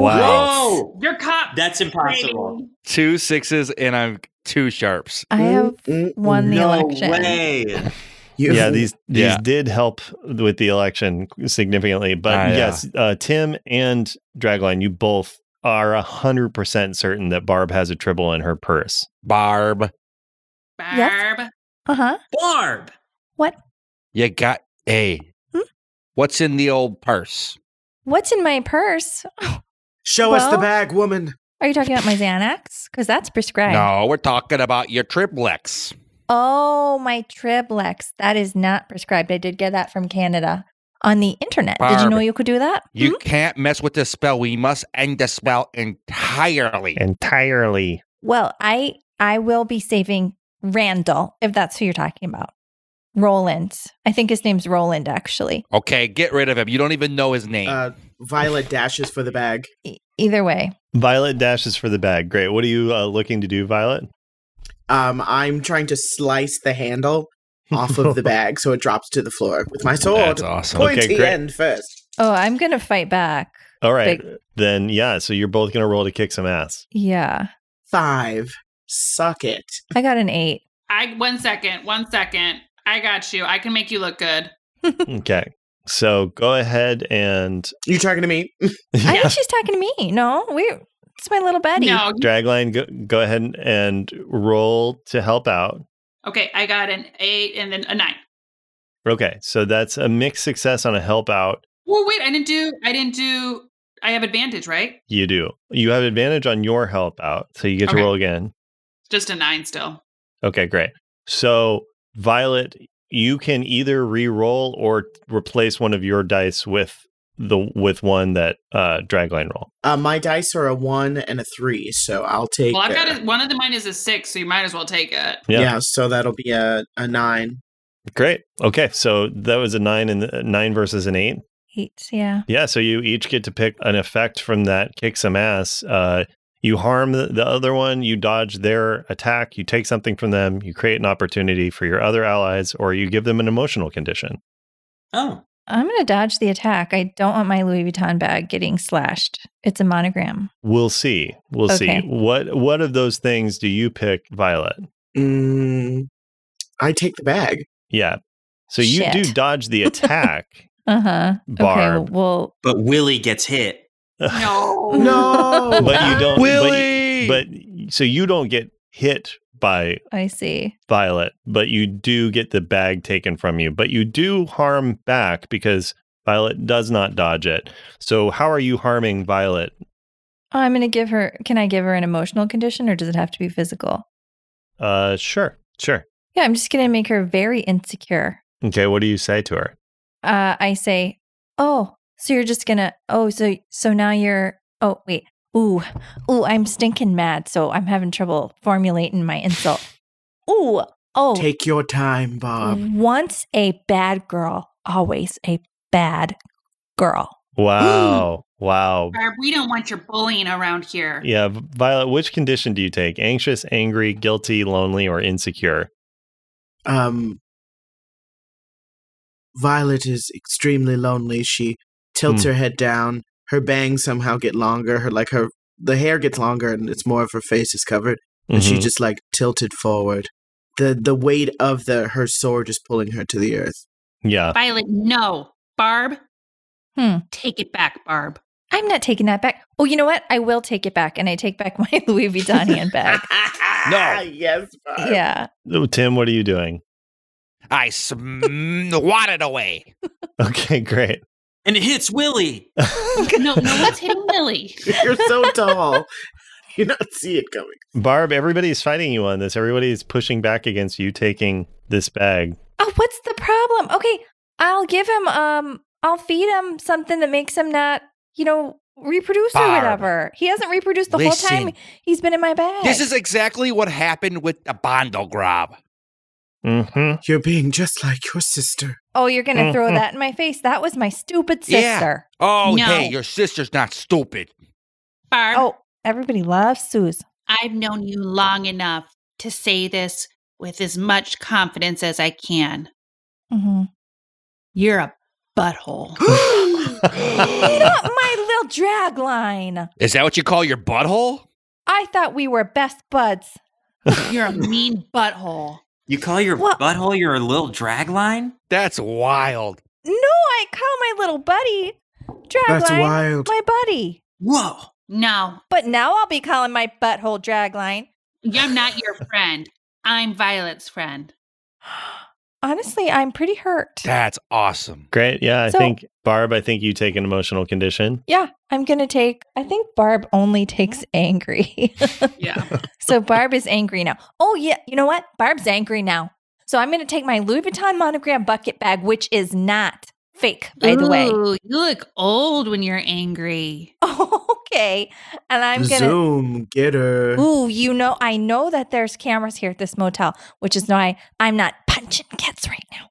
[SPEAKER 6] Whoa. You're cop.
[SPEAKER 7] That's impossible.
[SPEAKER 12] [laughs] Two sixes and I'm two sharps.
[SPEAKER 3] I have won the election.
[SPEAKER 7] way.
[SPEAKER 4] You-
[SPEAKER 2] yeah, these these
[SPEAKER 12] Yeah.
[SPEAKER 2] did help with the election significantly. But
[SPEAKER 12] Ah, yeah.
[SPEAKER 2] yes, uh, Tim and Dragline, you both are hundred percent certain that Barb has a tribble in her purse.
[SPEAKER 12] Barb,
[SPEAKER 6] Barb.
[SPEAKER 3] Uh huh.
[SPEAKER 7] Barb.
[SPEAKER 12] you got a.
[SPEAKER 3] Hmm?
[SPEAKER 12] What's in the old purse?
[SPEAKER 3] What's in my purse?
[SPEAKER 4] Show us the
[SPEAKER 3] Well-
[SPEAKER 4] bag, woman.
[SPEAKER 3] Are you talking about my Xanax? Because that's prescribed.
[SPEAKER 12] No, we're talking about your triplex.
[SPEAKER 3] Oh, my Triblex. That is not prescribed. I did get that from Canada on the internet. Did you
[SPEAKER 12] Barb.
[SPEAKER 3] know you could do that?
[SPEAKER 12] You can't mess with this spell. We must end the spell entirely.
[SPEAKER 2] Entirely.
[SPEAKER 3] Well, I I will be saving Randall if that's who you're talking about. Roland. I think his name's Roland actually.
[SPEAKER 12] Okay, get rid of him. You don't even know his name.
[SPEAKER 4] Uh, Violet dashes for the bag.
[SPEAKER 3] E- either way.
[SPEAKER 2] Violet dashes for the bag. Great. What are you uh, looking to do, Violet?
[SPEAKER 4] Um, I'm trying to slice the handle
[SPEAKER 2] [laughs]
[SPEAKER 4] off of the bag so it drops to the floor with my sword.
[SPEAKER 12] That's awesome.
[SPEAKER 4] Pointy
[SPEAKER 2] Okay, great.
[SPEAKER 4] end first.
[SPEAKER 3] Oh, I'm going to fight back.
[SPEAKER 2] All right,
[SPEAKER 3] Big-
[SPEAKER 2] then yeah. So you're both gonna roll to kick some ass.
[SPEAKER 3] Yeah.
[SPEAKER 4] Five. Suck it.
[SPEAKER 3] I got an 8.
[SPEAKER 6] I one second. One second. I got you. I can make you look good.
[SPEAKER 2] okay. So go ahead and
[SPEAKER 4] You talking to me?
[SPEAKER 3] I
[SPEAKER 2] [laughs]
[SPEAKER 3] think she's talking to me. No, we it's my little buddy.
[SPEAKER 6] No.
[SPEAKER 2] Dragline, go, go ahead and, and roll to help out.
[SPEAKER 6] Okay. I got an eight and then a nine.
[SPEAKER 2] Okay, so that's a mixed success on a help out.
[SPEAKER 6] Well, wait. I didn't do. I didn't do. I have advantage, right?
[SPEAKER 2] You do. You have advantage on your help out, so you get
[SPEAKER 6] Okay.
[SPEAKER 2] to roll again.
[SPEAKER 6] Just a nine still.
[SPEAKER 2] Okay, great. So Violet, you can either re-roll or replace one of your dice with the with one that uh, Dragline roll.
[SPEAKER 4] Uh, my dice are a one and a three, so I'll take.
[SPEAKER 6] Well, I've
[SPEAKER 4] uh,
[SPEAKER 6] got a, one of the mine is a six, so you might as well take it.
[SPEAKER 2] Yeah.
[SPEAKER 4] yeah. so that'll be a, a nine.
[SPEAKER 2] Great. Okay, so that was a nine and a nine versus an eight.
[SPEAKER 3] 8, yeah.
[SPEAKER 2] Yeah, so you each get to pick an effect from that kick some ass. Uh, you harm the, the other one, you dodge their attack, you take something from them, you create an opportunity for your other allies, or you give them an emotional condition.
[SPEAKER 7] Oh,
[SPEAKER 3] I'm going to dodge the attack. I don't want my Louis Vuitton bag getting slashed. It's a monogram.
[SPEAKER 2] We'll see. We'll
[SPEAKER 3] Okay.
[SPEAKER 2] see. What what of those things do you pick, Violet?
[SPEAKER 4] Mm, I take the bag.
[SPEAKER 2] Yeah. So you do
[SPEAKER 3] Shit.
[SPEAKER 2] dodge
[SPEAKER 3] [laughs]
[SPEAKER 2] the attack.
[SPEAKER 3] Uh huh.
[SPEAKER 2] Barb.
[SPEAKER 3] Okay. Well,
[SPEAKER 7] but Willie gets hit.
[SPEAKER 6] No. [laughs]
[SPEAKER 4] No,
[SPEAKER 2] but you don't
[SPEAKER 12] Willie!
[SPEAKER 2] but, but so you don't get hit by
[SPEAKER 3] I see.
[SPEAKER 2] Violet, but you do get the bag taken from you. But you do harm back because Violet does not dodge it. So how are you harming Violet?
[SPEAKER 3] Oh, I'm going to give her. Can I give her an emotional condition or does it have to be physical?
[SPEAKER 2] Uh sure. Sure.
[SPEAKER 3] Yeah, I'm just going to make her very insecure.
[SPEAKER 2] Okay, what do you say to
[SPEAKER 3] [gasps]
[SPEAKER 2] her?
[SPEAKER 3] Uh, I say, oh, so you're just going to, oh, so, so now you're, oh, wait. Ooh, ooh, I'm stinking mad. So I'm having trouble formulating my insult. Ooh, oh,
[SPEAKER 4] Take your time,
[SPEAKER 6] Mm.
[SPEAKER 4] Bob.
[SPEAKER 3] once a bad girl, always a bad girl.
[SPEAKER 2] Wow. wow.
[SPEAKER 6] Barb, we don't want your bullying around here.
[SPEAKER 2] Yeah, Violet, which condition do you take? Anxious, angry, guilty, lonely, or insecure?
[SPEAKER 4] Um, Violet is extremely lonely. She tilts
[SPEAKER 2] Hmm.
[SPEAKER 4] her head down. Her bangs somehow get longer. Her like her the hair gets longer, and it's more of her face is covered, and she's
[SPEAKER 2] Mhm.
[SPEAKER 4] just like tilted forward. the The weight of the her sword is pulling her to the earth.
[SPEAKER 2] Yeah.
[SPEAKER 6] Violet, no. Barb,
[SPEAKER 3] Hmm.
[SPEAKER 6] take it back, [laughs] Barb.
[SPEAKER 3] I'm not taking that back. Oh, you know what? I will take it back, and I take back [laughs] my Louis Vuitton
[SPEAKER 4] [laughs]
[SPEAKER 3] handbag.
[SPEAKER 4] [laughs] No. yes. Barb.
[SPEAKER 3] yeah.
[SPEAKER 2] Oh, Tim, what are you doing? [laughs]
[SPEAKER 14] I sm- swatted away.
[SPEAKER 2] Okay, great.
[SPEAKER 7] And it hits Willie.
[SPEAKER 6] No, no one's hitting Millie.
[SPEAKER 4] [laughs] You're so
[SPEAKER 3] [laughs]
[SPEAKER 4] tall. You not see it coming.
[SPEAKER 2] Barb, everybody is fighting you on this. Everybody is pushing back against you taking this bag.
[SPEAKER 3] Oh, what's the problem? Okay, I'll give him um I'll feed him something that makes him not, you know, reproduce or
[SPEAKER 1] Barb,
[SPEAKER 3] whatever. He hasn't reproduced the whole time
[SPEAKER 1] listen.
[SPEAKER 3] he's been in my bag.
[SPEAKER 1] This is exactly what happened with the Bondo Grab.
[SPEAKER 2] Mm-hmm. [laughs]
[SPEAKER 4] You're being just like your sister.
[SPEAKER 3] Oh, you're gonna throw
[SPEAKER 1] Mhm.
[SPEAKER 3] that in my face. That was my stupid
[SPEAKER 1] Yeah.
[SPEAKER 3] sister.
[SPEAKER 1] Oh,
[SPEAKER 6] No.
[SPEAKER 1] hey, your sister's not stupid.
[SPEAKER 6] Barb,
[SPEAKER 3] Oh, everybody loves Suze.
[SPEAKER 6] I've known you long enough to say this with as much confidence as I can.
[SPEAKER 3] Mm-hmm.
[SPEAKER 6] You're a butthole.
[SPEAKER 1] [laughs]
[SPEAKER 3] Not my little drag line.
[SPEAKER 1] Is that what you call your butthole?
[SPEAKER 3] I thought we were best buds.
[SPEAKER 6] You're a mean butthole.
[SPEAKER 7] You call your
[SPEAKER 3] What?
[SPEAKER 7] butthole your little drag line?
[SPEAKER 1] That's wild.
[SPEAKER 3] No, I call my little buddy drag
[SPEAKER 4] That's
[SPEAKER 3] line
[SPEAKER 4] wild.
[SPEAKER 3] my buddy.
[SPEAKER 7] Whoa.
[SPEAKER 6] No,
[SPEAKER 3] But now I'll be calling my butthole drag line.
[SPEAKER 6] I'm not your friend. I'm Violet's friend.
[SPEAKER 3] Honestly, I'm pretty hurt.
[SPEAKER 1] That's awesome.
[SPEAKER 2] Great. Yeah, I
[SPEAKER 3] So-
[SPEAKER 2] think Barb, I think you take an emotional condition.
[SPEAKER 3] Yeah, I'm going to take, I think Barb only takes angry. [laughs]
[SPEAKER 6] Yeah.
[SPEAKER 1] [laughs]
[SPEAKER 3] so Barb is angry now. Oh, yeah. You know what? Barb's angry now. So I'm going to take my Louis Vuitton monogram bucket bag, which is not fake, by the way.
[SPEAKER 6] Ooh, you look old when you're angry.
[SPEAKER 3] [laughs] Okay. And I'm going to.
[SPEAKER 4] Zoom, get her.
[SPEAKER 3] Ooh, you know, I know that there's cameras here at this motel, which is why I'm not punching kids right now.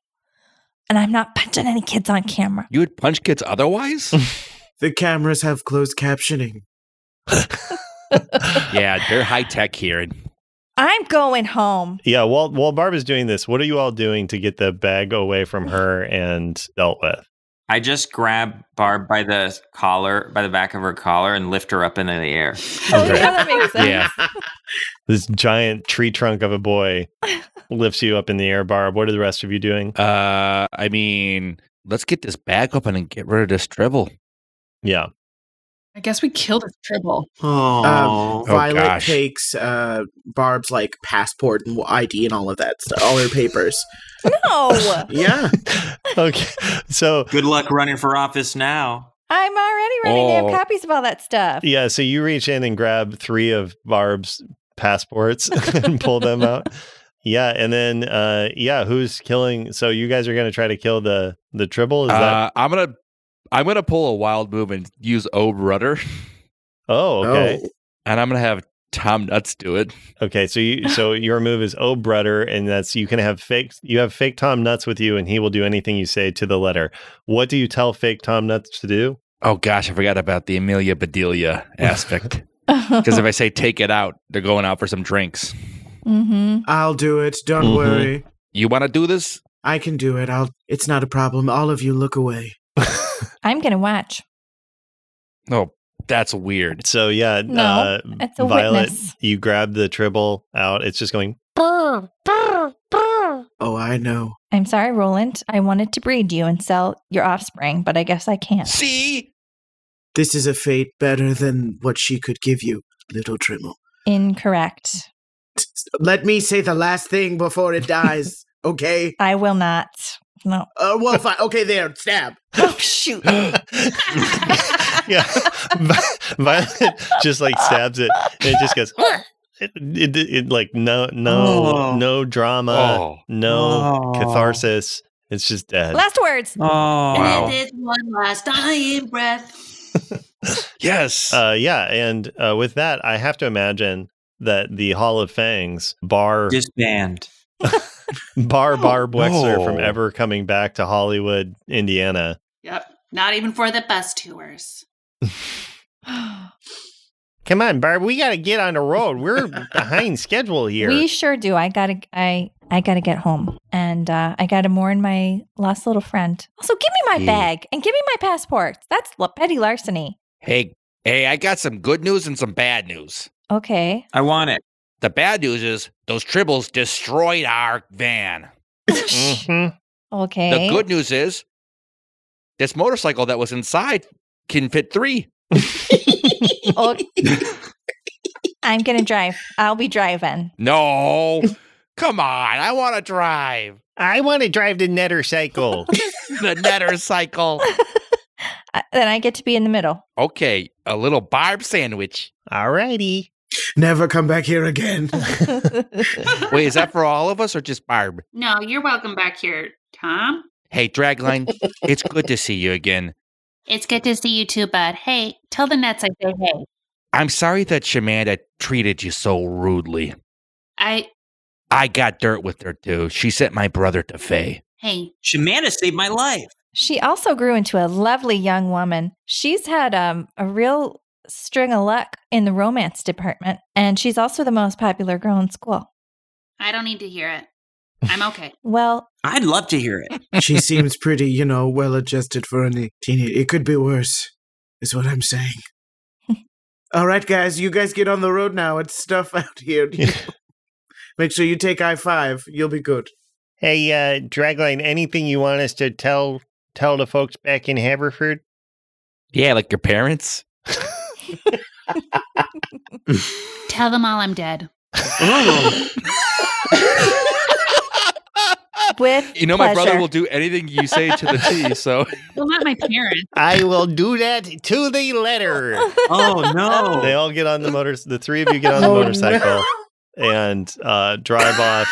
[SPEAKER 3] And I'm not punching any kids on camera.
[SPEAKER 1] You would punch kids
[SPEAKER 12] [laughs]
[SPEAKER 1] otherwise?
[SPEAKER 4] The cameras have closed captioning.
[SPEAKER 1] yeah, they're high tech here.
[SPEAKER 3] I'm going home.
[SPEAKER 2] Yeah, while while Barb is doing this, what are you all doing to get the bag away from her and dealt with?
[SPEAKER 7] I just grab Barb by the collar, by the back of her collar, and lift her up into the air.
[SPEAKER 3] Oh, yeah, that makes sense.
[SPEAKER 1] [laughs] Yeah.
[SPEAKER 2] This giant tree trunk of a boy lifts you up in the air, Barb. What are the rest of you doing?
[SPEAKER 1] Uh, I mean, let's get this back open and get rid of this dribble.
[SPEAKER 2] Yeah.
[SPEAKER 15] I guess we killed this tribble.
[SPEAKER 7] Oh,
[SPEAKER 4] Um, Violet
[SPEAKER 1] gosh.
[SPEAKER 4] takes uh, Barb's like passport and ID and all of that stuff, all her papers.
[SPEAKER 3] No,
[SPEAKER 4] [laughs] Yeah,
[SPEAKER 2] [laughs] Okay. So
[SPEAKER 7] good luck running for office now.
[SPEAKER 3] I'm already running to
[SPEAKER 1] Oh.
[SPEAKER 3] have copies of all that stuff.
[SPEAKER 2] yeah, so you reach in and grab three of Barb's passports [laughs] and pull them out. Yeah, and then uh yeah, who's killing so you guys are gonna try to kill the the tribble? Is that
[SPEAKER 1] Uh, I'm gonna I'm gonna pull a wild move and use Ob Rudder, [laughs]
[SPEAKER 2] oh okay.
[SPEAKER 4] Oh.
[SPEAKER 1] and I'm gonna have Tom Nuts do it.
[SPEAKER 2] Okay, so you so your move is oh brother, and that's you can have fake you have fake Tom Nuts with you, and he will do anything you say to the letter. What do you tell fake Tom Nuts to do?
[SPEAKER 1] Oh gosh, I forgot about the Amelia Bedelia
[SPEAKER 2] [laughs]
[SPEAKER 1] aspect. Because if I say take it out, they're going out for some drinks.
[SPEAKER 3] [laughs] mm-hmm.
[SPEAKER 4] I'll do it. Don't
[SPEAKER 2] Mhm.
[SPEAKER 4] worry,
[SPEAKER 1] You want to do this?
[SPEAKER 4] I can do it. I'll. It's not a problem. All of you look away.
[SPEAKER 3] I'm gonna watch.
[SPEAKER 1] Oh, that's weird.
[SPEAKER 2] So yeah,
[SPEAKER 3] No,
[SPEAKER 2] uh,
[SPEAKER 3] it's a
[SPEAKER 2] Violet,
[SPEAKER 3] witness.
[SPEAKER 2] you grab the tribble out. It's just going.
[SPEAKER 16] Brr, brr, brr.
[SPEAKER 4] Oh, I know.
[SPEAKER 3] I'm sorry, Roland. I wanted to breed you and sell your offspring, but I guess I can't.
[SPEAKER 1] See,
[SPEAKER 4] This is a fate better than what she could give you, little Trimmel.
[SPEAKER 3] Incorrect.
[SPEAKER 4] Let me say the last thing before it [laughs] dies. okay.
[SPEAKER 3] I will not. No.
[SPEAKER 4] Uh, well, fine. Okay, there. Stab.
[SPEAKER 3] Oh
[SPEAKER 2] [laughs]
[SPEAKER 3] shoot.
[SPEAKER 2] yeah, Violet just like stabs it, and it just goes. "Ah." It, it, it- like no no
[SPEAKER 7] Oh.
[SPEAKER 2] no drama
[SPEAKER 1] Oh.
[SPEAKER 2] no
[SPEAKER 7] Oh.
[SPEAKER 2] catharsis. It's just dead.
[SPEAKER 3] Last words. [gasps]
[SPEAKER 7] Oh,
[SPEAKER 6] And it is one last dying breath.
[SPEAKER 1] yes.
[SPEAKER 2] Uh, yeah, and uh, with that, I have to imagine that the Hall of Fangs bar
[SPEAKER 7] disband.
[SPEAKER 2] bar Barb Wexler
[SPEAKER 1] No.
[SPEAKER 2] from ever coming back to Hollywood, Indiana.
[SPEAKER 15] Yep.
[SPEAKER 6] Not even for the bus tours.
[SPEAKER 2] Come on, Barb. We got to get on the road. We're behind schedule here.
[SPEAKER 3] We sure do. I gotta I I gotta get home. And uh, I gotta mourn my lost little friend. Also give me my
[SPEAKER 1] Yeah.
[SPEAKER 3] bag and give me my passport. That's l- petty larceny.
[SPEAKER 1] Hey, hey, I got some good news and some bad news.
[SPEAKER 3] Okay.
[SPEAKER 1] [laughs]
[SPEAKER 3] [laughs]
[SPEAKER 7] I want it.
[SPEAKER 1] The bad news is those tribbles destroyed our van.
[SPEAKER 4] Mm-hmm.
[SPEAKER 3] Okay. Eh?
[SPEAKER 1] The good news is this motorcycle that was inside can fit three.
[SPEAKER 3] Oh, I'm gonna drive. I'll be driving.
[SPEAKER 1] No, come on. I want to drive
[SPEAKER 2] I want to drive the netter cycle.
[SPEAKER 1] the netter cycle.
[SPEAKER 3] Uh, Then I get to be in
[SPEAKER 1] [laughs]
[SPEAKER 3] the middle. [laughs]
[SPEAKER 1] Okay, a little barb sandwich.
[SPEAKER 2] Alrighty.
[SPEAKER 4] Never come back here [laughs] again.
[SPEAKER 1] Wait, is that for all of us or just barb?
[SPEAKER 6] No, you're welcome back here, Tom.
[SPEAKER 1] Hey, Dragline, it's good to see you again.
[SPEAKER 6] It's good to see you too, bud. Hey, tell the nuts I say hey.
[SPEAKER 1] I'm sorry that Shamanda treated you so rudely.
[SPEAKER 6] I
[SPEAKER 1] I got dirt with her too. She sent my brother to Faye.
[SPEAKER 6] hey.
[SPEAKER 7] Shamanda saved my life.
[SPEAKER 3] She also grew into a lovely young woman. She's had um, a real string of luck in the romance department, and she's also the most popular girl in school.
[SPEAKER 6] I don't need to hear it. I'm okay.
[SPEAKER 3] Well,
[SPEAKER 7] I'd love to hear it.
[SPEAKER 4] she seems pretty, you know, well adjusted for any teenage. It could be worse, is what I'm [laughs] saying. All right, guys, you guys get on the road now. It's stuff [laughs] out here. Make sure you take I five. You'll be good.
[SPEAKER 2] Hey, uh, Dragline, anything you want us to tell tell the folks back in Haverford?
[SPEAKER 1] Yeah, like your parents.
[SPEAKER 6] Tell them all I'm dead.
[SPEAKER 3] with
[SPEAKER 1] [laughs] You know, my brother
[SPEAKER 3] [laughs]
[SPEAKER 1] will do anything you say to the T. So
[SPEAKER 6] Well, not my parents.
[SPEAKER 2] I will do that to the letter.
[SPEAKER 3] [laughs]
[SPEAKER 7] Oh no.
[SPEAKER 2] they all get on the motor. The three of you get on the
[SPEAKER 4] Oh, no.
[SPEAKER 2] motorcycle and uh, drive off.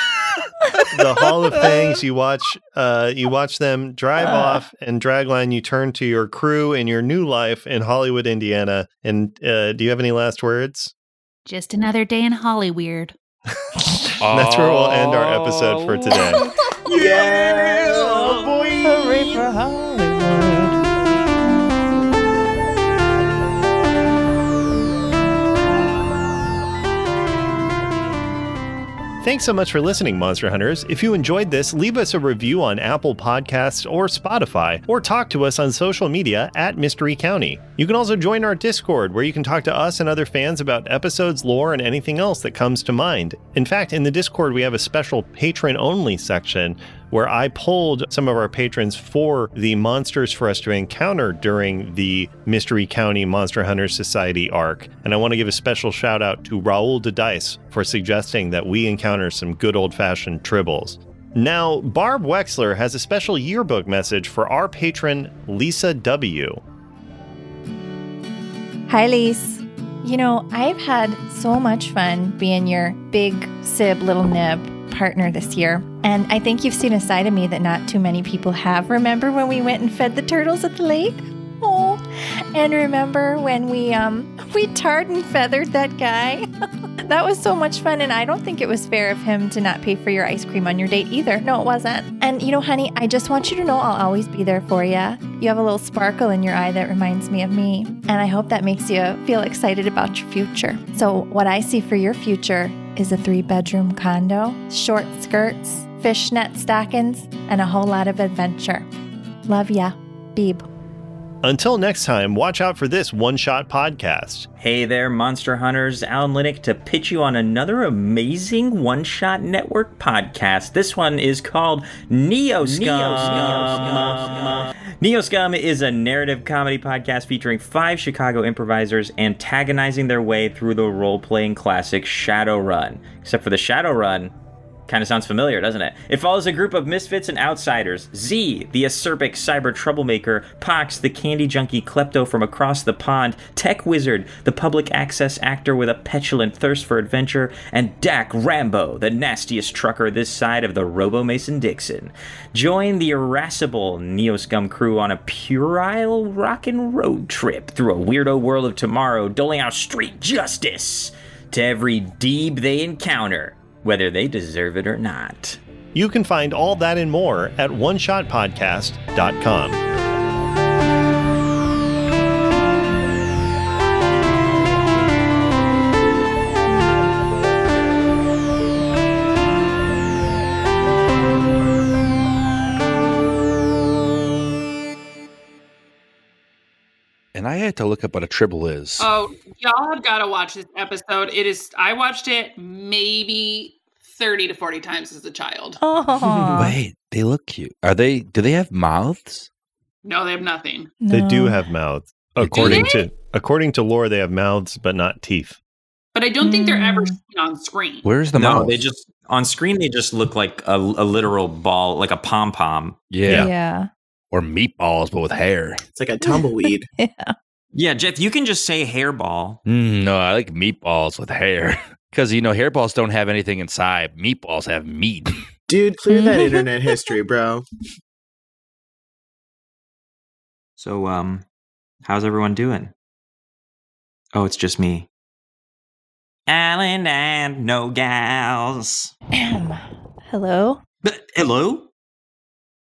[SPEAKER 2] the Hall of Fangs. You watch. Uh, you watch them drive off, and Dragline. You turn to your crew and your new life in Hollywood, Indiana. And uh, do you have any last words? [laughs]
[SPEAKER 6] Just another day in Hollyweird.
[SPEAKER 2] That's where we'll end our episode
[SPEAKER 1] Oh.
[SPEAKER 2] for today.
[SPEAKER 4] Yeah, oh boy.
[SPEAKER 2] Thanks so much for listening, Monster Hunters. If you enjoyed this, leave us a review on Apple Podcasts or Spotify, or talk to us on social media at Mystery County. You can also join our Discord, where you can talk to us and other fans about episodes, lore, and anything else that comes to mind. In fact, in the Discord, we have a special patron only section where I polled some of our patrons for the monsters for us to encounter during the Mystery County Monster Hunter Society arc. And I want to give a special shout out to Raul de Dice for suggesting that we encounter some good old fashioned tribbles. Now, Barb Wexler has a special yearbook message for our patron, Lisa W.
[SPEAKER 3] Hi, Lise. You know, I've had so much fun being your big sib little nib partner this year. And I think you've seen a side of me that not too many people have. Remember when we went and fed the turtles at the lake? Oh, and remember when we um [laughs] we tarred and feathered that guy? that was so much fun and I don't think it was fair of him to not pay for your ice cream on your date either. No, it wasn't. And you know, honey, I just want you to know I'll always be there for you. You have a little sparkle in your eye that reminds me of me, and I hope that makes you feel excited about your future. So, what I see for your future is a three-bedroom condo, short skirts, fishnet stockings, and a whole lot of adventure. Love ya, Beeb.
[SPEAKER 2] Until next time, watch out for this one shot podcast.
[SPEAKER 7] Hey there, Monster Hunters. Alan Linick to pitch you on another amazing one shot network podcast. This one is called Neoscum. Neoscum is a narrative comedy podcast featuring five Chicago improvisers antagonizing their way through the role playing classic Shadowrun. Except for the Shadowrun, Kind of sounds familiar, doesn't it? It follows a group of misfits and outsiders Z, the acerbic cyber troublemaker, Pox, the candy junkie klepto from across the pond, Tech Wizard, the public access actor with a petulant thirst for adventure, and Dak Rambo, the nastiest trucker this side of the Robo Mason Dixon. Join the irascible Neoscum crew on a puerile rockin' road trip through a weirdo world of tomorrow, doling out street justice to every deeb they encounter whether they deserve it or not.
[SPEAKER 2] You can find all that and more at oneshotpodcast.com.
[SPEAKER 1] and I had to look up what a tribble is.
[SPEAKER 6] Oh, y'all have got to watch this episode. It is. I watched it maybe thirty to forty times as a child.
[SPEAKER 3] [laughs] Oh,
[SPEAKER 1] Wait, they look cute. Are they? Do they have mouths?
[SPEAKER 6] No, they have nothing.
[SPEAKER 2] They do have mouths. According to according to lore, they have mouths but not teeth.
[SPEAKER 6] But I don't think they're ever seen on screen.
[SPEAKER 1] Where's the
[SPEAKER 7] no,
[SPEAKER 1] mouth?
[SPEAKER 7] they just on screen they just look like a, a literal ball, like a pom pom.
[SPEAKER 1] yeah.
[SPEAKER 3] yeah.
[SPEAKER 1] or meatballs, but with hair.
[SPEAKER 4] It's like a tumbleweed.
[SPEAKER 7] Yeah, Jeff, you can just say hairball.
[SPEAKER 1] Mm, no, I like meatballs with hair [laughs] because you know hairballs don't have anything inside. Meatballs have meat.
[SPEAKER 4] Dude, clear that internet history, bro.
[SPEAKER 7] So, um, how's everyone doing? Oh, it's just me. Alan and no gals.
[SPEAKER 3] Hello. [clears throat]
[SPEAKER 7] But, hello?